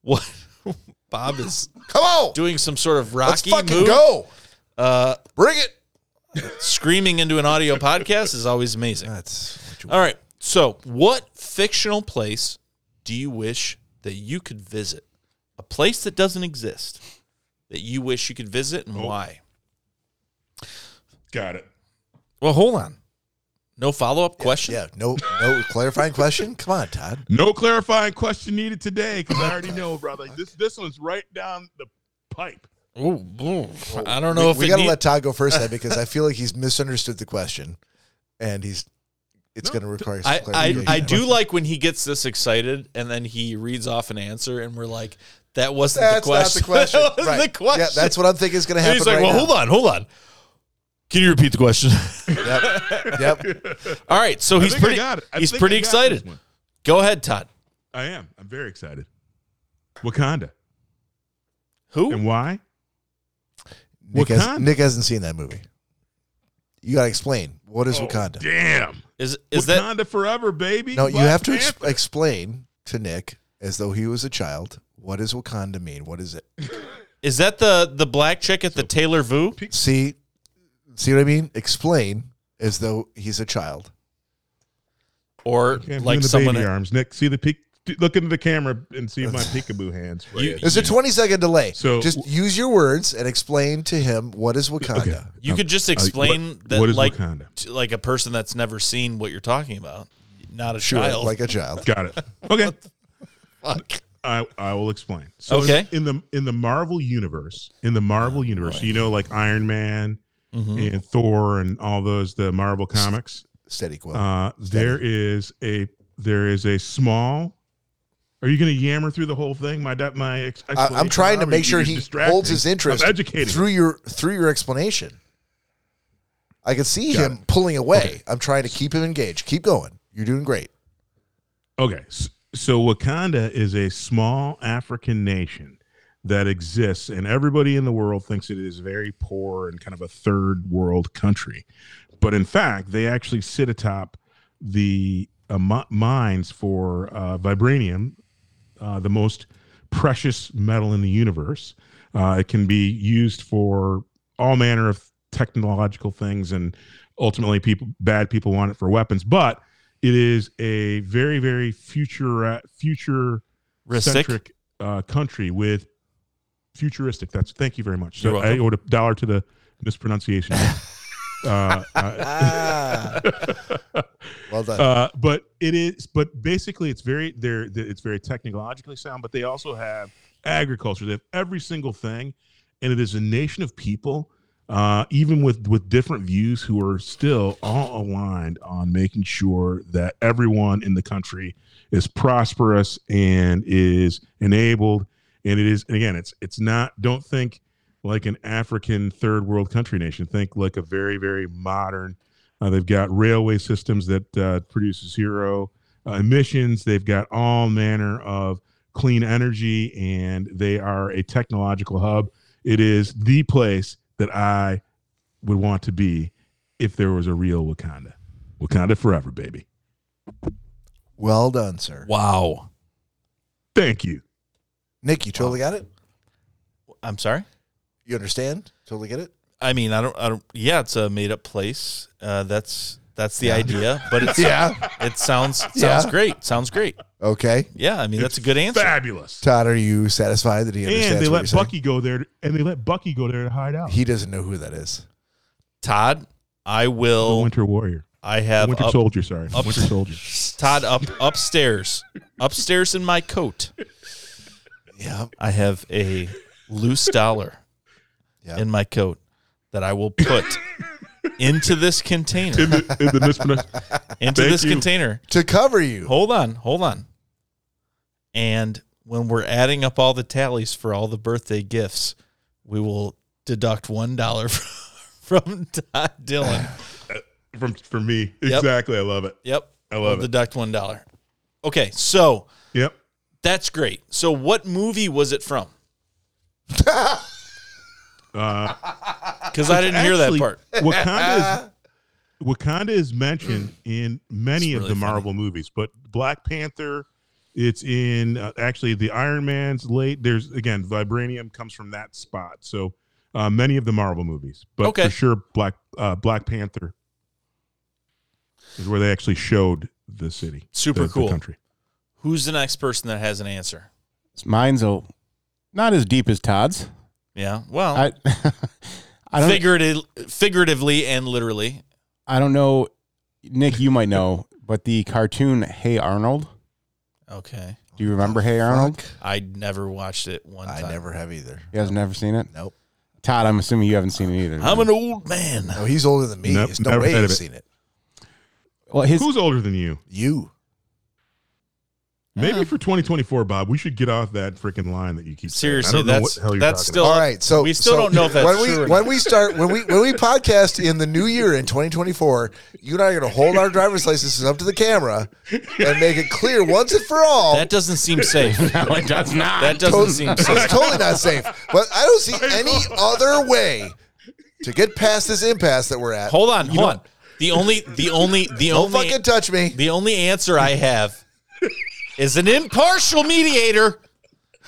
[SPEAKER 4] What Bob is
[SPEAKER 1] Come on.
[SPEAKER 4] doing some sort of
[SPEAKER 1] Let's
[SPEAKER 4] rocky
[SPEAKER 1] fucking
[SPEAKER 4] move,
[SPEAKER 1] go.
[SPEAKER 4] Uh,
[SPEAKER 1] Bring it.
[SPEAKER 4] screaming into an audio podcast is always amazing.
[SPEAKER 1] That's what you
[SPEAKER 4] All right. So, what fictional place do you wish that you could visit? A place that doesn't exist that you wish you could visit and why?
[SPEAKER 2] Got it.
[SPEAKER 4] Well, hold on. No follow up question?
[SPEAKER 1] Yeah. No no clarifying question. Come on, Todd.
[SPEAKER 2] No clarifying question needed today because I already know, brother. This this one's right down the pipe.
[SPEAKER 4] Ooh, ooh. I don't know
[SPEAKER 1] we,
[SPEAKER 4] if
[SPEAKER 1] we
[SPEAKER 4] it
[SPEAKER 1] got to
[SPEAKER 4] need-
[SPEAKER 1] let Todd go first then because I feel like he's misunderstood the question, and he's it's going to require some
[SPEAKER 4] I, I,
[SPEAKER 1] clarification.
[SPEAKER 4] I do like when he gets this excited and then he reads off an answer and we're like, that wasn't
[SPEAKER 1] That's
[SPEAKER 4] the question.
[SPEAKER 1] not the question.
[SPEAKER 4] that wasn't
[SPEAKER 1] Right.
[SPEAKER 4] the question.
[SPEAKER 1] Yeah, that's what I'm thinking is going to
[SPEAKER 4] And
[SPEAKER 1] happen.
[SPEAKER 4] he's like, well, hold on, hold on. Can you repeat the question?
[SPEAKER 1] on. Yep.
[SPEAKER 4] All right, so
[SPEAKER 2] I
[SPEAKER 4] he's
[SPEAKER 2] think I
[SPEAKER 4] pretty.
[SPEAKER 2] got it. I
[SPEAKER 4] He's
[SPEAKER 2] think
[SPEAKER 4] pretty
[SPEAKER 2] I got this
[SPEAKER 4] excited.
[SPEAKER 2] one.
[SPEAKER 4] Go ahead, Todd.
[SPEAKER 2] I am. I'm very excited. Wakanda
[SPEAKER 4] Who?
[SPEAKER 2] and why?
[SPEAKER 1] Nick, has,
[SPEAKER 2] Wakanda.
[SPEAKER 1] Nick hasn't seen that movie. You got to explain what is
[SPEAKER 2] Oh,
[SPEAKER 1] Wakanda.
[SPEAKER 2] Damn.
[SPEAKER 4] Is is that
[SPEAKER 2] Wakanda forever, baby.
[SPEAKER 1] No, you
[SPEAKER 2] Black
[SPEAKER 1] have to ex-
[SPEAKER 2] Panther.
[SPEAKER 1] explain to Nick as though he was a child. What does Wakanda mean? What is it?
[SPEAKER 4] is that the the black chick at the Taylor Vu?
[SPEAKER 1] See, see what I mean? Explain as though he's a child.
[SPEAKER 4] Or
[SPEAKER 2] Okay, I'm doing
[SPEAKER 4] like
[SPEAKER 2] the
[SPEAKER 4] someone
[SPEAKER 2] baby arms. Nick, see the peek. d- Look into the camera and see my peekaboo hands.
[SPEAKER 4] You-
[SPEAKER 1] There's a 20 second delay.
[SPEAKER 2] So-
[SPEAKER 1] just use your words and explain to him what is Wakanda.
[SPEAKER 4] you could just explain
[SPEAKER 2] Uh, what-
[SPEAKER 4] that
[SPEAKER 2] what is
[SPEAKER 4] like
[SPEAKER 2] Wakanda?
[SPEAKER 4] t- like a person that's never seen what you're talking about. Not a
[SPEAKER 1] Sure,
[SPEAKER 4] child.
[SPEAKER 1] like a child.
[SPEAKER 2] Um, Got it. Okay. I, I will explain. So in-
[SPEAKER 4] Okay.
[SPEAKER 2] in, the in the Marvel universe, in the Marvel universe, you know, like Iron Man
[SPEAKER 4] Mhm.
[SPEAKER 2] and Thor and all those the Marvel comics.
[SPEAKER 1] Steady quote.
[SPEAKER 2] Uh, there is a there is a small. Are you going to yammer through the whole thing? My da- my. Ex-
[SPEAKER 1] I, I'm
[SPEAKER 2] explanation,
[SPEAKER 1] trying to
[SPEAKER 2] Robbie,
[SPEAKER 1] make
[SPEAKER 2] you
[SPEAKER 1] sure
[SPEAKER 2] just
[SPEAKER 1] he
[SPEAKER 2] distract
[SPEAKER 1] holds
[SPEAKER 2] me.
[SPEAKER 1] his interest
[SPEAKER 2] I'm educating.
[SPEAKER 1] through your through your explanation. I could see
[SPEAKER 2] Got
[SPEAKER 1] him pulling away. I'm trying to keep him engaged. Keep going. You're doing great.
[SPEAKER 2] Okay. s- So Wakanda is a small African nation that exists, and everybody in the world thinks it is very poor and kind of a third world country. But in fact, they actually sit atop the uh, mi- mines for uh, vibranium, uh, the most precious metal in the universe. Uh, it can be used for all manner of technological things, and ultimately, people bad people want it for weapons. But it is a very, very future future
[SPEAKER 4] Ristic?
[SPEAKER 2] centric uh, country with futuristic. That's thank you very much. So
[SPEAKER 4] You're
[SPEAKER 2] I
[SPEAKER 4] welcome.
[SPEAKER 2] owed a dollar to the mispronunciation. uh, uh,
[SPEAKER 1] Ah. well done.
[SPEAKER 2] uh, but it is but basically it's very they're th- it's very technologically sound but they also have agriculture they have every single thing and it is a nation of people uh, even with with different views who are still all aligned on making sure that everyone in the country is prosperous and is enabled and it is and again it's it's not don't think like an african third world country nation think like a very very modern uh, they've got railway systems that uh, produce zero uh, emissions. They've got all manner of clean energy, and they are a technological hub. It is the place that I would want to be if there was a real Wakanda. Wakanda forever, baby.
[SPEAKER 1] well done, sir.
[SPEAKER 4] wow.
[SPEAKER 2] Thank you.
[SPEAKER 1] Nick, you totally got it.
[SPEAKER 4] I'm sorry.
[SPEAKER 1] You understand? Totally get it.
[SPEAKER 4] I mean, I don't. I don't. Yeah, it's a made up place. Uh, that's that's the idea. But it's
[SPEAKER 1] Yeah.
[SPEAKER 4] It sounds sounds
[SPEAKER 1] Yeah.
[SPEAKER 4] great. Sounds great.
[SPEAKER 1] Okay.
[SPEAKER 4] Yeah, I mean that's a good answer.
[SPEAKER 2] Fabulous.
[SPEAKER 1] Todd, are you satisfied that he understands
[SPEAKER 2] And they
[SPEAKER 1] what
[SPEAKER 2] let
[SPEAKER 1] you're
[SPEAKER 2] Bucky go there, and they let Bucky go there to hide out.
[SPEAKER 1] saying? He doesn't know who that is.
[SPEAKER 4] Todd, I
[SPEAKER 2] the
[SPEAKER 4] will.
[SPEAKER 2] Winter Warrior,
[SPEAKER 4] I have
[SPEAKER 2] Winter
[SPEAKER 4] up-
[SPEAKER 2] Soldier. Sorry,
[SPEAKER 4] up-
[SPEAKER 2] Winter Soldier.
[SPEAKER 4] Todd up upstairs, upstairs in my coat.
[SPEAKER 1] Yeah.
[SPEAKER 4] I have a loose dollar
[SPEAKER 1] Yeah.
[SPEAKER 4] in my coat that I will put into this
[SPEAKER 2] In
[SPEAKER 4] container.
[SPEAKER 2] the, in the mispronunciation.
[SPEAKER 4] Into
[SPEAKER 2] Thank
[SPEAKER 4] this
[SPEAKER 2] you.
[SPEAKER 4] container.
[SPEAKER 1] To cover you.
[SPEAKER 4] Hold on, hold on. And when we're adding up all the tallies for all the birthday gifts, we will deduct one dollar from Todd Dylan.
[SPEAKER 2] from for me.
[SPEAKER 4] Yep.
[SPEAKER 2] Exactly. I love it.
[SPEAKER 4] Yep.
[SPEAKER 2] I love
[SPEAKER 4] We'll
[SPEAKER 2] it.
[SPEAKER 4] deduct one dollar. Okay, so
[SPEAKER 2] Yep.
[SPEAKER 4] that's great. So what movie was it from?
[SPEAKER 2] Uh,
[SPEAKER 4] Because I didn't hear that
[SPEAKER 2] actually,
[SPEAKER 4] part.
[SPEAKER 2] Wakanda is Wakanda is mentioned in many
[SPEAKER 4] It's
[SPEAKER 2] of
[SPEAKER 4] really
[SPEAKER 2] the Marvel movies, but Black Panther. It's in uh, actually the Iron Man's late. There's again vibranium comes from that spot. So uh, many of the Marvel movies, but
[SPEAKER 4] Okay.
[SPEAKER 2] for sure Black uh, Black Panther is where they actually showed the city.
[SPEAKER 4] Super
[SPEAKER 2] the- the
[SPEAKER 4] cool.
[SPEAKER 2] country.
[SPEAKER 4] Who's the next person that has an answer?
[SPEAKER 3] Mine's a, not as deep as Todd's.
[SPEAKER 4] Yeah. Well,
[SPEAKER 3] I, I don't.
[SPEAKER 4] figurative, figuratively and literally.
[SPEAKER 3] I don't know. Nick, you might know, but the cartoon Hey Arnold.
[SPEAKER 4] Okay.
[SPEAKER 3] Do you remember Hey Arnold?
[SPEAKER 1] Fuck.
[SPEAKER 4] I never watched it one
[SPEAKER 1] I
[SPEAKER 4] time.
[SPEAKER 1] never have either.
[SPEAKER 3] You guys never seen it?
[SPEAKER 1] Nope.
[SPEAKER 3] Todd, I'm assuming you haven't seen it either.
[SPEAKER 4] I'm an old man.
[SPEAKER 1] No, he's older than me.
[SPEAKER 2] Nope,
[SPEAKER 1] There's no
[SPEAKER 2] never
[SPEAKER 1] way
[SPEAKER 2] heard of
[SPEAKER 1] I've
[SPEAKER 2] it.
[SPEAKER 1] seen it.
[SPEAKER 3] well, his
[SPEAKER 2] Who's older than you?
[SPEAKER 1] You.
[SPEAKER 2] Maybe for 2024, Bob, we should get off that freaking line that you keep. saying. I
[SPEAKER 4] Seriously,
[SPEAKER 2] don't know
[SPEAKER 4] that's-
[SPEAKER 2] what the hell you're
[SPEAKER 4] that's
[SPEAKER 2] talking
[SPEAKER 4] still-
[SPEAKER 2] about.
[SPEAKER 1] All right, so
[SPEAKER 4] we still
[SPEAKER 1] so
[SPEAKER 4] don't know if that's
[SPEAKER 1] when we
[SPEAKER 4] true or
[SPEAKER 1] when we start when we when we podcast in the new year in 2024. You and I are going to hold our driver's licenses up to the camera and make it clear once and for all.
[SPEAKER 4] That doesn't seem safe.
[SPEAKER 3] no, it does not.
[SPEAKER 4] That
[SPEAKER 1] to-
[SPEAKER 4] doesn't seem safe.
[SPEAKER 1] it's totally not safe. But I don't see any other way to get past this impasse that we're at.
[SPEAKER 4] Hold on, hold on. The only, the only, the
[SPEAKER 1] don't
[SPEAKER 4] only,
[SPEAKER 1] fucking touch me.
[SPEAKER 4] the only answer I have is an impartial mediator,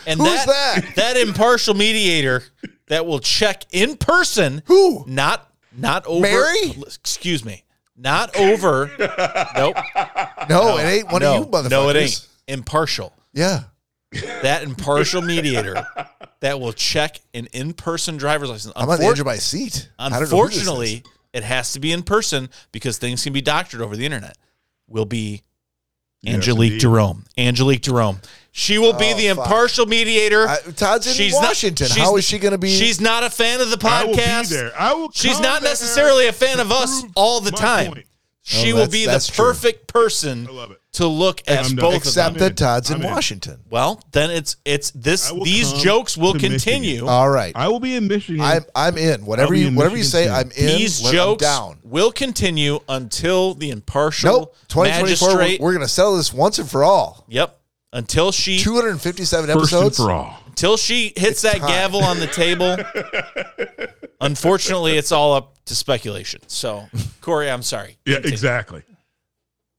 [SPEAKER 4] and
[SPEAKER 1] Who's that?
[SPEAKER 4] that impartial mediator that will check in person.
[SPEAKER 1] Who?
[SPEAKER 4] Not not over.
[SPEAKER 1] Mary?
[SPEAKER 4] Excuse me. Not over. nope.
[SPEAKER 1] No, it ain't one
[SPEAKER 4] no,
[SPEAKER 1] of you motherfuckers.
[SPEAKER 4] No, it ain't. Impartial.
[SPEAKER 1] Yeah.
[SPEAKER 4] That impartial mediator that will check an in-person driver's license.
[SPEAKER 1] I'm on the
[SPEAKER 4] Unfor-
[SPEAKER 1] edge of my seat. I don't know who this is.
[SPEAKER 4] Unfortunately, it has to be in person because things can be doctored over the internet. Will be
[SPEAKER 2] Yes,
[SPEAKER 4] Angelique
[SPEAKER 2] indeed.
[SPEAKER 4] Jerome. Angelique Jerome. She will be
[SPEAKER 1] Oh,
[SPEAKER 4] the
[SPEAKER 1] fuck.
[SPEAKER 4] impartial mediator.
[SPEAKER 1] I- Todd's in Washington.
[SPEAKER 4] she's-
[SPEAKER 1] How is she going to be?
[SPEAKER 4] She's not a fan of the
[SPEAKER 2] I will
[SPEAKER 4] podcast.
[SPEAKER 2] be there. I will.
[SPEAKER 4] She's
[SPEAKER 2] come
[SPEAKER 4] not
[SPEAKER 2] there
[SPEAKER 4] necessarily a fan
[SPEAKER 2] to
[SPEAKER 4] of us
[SPEAKER 2] prove
[SPEAKER 4] all the
[SPEAKER 2] my
[SPEAKER 4] time.
[SPEAKER 2] point.
[SPEAKER 1] Oh,
[SPEAKER 4] She will
[SPEAKER 1] that's-
[SPEAKER 4] be the
[SPEAKER 1] that's true.
[SPEAKER 4] perfect person
[SPEAKER 2] I love it.
[SPEAKER 4] to look at
[SPEAKER 2] I'm done.
[SPEAKER 4] both of
[SPEAKER 1] except
[SPEAKER 4] them.
[SPEAKER 2] I'm in.
[SPEAKER 1] that Todd's in
[SPEAKER 2] I'm in.
[SPEAKER 1] Washington.
[SPEAKER 4] Well, then it's it's this.
[SPEAKER 2] I will
[SPEAKER 4] These
[SPEAKER 2] come
[SPEAKER 4] jokes will
[SPEAKER 2] to Michigan.
[SPEAKER 4] continue.
[SPEAKER 1] All right.
[SPEAKER 2] I will be in Michigan.
[SPEAKER 1] I'm I'm in. Whatever
[SPEAKER 2] I'll be
[SPEAKER 1] you
[SPEAKER 2] in
[SPEAKER 1] whatever you
[SPEAKER 2] Michigan
[SPEAKER 1] say,
[SPEAKER 2] soon.
[SPEAKER 1] I'm in.
[SPEAKER 4] These
[SPEAKER 1] Let- I'm
[SPEAKER 4] jokes
[SPEAKER 1] down.
[SPEAKER 4] will continue until the impartial
[SPEAKER 1] Nope. 2024. We're,
[SPEAKER 4] magistrate.
[SPEAKER 1] we're gonna settle this once and for all.
[SPEAKER 4] yep. Until she
[SPEAKER 1] 257
[SPEAKER 2] First
[SPEAKER 1] episodes.
[SPEAKER 2] and for all.
[SPEAKER 4] until she hits that
[SPEAKER 1] time.
[SPEAKER 4] gavel on the table. Unfortunately, it's all up to speculation. So, Corey, I'm sorry.
[SPEAKER 2] Yeah,
[SPEAKER 4] Continue.
[SPEAKER 2] exactly.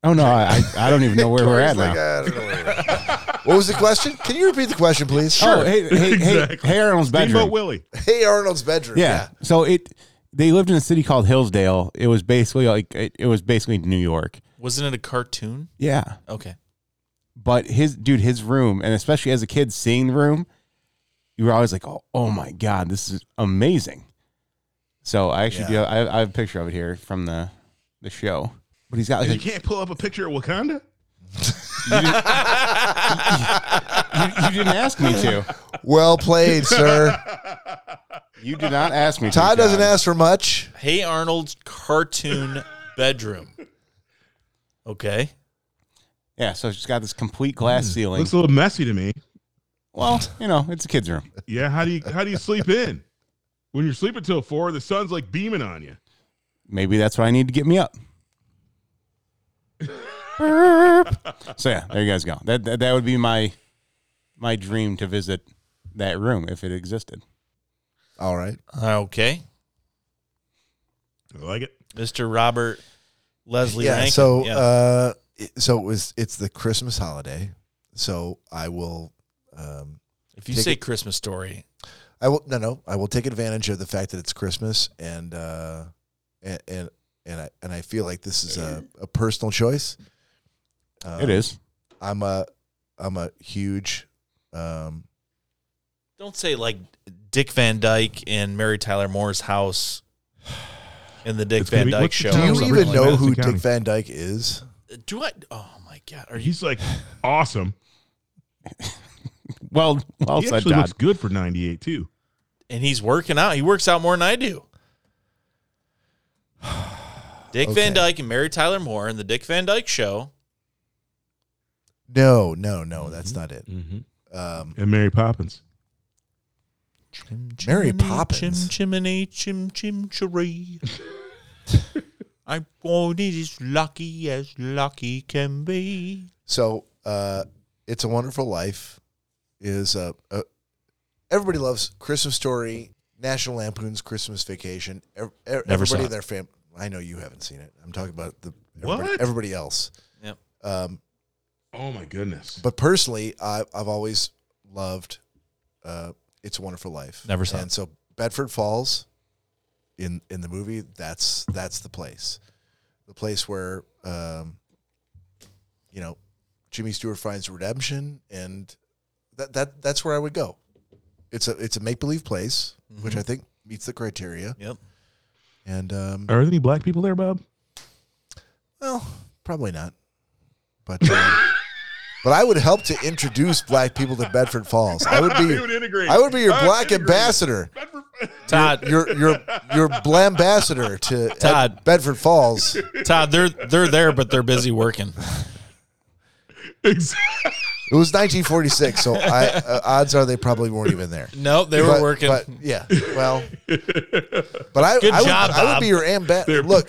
[SPEAKER 3] oh no, I, I don't even know where we're at
[SPEAKER 1] Corey's like,
[SPEAKER 3] now.
[SPEAKER 1] "I don't know where we're at." what was the question? Can you repeat the question, please?
[SPEAKER 3] Oh, hey, hey,
[SPEAKER 2] Exactly.
[SPEAKER 3] hey, hey, Arnold's bedroom.
[SPEAKER 2] Steamboat Willie.
[SPEAKER 1] Hey, Arnold's bedroom.
[SPEAKER 3] yeah. So it, they lived in a city called Hillsdale. It was basically like it, it was basically New York.
[SPEAKER 4] Wasn't it a cartoon?
[SPEAKER 3] Yeah.
[SPEAKER 4] Okay.
[SPEAKER 3] But his dude, his room, and especially as a kid, seeing the room, you were always like, "Oh, oh my god, this is amazing." So I actually do. I, I have a picture of it here from the the show. But he's got like
[SPEAKER 2] And
[SPEAKER 3] a,
[SPEAKER 2] you can't pull up a picture of Wakanda.
[SPEAKER 3] you didn't ask me to.
[SPEAKER 1] Well played, sir.
[SPEAKER 2] Oh
[SPEAKER 3] You did not ask me. to.
[SPEAKER 1] Todd doesn't
[SPEAKER 3] John.
[SPEAKER 1] ask for much.
[SPEAKER 4] Hey Arnold's cartoon bedroom. Okay.
[SPEAKER 3] Yeah, so it's just got this complete glass ceiling.
[SPEAKER 2] Looks a little messy to me.
[SPEAKER 3] well, you know, it's a kid's room.
[SPEAKER 2] Yeah. How do you how do you sleep in? When you're sleeping till four, the sun's like beaming on you.
[SPEAKER 3] Maybe that's what I need to get me up. Burp. so yeah, there you guys go. That, that that would be my my dream to visit that room if it existed.
[SPEAKER 1] All right.
[SPEAKER 4] Uh, Okay.
[SPEAKER 2] I like it.
[SPEAKER 4] Mr. Robert Leslie
[SPEAKER 1] yeah.
[SPEAKER 4] Rankin.
[SPEAKER 1] So,
[SPEAKER 4] Yeah.
[SPEAKER 1] uh, it- so it was. It's the Christmas holiday. So I will. Um,
[SPEAKER 4] if you
[SPEAKER 1] take
[SPEAKER 4] say
[SPEAKER 1] it-
[SPEAKER 4] Christmas story,
[SPEAKER 1] I will. No, no. I will take advantage of the fact that it's Christmas, and uh, and and and I and I feel like this is a, a personal choice. Uh,
[SPEAKER 3] it is.
[SPEAKER 1] I'm a. I'm a huge. Um,
[SPEAKER 4] don't say like Dick Van Dyke and Mary Tyler Moore's house in the Dick
[SPEAKER 2] It's gonna
[SPEAKER 4] Van
[SPEAKER 2] be-
[SPEAKER 4] Dyke
[SPEAKER 2] what's the
[SPEAKER 4] show.
[SPEAKER 1] do you
[SPEAKER 2] was
[SPEAKER 1] even
[SPEAKER 2] originally
[SPEAKER 1] know
[SPEAKER 2] Madison
[SPEAKER 1] who
[SPEAKER 2] County.
[SPEAKER 1] Dick Van Dyke is?
[SPEAKER 4] Do I? Oh my God! Are you?
[SPEAKER 2] He's like awesome.
[SPEAKER 3] Well, well
[SPEAKER 2] he
[SPEAKER 3] said,
[SPEAKER 2] actually
[SPEAKER 3] Todd.
[SPEAKER 2] looks good for '98 too.
[SPEAKER 4] And he's working out. He works out more than I do. Dick
[SPEAKER 1] Okay.
[SPEAKER 4] Van Dyke and Mary Tyler Moore in the Dick Van Dyke show.
[SPEAKER 1] No, no, no. That's not it. Um,
[SPEAKER 2] And Mary Poppins.
[SPEAKER 4] Chim,
[SPEAKER 1] Mary
[SPEAKER 4] chimney,
[SPEAKER 1] Poppins.
[SPEAKER 4] Chim chimney, chim chim chiree. I'm born as lucky as lucky can be.
[SPEAKER 1] So, uh, "It's a Wonderful Life" is a, a everybody loves Christmas Story, National Lampoon's Christmas Vacation. Ev- ev-
[SPEAKER 4] Never
[SPEAKER 1] everybody
[SPEAKER 4] saw
[SPEAKER 1] in
[SPEAKER 4] it.
[SPEAKER 1] their fam. I know you haven't seen it. I'm talking about the
[SPEAKER 2] What?
[SPEAKER 1] everybody, everybody else.
[SPEAKER 4] Yep.
[SPEAKER 1] Um,
[SPEAKER 2] Oh my goodness.
[SPEAKER 1] but personally, I, I've always loved uh, "It's a Wonderful Life."
[SPEAKER 4] Never saw
[SPEAKER 1] And so Bedford Falls, in in the movie, that's that's the place, the place where, um, you know, Jimmy Stewart finds redemption, and that that that's where I would go. It's a it's a make believe place, which I think meets the criteria,
[SPEAKER 4] Mm-hmm. Yep.
[SPEAKER 1] and um,
[SPEAKER 2] Are there any black people there, Bob?
[SPEAKER 1] well, probably not, but. um, But I would help to introduce black people to Bedford Falls. I would be
[SPEAKER 2] He would integrate.
[SPEAKER 1] I would be your
[SPEAKER 2] I
[SPEAKER 1] black
[SPEAKER 2] integrate.
[SPEAKER 1] ambassador.
[SPEAKER 4] Todd,
[SPEAKER 1] Your your your blambassador to Ed-
[SPEAKER 4] Todd.
[SPEAKER 1] Bedford Falls.
[SPEAKER 4] Todd, they're they're there, but they're busy working.
[SPEAKER 2] Exactly.
[SPEAKER 1] It was 1946, so I, uh, odds are they probably weren't even there.
[SPEAKER 4] No, they were
[SPEAKER 1] But-
[SPEAKER 4] working.
[SPEAKER 1] But yeah, well, but I,
[SPEAKER 4] Good
[SPEAKER 1] I, would,
[SPEAKER 4] job,
[SPEAKER 1] I would
[SPEAKER 4] Bob.
[SPEAKER 1] be your ambassador.
[SPEAKER 2] They're-
[SPEAKER 1] Look,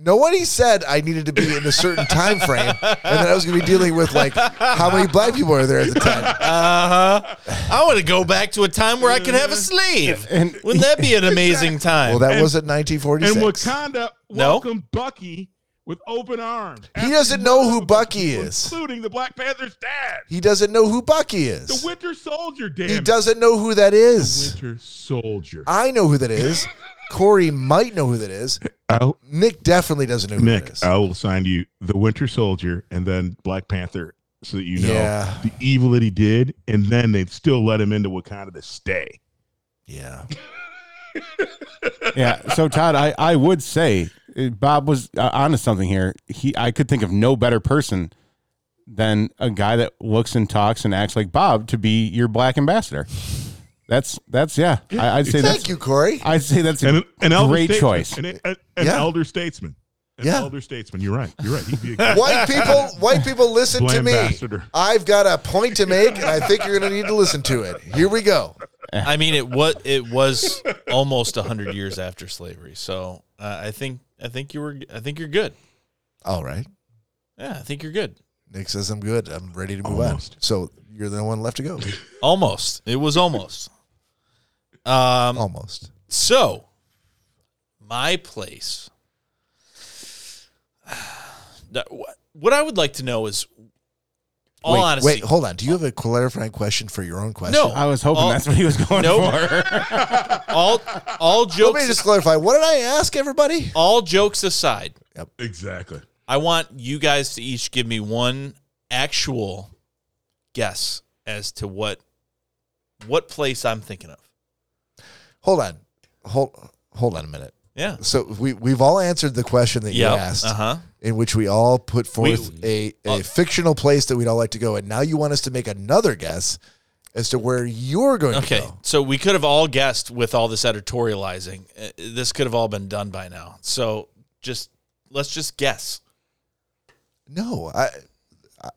[SPEAKER 1] nobody said I needed to be in a certain time frame, and that I was going to be dealing with like how many black people are there at the time.
[SPEAKER 4] Uh-huh. I want to go back to a time where I can have a slave.
[SPEAKER 3] And-
[SPEAKER 4] Wouldn't that be an amazing time?
[SPEAKER 1] Well, that
[SPEAKER 2] And-
[SPEAKER 1] was at
[SPEAKER 2] And
[SPEAKER 1] 1946.
[SPEAKER 2] Wakanda
[SPEAKER 4] No.
[SPEAKER 2] welcomed Bucky with open arms.
[SPEAKER 1] He doesn't know who Bucky is.
[SPEAKER 2] including the Black Panther's dad.
[SPEAKER 1] He doesn't know who Bucky
[SPEAKER 2] The
[SPEAKER 1] is.
[SPEAKER 2] Winter Soldier, damn
[SPEAKER 1] He
[SPEAKER 2] it.
[SPEAKER 1] doesn't know who that is.
[SPEAKER 2] Winter Soldier.
[SPEAKER 1] I know who that is. Corey might know who that is.
[SPEAKER 2] I'll,
[SPEAKER 1] Nick definitely doesn't know who that
[SPEAKER 2] Nick, oh.
[SPEAKER 1] is.
[SPEAKER 2] I will assign you the Winter Soldier and then Black Panther so that you know
[SPEAKER 1] Yeah.
[SPEAKER 2] the evil that he did, and then they'd still let him into Wakanda to stay.
[SPEAKER 1] Yeah.
[SPEAKER 3] yeah. So Todd, I, I would say uh, Bob was uh, onto something here. He I could think of no better person than a guy that looks and talks and acts like Bob to be your black ambassador. That's that's yeah. I, I'd say that's
[SPEAKER 1] Thank you, Corey.
[SPEAKER 3] I'd say that's a
[SPEAKER 2] And an, an elder
[SPEAKER 3] great
[SPEAKER 2] statesman.
[SPEAKER 3] choice.
[SPEAKER 2] An, an- an
[SPEAKER 1] Yeah.
[SPEAKER 2] elder statesman. An
[SPEAKER 1] Yeah.
[SPEAKER 2] elder statesman. You're right. You're right. He'd be a good
[SPEAKER 1] White people, white people, listen to me.
[SPEAKER 2] Blambassador.
[SPEAKER 1] I've got a point to make, and I think you're going to need to listen to it. Here we go.
[SPEAKER 4] I mean, it was it was almost hundred years after slavery, so uh, I think I think you were I think you're good.
[SPEAKER 1] All right.
[SPEAKER 4] Yeah, I think you're good.
[SPEAKER 1] Nick says I'm good. I'm ready to move
[SPEAKER 2] Almost.
[SPEAKER 1] on. So you're the one left to go.
[SPEAKER 4] Almost. It was almost. Um.
[SPEAKER 1] Almost.
[SPEAKER 4] So, my place. That- wh- What I would like to know is, all
[SPEAKER 1] wait,
[SPEAKER 4] honesty,
[SPEAKER 1] wait, hold on. Do you have a clarifying question for your own question?
[SPEAKER 4] no,
[SPEAKER 3] I was hoping
[SPEAKER 4] all,
[SPEAKER 3] that's what he was going
[SPEAKER 4] Oh, Nope.
[SPEAKER 3] for.
[SPEAKER 4] all all
[SPEAKER 1] Let me
[SPEAKER 4] jokes
[SPEAKER 1] just clarify. What did I ask everybody?
[SPEAKER 4] all jokes aside.
[SPEAKER 2] Exactly.
[SPEAKER 4] I want you guys to each give me one actual guess as to what what place I'm thinking of.
[SPEAKER 1] Hold on. Hold hold on a minute.
[SPEAKER 4] Yeah.
[SPEAKER 1] So we we've all answered the question that you asked,
[SPEAKER 4] Uh huh.
[SPEAKER 1] in which we all put forth a, a
[SPEAKER 4] uh,
[SPEAKER 1] fictional place that we'd all like to go, and now you want us to make another guess as to where you're going
[SPEAKER 4] Okay.
[SPEAKER 1] to go.
[SPEAKER 4] So we could have all guessed with all this editorializing. Uh, This could have all been done by now. So just let's just guess.
[SPEAKER 1] No, I, I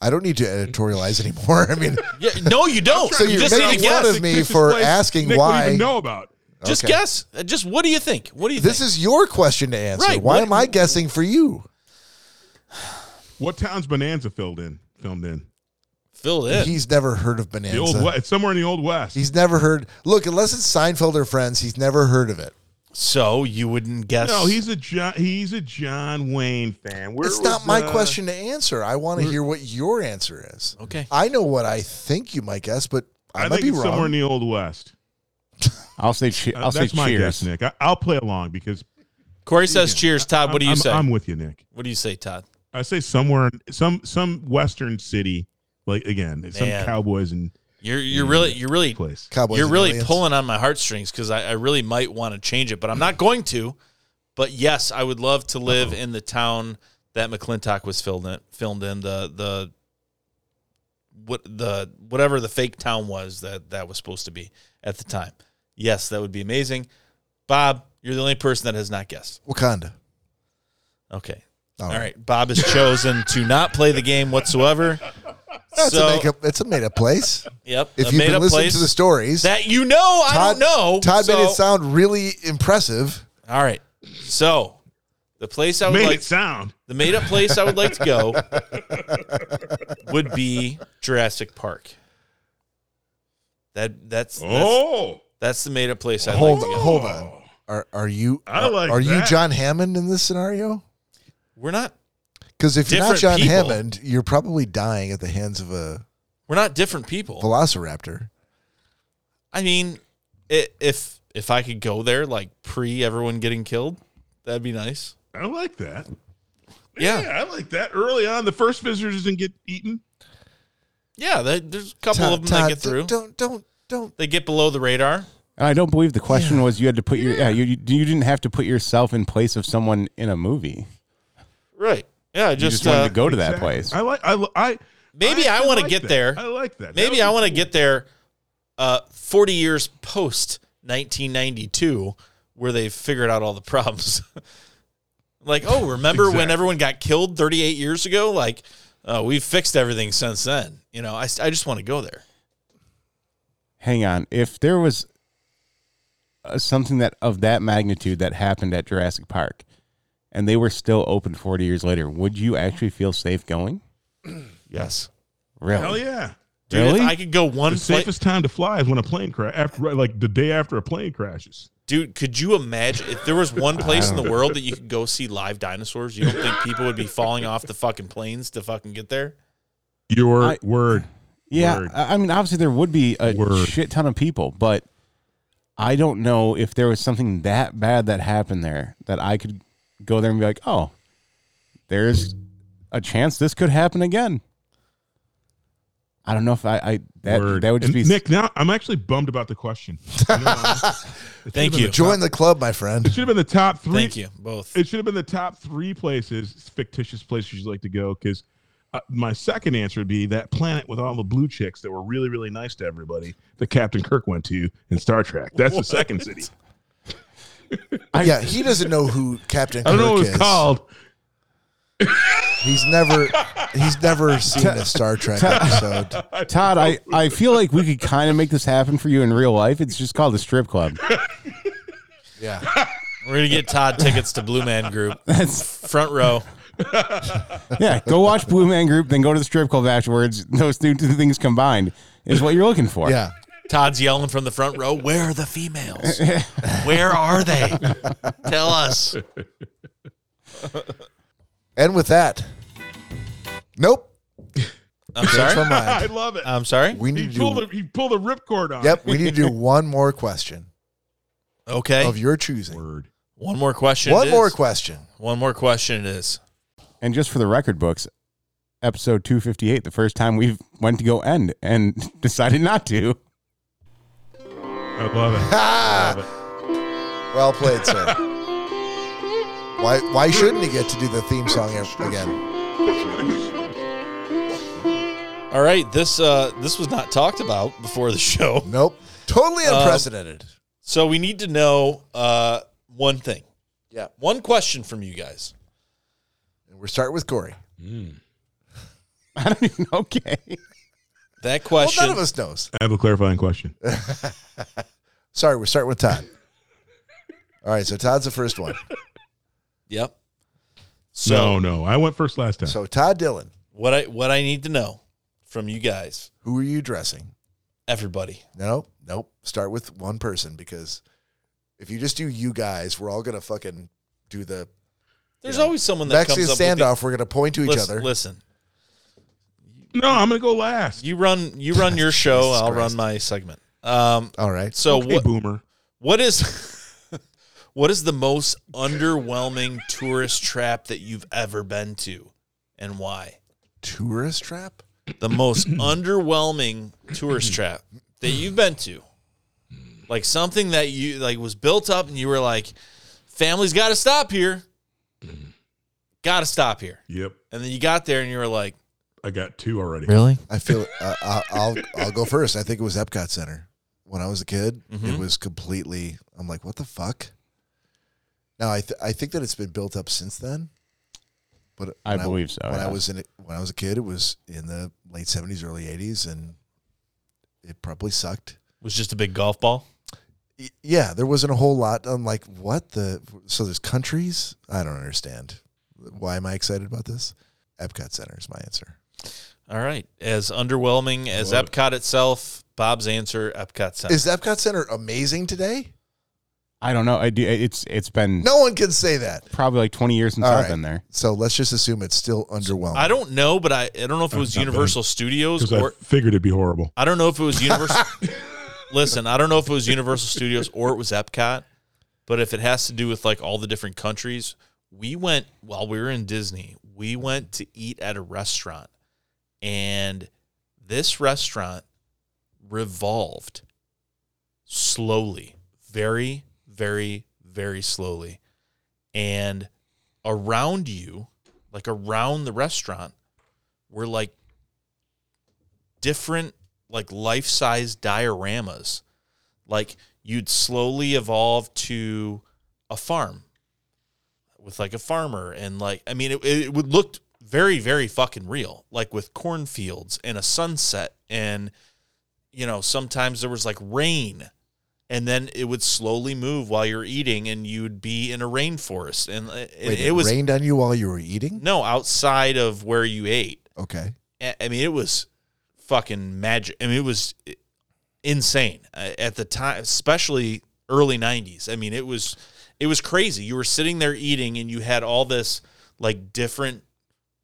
[SPEAKER 1] I don't need to editorialize anymore. I mean,
[SPEAKER 4] Yeah, no, you don't.
[SPEAKER 1] So
[SPEAKER 4] you
[SPEAKER 1] you're
[SPEAKER 4] just need to
[SPEAKER 1] making fun
[SPEAKER 4] guess.
[SPEAKER 1] of me for asking
[SPEAKER 2] Nick
[SPEAKER 1] why-
[SPEAKER 2] Would even know about.
[SPEAKER 4] Just
[SPEAKER 1] Okay.
[SPEAKER 4] guess. Uh, Just what do you think? What do you
[SPEAKER 1] this
[SPEAKER 4] think?
[SPEAKER 1] is your question to answer.
[SPEAKER 4] Right,
[SPEAKER 1] Why
[SPEAKER 4] what-
[SPEAKER 1] am I guessing for you?
[SPEAKER 2] What town's Bonanza filled in? Filmed in
[SPEAKER 4] Fill it in.
[SPEAKER 1] He's never heard of
[SPEAKER 2] the old.
[SPEAKER 1] Bonanza.
[SPEAKER 2] West. It's somewhere in the old West.
[SPEAKER 1] He's never heard. Look, unless it's Seinfeld or Friends, he's never heard of it.
[SPEAKER 4] So you wouldn't guess.
[SPEAKER 2] No, he's a John. He's a John Wayne fan. Where
[SPEAKER 1] it's
[SPEAKER 2] was,
[SPEAKER 1] not my
[SPEAKER 2] uh,
[SPEAKER 1] question to answer. I want to hear what your answer is.
[SPEAKER 4] okay.
[SPEAKER 1] I know what I think you might guess, but I, might
[SPEAKER 2] I, think
[SPEAKER 1] be
[SPEAKER 2] it's somewhere
[SPEAKER 1] wrong.
[SPEAKER 2] in the old West.
[SPEAKER 3] I'll say che-
[SPEAKER 2] Uh,
[SPEAKER 3] I'll say
[SPEAKER 2] that's my
[SPEAKER 3] cheers.
[SPEAKER 2] guess, Nick. I, I'll play along because.
[SPEAKER 4] Corey says cheers. Todd, Uh, what do you
[SPEAKER 2] I'm,
[SPEAKER 4] say?
[SPEAKER 2] I'm with you, Nick.
[SPEAKER 4] what do you say, Todd?
[SPEAKER 2] I say somewhere, in- some some Western city, like again, some
[SPEAKER 4] Man.
[SPEAKER 2] cowboys and
[SPEAKER 4] You're you're really you're really
[SPEAKER 2] place.
[SPEAKER 1] Cowboys
[SPEAKER 4] You're
[SPEAKER 1] and
[SPEAKER 4] really
[SPEAKER 1] Aliens.
[SPEAKER 4] pulling on my heartstrings because I, I really might want to change it, but I'm not going to. But yes, I would love to live in the town that McClintock was filmed in, filmed in the the what the whatever the fake town was that that was supposed to be at the time. Yes, that would be amazing. Bob, you're the only person that has not guessed.
[SPEAKER 1] Wakanda.
[SPEAKER 4] Okay.
[SPEAKER 1] All
[SPEAKER 4] All
[SPEAKER 1] right.
[SPEAKER 4] right. Bob has chosen to not play the game whatsoever.
[SPEAKER 1] That's
[SPEAKER 4] So-
[SPEAKER 1] a make up. It's a made up place.
[SPEAKER 4] Yep.
[SPEAKER 1] If
[SPEAKER 4] a
[SPEAKER 1] you've been
[SPEAKER 4] made-up
[SPEAKER 1] listening
[SPEAKER 4] place
[SPEAKER 1] to the stories,
[SPEAKER 4] that you know, I
[SPEAKER 1] Todd,
[SPEAKER 4] don't know.
[SPEAKER 1] Todd
[SPEAKER 4] so-
[SPEAKER 1] made it sound really impressive.
[SPEAKER 4] All right. So the place I would
[SPEAKER 2] Made
[SPEAKER 4] like
[SPEAKER 2] it sound.
[SPEAKER 4] the made up place I would like to go would be Jurassic Park. That that's that's,
[SPEAKER 2] Oh,
[SPEAKER 4] that's the made up place I
[SPEAKER 1] hold
[SPEAKER 4] like to
[SPEAKER 1] on,
[SPEAKER 4] go.
[SPEAKER 1] hold on. Are are you
[SPEAKER 2] I
[SPEAKER 1] are,
[SPEAKER 2] like
[SPEAKER 1] are you
[SPEAKER 2] that.
[SPEAKER 1] John Hammond in this scenario?
[SPEAKER 4] We're not
[SPEAKER 1] Because if you're not
[SPEAKER 4] Different
[SPEAKER 1] John
[SPEAKER 4] people.
[SPEAKER 1] Hammond, you're probably dying at the hands of a
[SPEAKER 4] we're not different people.
[SPEAKER 1] velociraptor.
[SPEAKER 4] I mean, i if if I could go there like pre everyone getting killed, that'd be nice.
[SPEAKER 2] I like that.
[SPEAKER 4] Yeah.
[SPEAKER 2] I like that. Early on, the first visitor doesn't get eaten.
[SPEAKER 4] Yeah, there- there's a couple
[SPEAKER 1] Todd-
[SPEAKER 4] of them that
[SPEAKER 1] Todd,
[SPEAKER 4] get through.
[SPEAKER 1] Don't don't don't.
[SPEAKER 4] They get below the radar.
[SPEAKER 3] And I don't believe the question was you had to put your yeah you, you you didn't have to put yourself in place of someone in a movie.
[SPEAKER 4] Right. Yeah,
[SPEAKER 3] You
[SPEAKER 4] just,
[SPEAKER 3] just, wanted
[SPEAKER 4] uh,
[SPEAKER 3] to go to that
[SPEAKER 2] Exactly.
[SPEAKER 3] place.
[SPEAKER 2] I like. I. li- I
[SPEAKER 4] Maybe I
[SPEAKER 2] actually
[SPEAKER 4] wanna
[SPEAKER 2] like
[SPEAKER 4] get
[SPEAKER 2] that.
[SPEAKER 4] there.
[SPEAKER 2] I like that. That
[SPEAKER 4] Maybe
[SPEAKER 2] would
[SPEAKER 4] I
[SPEAKER 2] be
[SPEAKER 4] want to
[SPEAKER 2] cool.
[SPEAKER 4] get there uh, 40 years post 1992 where they figured out all the problems. like, oh, remember when
[SPEAKER 2] Exactly.
[SPEAKER 4] everyone got killed 38 years ago? Like, oh, we've fixed everything since then. You know, I, s- I just want to go there.
[SPEAKER 3] Hang on. If there was uh, something that of that magnitude that happened at Jurassic Park, and they were still open 40 years later, would you actually feel safe going?
[SPEAKER 4] Yes.
[SPEAKER 3] Really?
[SPEAKER 2] Hell yeah.
[SPEAKER 4] Dude,
[SPEAKER 3] Really?
[SPEAKER 4] if I could go one
[SPEAKER 2] the
[SPEAKER 4] place.
[SPEAKER 2] safest time to fly is when a plane crash after like the day after a plane crashes.
[SPEAKER 4] Dude, could you imagine if there was one place in the world that you could go see live dinosaurs? You don't think people would be falling off the fucking planes to fucking get there?
[SPEAKER 2] Your
[SPEAKER 3] I-
[SPEAKER 2] word.
[SPEAKER 3] Yeah,
[SPEAKER 2] Word.
[SPEAKER 3] I I mean, obviously there would be a
[SPEAKER 2] Word.
[SPEAKER 3] shit ton of people, but I don't know if there was something that bad that happened there that I could go there and be like, oh, there's a chance this could happen again. I don't know if I, I that
[SPEAKER 2] word.
[SPEAKER 3] that would just
[SPEAKER 2] And
[SPEAKER 3] be
[SPEAKER 2] Nick. Now I'm actually bummed about the question.
[SPEAKER 4] Thank you.
[SPEAKER 1] Join the club, my
[SPEAKER 2] It
[SPEAKER 1] friend.
[SPEAKER 2] should have been the top three.
[SPEAKER 4] Thank you both.
[SPEAKER 2] It should have been the top three places, fictitious places you'd like to go. Because uh, my second answer would be that planet with all the blue chicks that were really, really nice to everybody that Captain Kirk went to in Star Trek. That's the second city.
[SPEAKER 1] Yeah, he doesn't know who Captain
[SPEAKER 2] I don't
[SPEAKER 1] Kirk
[SPEAKER 2] know what it's
[SPEAKER 1] is.
[SPEAKER 2] called.
[SPEAKER 1] He's never he's never seen a Star Trek episode.
[SPEAKER 3] Todd. I, I feel like we could kind of make this happen for you in real life. It's just called the strip club.
[SPEAKER 1] Yeah.
[SPEAKER 4] We're gonna get Todd tickets to Blue Man Group,
[SPEAKER 3] That's
[SPEAKER 4] front row.
[SPEAKER 3] yeah. Go watch Blue Man Group, then go to the strip club afterwards. Those two two things combined is what you're looking for.
[SPEAKER 1] Yeah.
[SPEAKER 4] Todd's yelling from the front row. Where are the females? Where are they? Tell us.
[SPEAKER 1] And with that. Nope.
[SPEAKER 4] I'm
[SPEAKER 1] That's
[SPEAKER 4] sorry.
[SPEAKER 1] my mind.
[SPEAKER 2] I love it.
[SPEAKER 4] I'm sorry.
[SPEAKER 1] We
[SPEAKER 2] he
[SPEAKER 1] need to
[SPEAKER 2] pulled
[SPEAKER 1] do,
[SPEAKER 2] a, he pulled a ripcord on.
[SPEAKER 1] Yep, we need to do one more question
[SPEAKER 4] Okay.
[SPEAKER 1] of your choosing.
[SPEAKER 2] Word.
[SPEAKER 4] One more question.
[SPEAKER 1] One
[SPEAKER 4] it
[SPEAKER 1] more
[SPEAKER 4] is.
[SPEAKER 1] question.
[SPEAKER 4] One more question. It is.
[SPEAKER 3] And just for the record books, episode 258, the first time we went to go end and decided not to.
[SPEAKER 2] I love it.
[SPEAKER 1] Ah! Well played, sir. why why shouldn't he get to do the theme song ev- again?
[SPEAKER 4] All right. This uh this was not talked about before the show.
[SPEAKER 1] Nope. Totally
[SPEAKER 4] Um,
[SPEAKER 1] unprecedented.
[SPEAKER 4] So we need to know uh one thing.
[SPEAKER 1] Yeah.
[SPEAKER 4] One question from you guys.
[SPEAKER 1] And we're starting with Corey.
[SPEAKER 3] I don't even, okay.
[SPEAKER 4] That
[SPEAKER 1] Well,
[SPEAKER 4] question
[SPEAKER 1] none of us knows.
[SPEAKER 2] I have a clarifying question.
[SPEAKER 1] Sorry, we're starting with Todd. All right, so Todd's the first one.
[SPEAKER 4] Yep. So
[SPEAKER 2] no, no, I went first last time.
[SPEAKER 1] So Todd Dillon,
[SPEAKER 4] what I what I need to know from you guys,
[SPEAKER 1] who are you dressing?
[SPEAKER 4] everybody.
[SPEAKER 1] No, nope. Start with one person because if you just do you guys, we're all gonna fucking do the
[SPEAKER 4] There's always someone that
[SPEAKER 1] Mexican
[SPEAKER 4] comes up with the-
[SPEAKER 1] standoff. We're gonna point to each
[SPEAKER 4] listen,
[SPEAKER 1] other.
[SPEAKER 4] Listen,
[SPEAKER 2] no, I'm gonna go last.
[SPEAKER 4] you run you run your show.
[SPEAKER 1] Jesus
[SPEAKER 4] I'll
[SPEAKER 1] Christ.
[SPEAKER 4] run my segment. Um,
[SPEAKER 1] All right.
[SPEAKER 4] so
[SPEAKER 2] hey,
[SPEAKER 4] what
[SPEAKER 2] boomer.
[SPEAKER 4] what is what is the most underwhelming tourist trap that you've ever been to, and why?
[SPEAKER 1] Tourist trap?
[SPEAKER 4] The most underwhelming tourist trap that you've been to, like something that you like was built up, and you were like, "Family's got to stop here,
[SPEAKER 1] Mm-hmm.
[SPEAKER 4] got to stop here,"
[SPEAKER 2] Yep,
[SPEAKER 4] and then you got there and you were like,
[SPEAKER 2] I got two already.
[SPEAKER 4] "Really?"
[SPEAKER 1] I feel uh, I- I'll I'll go first. I think it was Epcot Center when I was a kid.
[SPEAKER 3] Mm-hmm.
[SPEAKER 1] It was completely. I'm like, what the fuck? Now I th- I think that it's been built up since then. But
[SPEAKER 3] I
[SPEAKER 1] when
[SPEAKER 3] believe so,
[SPEAKER 1] When I
[SPEAKER 3] yeah.
[SPEAKER 1] was in it, when I was a kid, it was in the late 70s, early 80s, and it probably sucked.
[SPEAKER 4] Was just a big golf ball.
[SPEAKER 1] Y- Yeah, there wasn't a whole lot. I'm like, what the? So there's countries. I don't understand. Why am I excited about this? Epcot Center is my answer.
[SPEAKER 4] All right. As underwhelming as Epcot itself, Bob's answer Epcot Center.
[SPEAKER 1] Is Epcot Center amazing today?
[SPEAKER 3] I don't know. I do, it's It's been
[SPEAKER 1] No one can say that.
[SPEAKER 3] probably like 20 years since
[SPEAKER 1] All
[SPEAKER 3] I've
[SPEAKER 1] right.
[SPEAKER 3] been there.
[SPEAKER 1] So let's just assume it's still underwhelming.
[SPEAKER 4] I don't know, but I, I don't know if it was
[SPEAKER 2] not bad.
[SPEAKER 4] Universal Studios
[SPEAKER 2] Because I
[SPEAKER 4] or
[SPEAKER 2] figured it'd be horrible.
[SPEAKER 4] I don't know if it was Universal. Listen, I don't know if it was Universal Studios or it was Epcot, but if it has to do with like all the different countries, we went while we were in Disney, we went to eat at a restaurant. And this restaurant revolved slowly, very, very, very slowly. And around you, like around the restaurant, were like different like life-size dioramas like you'd slowly evolve to a farm with like a farmer and like I mean it, it would looked very very fucking real like with cornfields and a sunset and you know sometimes there was like rain and then it would slowly move while you're eating and you'd be in a rainforest and it,
[SPEAKER 1] Wait,
[SPEAKER 4] it was
[SPEAKER 1] rained on you while you were eating.
[SPEAKER 4] no outside of where you ate
[SPEAKER 1] Okay,
[SPEAKER 4] I I mean, it was fucking magic. I mean, it was eh, insane uh, at the time, especially early '90s. I mean, it was it was crazy. You were sitting there eating, and you had all this like different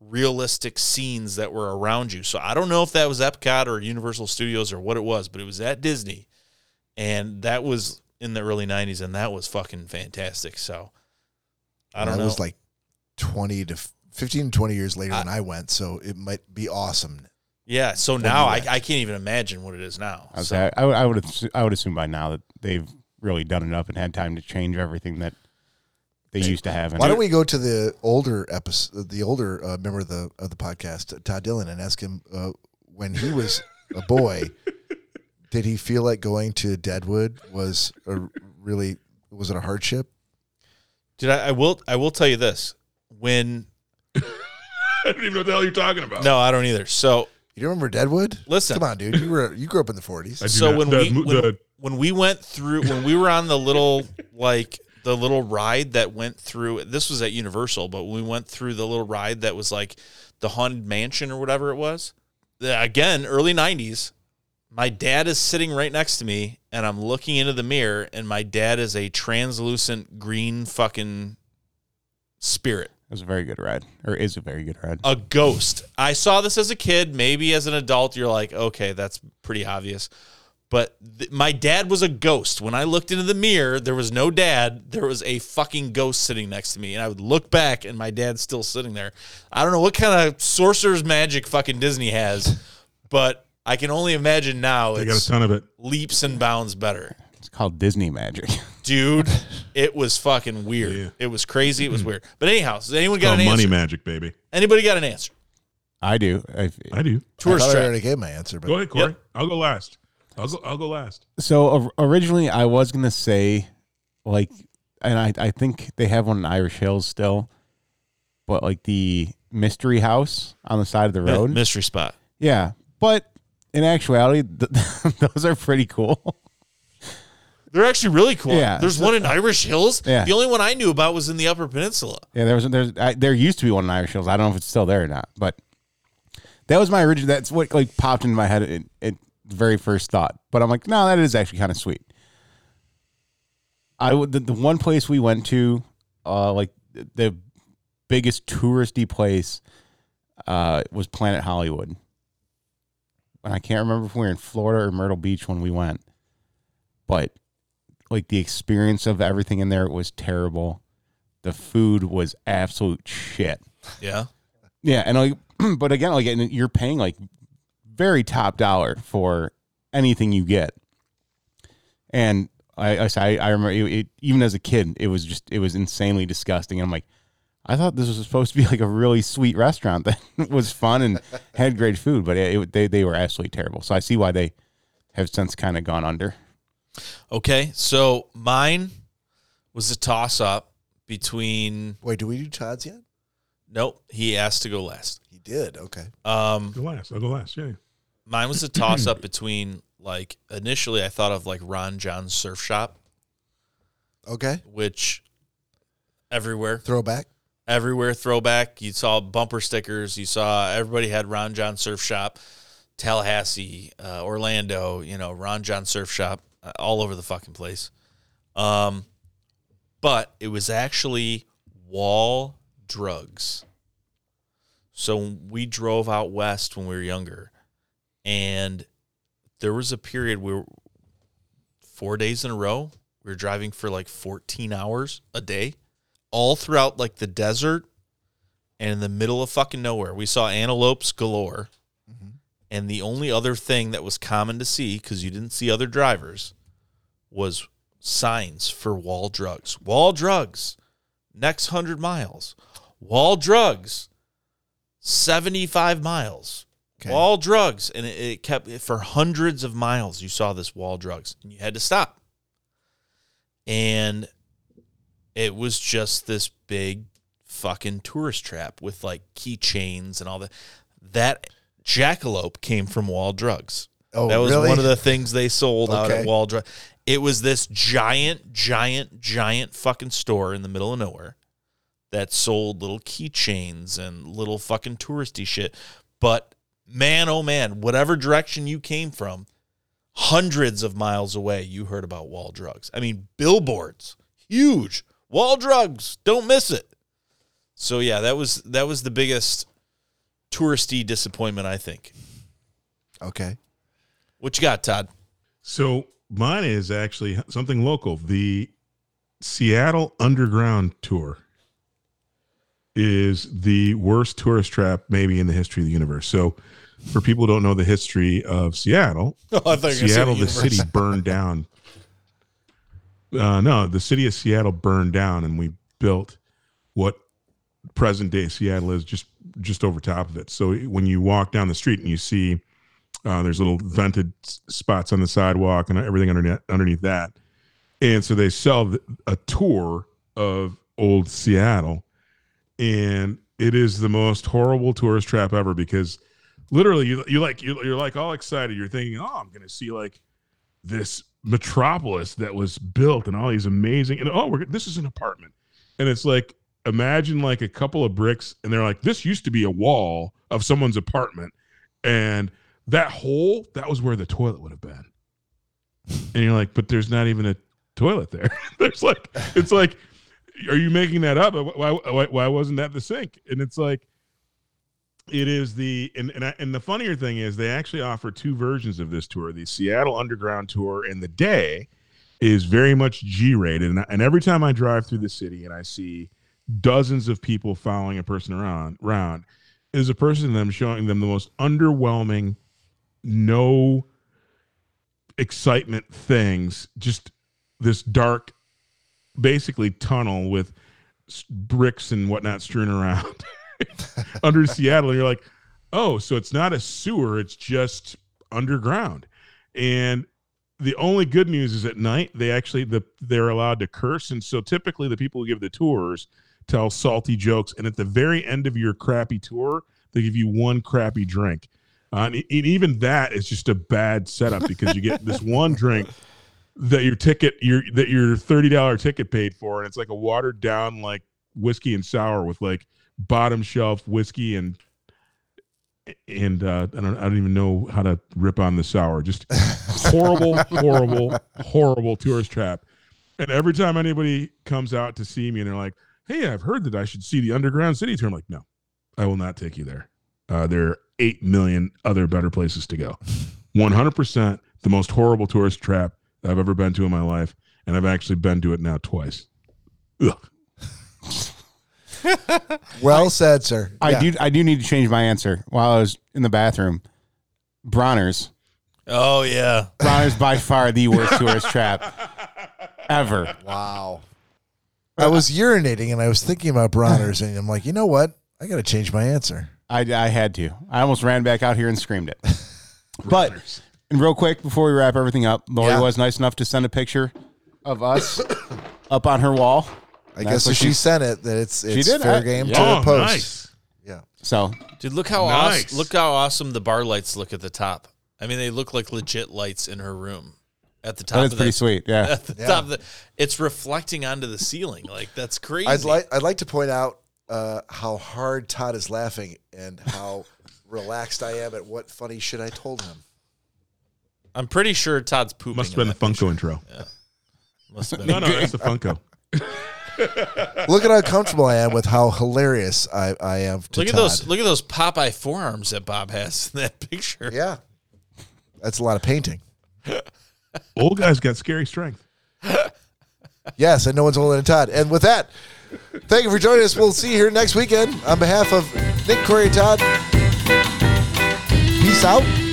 [SPEAKER 4] realistic scenes that were around you. So I don't know if that was Epcot or Universal Studios or what it was, but it was at Disney, and that was in the early '90s, and that was fucking fantastic. So I don't
[SPEAKER 1] that
[SPEAKER 4] know.
[SPEAKER 1] was like twenty to f- 15, 20 years later
[SPEAKER 4] I-
[SPEAKER 1] when I went, so it might be awesome.
[SPEAKER 4] yeah. So now
[SPEAKER 1] you
[SPEAKER 4] I,
[SPEAKER 1] went.
[SPEAKER 4] I can't even imagine what it is now.
[SPEAKER 3] I, was,
[SPEAKER 4] So-
[SPEAKER 3] I, I would I would assu- I would assume by now that they've really done it up and had time to change everything that they used to have. And
[SPEAKER 1] Why don't we go to the older episode, the older uh, member of the of the podcast, Todd Dillon, and ask him uh, when he was a boy, did he feel like going to Deadwood was a really was it a hardship?
[SPEAKER 4] Did I, I will I will tell you this. When
[SPEAKER 2] I don't even know what the hell you're talking about.
[SPEAKER 4] no, I don't either. So
[SPEAKER 1] You don't remember Deadwood?
[SPEAKER 4] Listen.
[SPEAKER 1] come on, dude. You were you grew up in the forties.
[SPEAKER 2] I do
[SPEAKER 4] so
[SPEAKER 2] not-
[SPEAKER 4] when
[SPEAKER 2] the
[SPEAKER 4] we
[SPEAKER 2] mo-
[SPEAKER 4] when,
[SPEAKER 2] the-
[SPEAKER 4] when we went through when we were on the little like the little ride that went through this was at Universal, but when we went through the little ride that was like the haunted mansion or whatever it was. the- Again, early 90s. My dad is sitting right next to me and I'm looking into the mirror and my dad is a translucent green fucking spirit.
[SPEAKER 3] It was a very good ride, or is a very good ride.
[SPEAKER 1] Oh.
[SPEAKER 4] a ghost. I saw this as a kid. Maybe as an adult, you're like, okay, that's pretty obvious. But th- my dad was a ghost. When I looked into the mirror, there was no dad. There was a fucking ghost sitting next to me. And I would look back, and my dad's still sitting there. I don't know what kind of sorcerer's magic fucking Disney has, but I can only imagine now
[SPEAKER 2] they got a
[SPEAKER 4] it's
[SPEAKER 2] ton of it.
[SPEAKER 4] leaps and bounds better.
[SPEAKER 3] It's called Disney Magic.
[SPEAKER 4] Dude, it was fucking weird.
[SPEAKER 2] Yeah.
[SPEAKER 4] It was crazy. It was weird. But anyhow, has anyone
[SPEAKER 2] Oh,
[SPEAKER 4] got an
[SPEAKER 2] money
[SPEAKER 4] answer?
[SPEAKER 2] magic, baby.
[SPEAKER 4] Anybody got an answer?
[SPEAKER 3] I do. I,
[SPEAKER 2] I do.
[SPEAKER 1] I
[SPEAKER 4] Tourist
[SPEAKER 1] thought I
[SPEAKER 4] trap.
[SPEAKER 1] already gave my answer, but
[SPEAKER 2] Go ahead, Corey.
[SPEAKER 4] Yep.
[SPEAKER 2] I'll go last. I'll go. I'll go last.
[SPEAKER 3] so or- originally, I was gonna say, like, and I I think they have one in Irish Hills still, but like the mystery house on the side of the road.
[SPEAKER 4] Mystery spot.
[SPEAKER 3] yeah, but in actuality, th- those are pretty cool.
[SPEAKER 4] They're actually really cool.
[SPEAKER 3] Yeah.
[SPEAKER 4] There's one in Irish Hills.
[SPEAKER 3] Yeah.
[SPEAKER 4] The only one I knew about was in the Upper Peninsula.
[SPEAKER 3] Yeah, there was there's I, there used to be one in Irish Hills. I don't know if it's still there or not, but that was my original. That's what like popped into my head at, at very first thought. But I'm like, no, that is actually kind of sweet. I would the, the one place we went to, uh, like the- the biggest touristy place, uh, was Planet Hollywood. And I can't remember if we were in Florida or Myrtle Beach when we went, but like the experience of everything in there was terrible the food was absolute shit.
[SPEAKER 4] Yeah.
[SPEAKER 3] Yeah, and like, but again, like, and you're paying like very top dollar for anything you get. And I, I, so I, I remember it, it, even as a kid, it was just it was insanely disgusting. And I'm like, I thought this was supposed to be like a really sweet restaurant that was fun and had great food, but it, it, they they were absolutely terrible. So I see why they have since kind of gone under.
[SPEAKER 4] Okay. So mine was a toss up between.
[SPEAKER 1] wait, do we do Todd's yet?
[SPEAKER 4] Nope. He asked to go last.
[SPEAKER 1] He did. Okay,
[SPEAKER 4] Um,
[SPEAKER 2] Go last. I'll go last. Yeah.
[SPEAKER 4] mine was a toss up between like initially I thought of like Ron John's Surf Shop,
[SPEAKER 1] okay.
[SPEAKER 4] which everywhere
[SPEAKER 1] Throwback.
[SPEAKER 4] everywhere throwback. You saw bumper stickers. You saw everybody had Ron John Surf Shop, Tallahassee, uh, Orlando. You know, Ron John Surf Shop uh, all over the fucking place. Um, but it was actually Wall Drugs. So we drove out west when we were younger, and there was a period where four days in a row we were driving for like 14 hours a day all throughout like the desert and in the middle of fucking nowhere. We saw antelopes galore. And the only other thing that was common to see, because you didn't see other drivers, was signs for wall drugs. Wall drugs, next 100 miles. Wall drugs, 75 miles.
[SPEAKER 1] Okay.
[SPEAKER 4] Wall drugs, and it, it kept for hundreds of miles. You saw this wall drugs, and you had to stop. And it was just this big fucking tourist trap with like keychains and all that. That jackalope came from wall drugs.
[SPEAKER 1] Oh,
[SPEAKER 4] that was
[SPEAKER 1] really?
[SPEAKER 4] one of the things they sold out
[SPEAKER 1] Okay.
[SPEAKER 4] at Wall Drug. It was this giant, giant, giant fucking store in the middle of nowhere that sold little keychains and little fucking touristy shit. But man, oh man, whatever direction you came from, hundreds of miles away, you heard about wall drugs. I mean, billboards, huge wall drugs. Don't miss it. So yeah, that was that was the biggest touristy disappointment I think.
[SPEAKER 1] Okay.
[SPEAKER 4] What you got, Todd?
[SPEAKER 2] So mine is actually something local. The Seattle Underground Tour is the worst tourist trap maybe in the history of the universe. So for people who don't know the history of Seattle,
[SPEAKER 4] Oh, I thought
[SPEAKER 2] Seattle, the city burned down. Uh, no, the city of Seattle burned down, and we built what present day Seattle is just just over top of it. So when you walk down the street and you see uh, there's little vented s- spots on the sidewalk and everything underneath underneath that, and so they sell th- a tour of old Seattle, and it is the most horrible tourist trap ever because literally you you like you, you're like all excited you're thinking oh i'm gonna see like this metropolis that was built and all these amazing and oh we're, this is an apartment and it's like imagine like a couple of bricks and they're like this used to be a wall of someone's apartment and that hole that was where the toilet would have been and you're like but there's not even a toilet there there's like it's like are you making that up why, why, why wasn't that the sink and it's like it is the and and, I, and the funnier thing is they actually offer two versions of this tour the seattle underground tour and the day is very much g-rated and, I- and every time i drive through the city and i see dozens of people following a person around around is a person them showing them the most underwhelming no excitement things just this dark basically tunnel with s- bricks and whatnot strewn around under Seattle, and you're like, oh, so it's not a sewer, it's just underground. And the only good news is at night they actually the they're allowed to curse, and so typically the people who give the tours tell salty jokes, and at the very end of your crappy tour, they give you one crappy drink. Uh, and, e- and even that is just a bad setup because you get this one drink that your ticket your that your thirty dollar ticket paid for, and it's like a watered down like whiskey and sour with like bottom shelf whiskey and and uh, I don't I don't even know how to rip on the sour. Just horrible, horrible, horrible tourist trap. And every time anybody comes out to see me and they're like, "Hey, I've heard that I should see the Underground City tour," I'm like, "No, I will not take you there. Uh, there are eight million other better places to go." One hundred percent, the most horrible tourist trap I've ever been to in my life, and I've actually been to it now twice. Ugh.
[SPEAKER 1] Well said, sir.
[SPEAKER 3] I
[SPEAKER 1] Yeah.
[SPEAKER 3] do I do need to change my answer while I was in the bathroom. Bronner's.
[SPEAKER 4] Oh yeah.
[SPEAKER 3] Bronner's by far the worst tourist trap ever.
[SPEAKER 1] Wow. I was urinating and I was thinking about Bronner's, and I'm like, you know what? I got to change my answer.
[SPEAKER 3] I, I had to. I almost ran back out here and screamed it. but and real quick before we wrap everything up, Lori
[SPEAKER 1] Yeah.
[SPEAKER 3] was nice enough to send a picture of us up on her wall.
[SPEAKER 1] I
[SPEAKER 3] That's
[SPEAKER 1] guess
[SPEAKER 3] what
[SPEAKER 1] if she
[SPEAKER 3] she-
[SPEAKER 1] sent it, that it's, it's
[SPEAKER 3] did,
[SPEAKER 1] fair
[SPEAKER 3] I-
[SPEAKER 1] game to
[SPEAKER 2] Oh,
[SPEAKER 1] the post.
[SPEAKER 2] nice.
[SPEAKER 1] Yeah.
[SPEAKER 3] So
[SPEAKER 4] Dude, look how
[SPEAKER 2] Nice.
[SPEAKER 4] awesome, look how awesome the bar lights look at the top. I mean, they look like legit lights in her room at the top
[SPEAKER 3] that is
[SPEAKER 4] of
[SPEAKER 3] pretty
[SPEAKER 4] the,
[SPEAKER 3] sweet. Yeah.
[SPEAKER 4] At the
[SPEAKER 1] Yeah.
[SPEAKER 4] top of the, it's reflecting onto the ceiling. Like that's crazy.
[SPEAKER 1] I'd like I'd like to point out uh, how hard Todd is laughing and how relaxed I am at what funny shit I told him.
[SPEAKER 4] I'm pretty sure Todd's pooping.
[SPEAKER 2] Must have
[SPEAKER 4] in
[SPEAKER 2] been the
[SPEAKER 4] that picture.
[SPEAKER 2] Funko intro.
[SPEAKER 4] Must have been.
[SPEAKER 2] No, no, that's the Funko.
[SPEAKER 1] Look at how comfortable I am with how hilarious I, I am. To
[SPEAKER 4] Look at
[SPEAKER 1] Todd.
[SPEAKER 4] those! Look at those Popeye forearms that Bob has in that picture.
[SPEAKER 1] Yeah, that's a lot of painting.
[SPEAKER 2] Old guy's got scary strength.
[SPEAKER 1] Yes, and no one's older than Todd. And with that, thank you for joining us. We'll see you here next weekend. On behalf of Nick Corey Todd, peace out.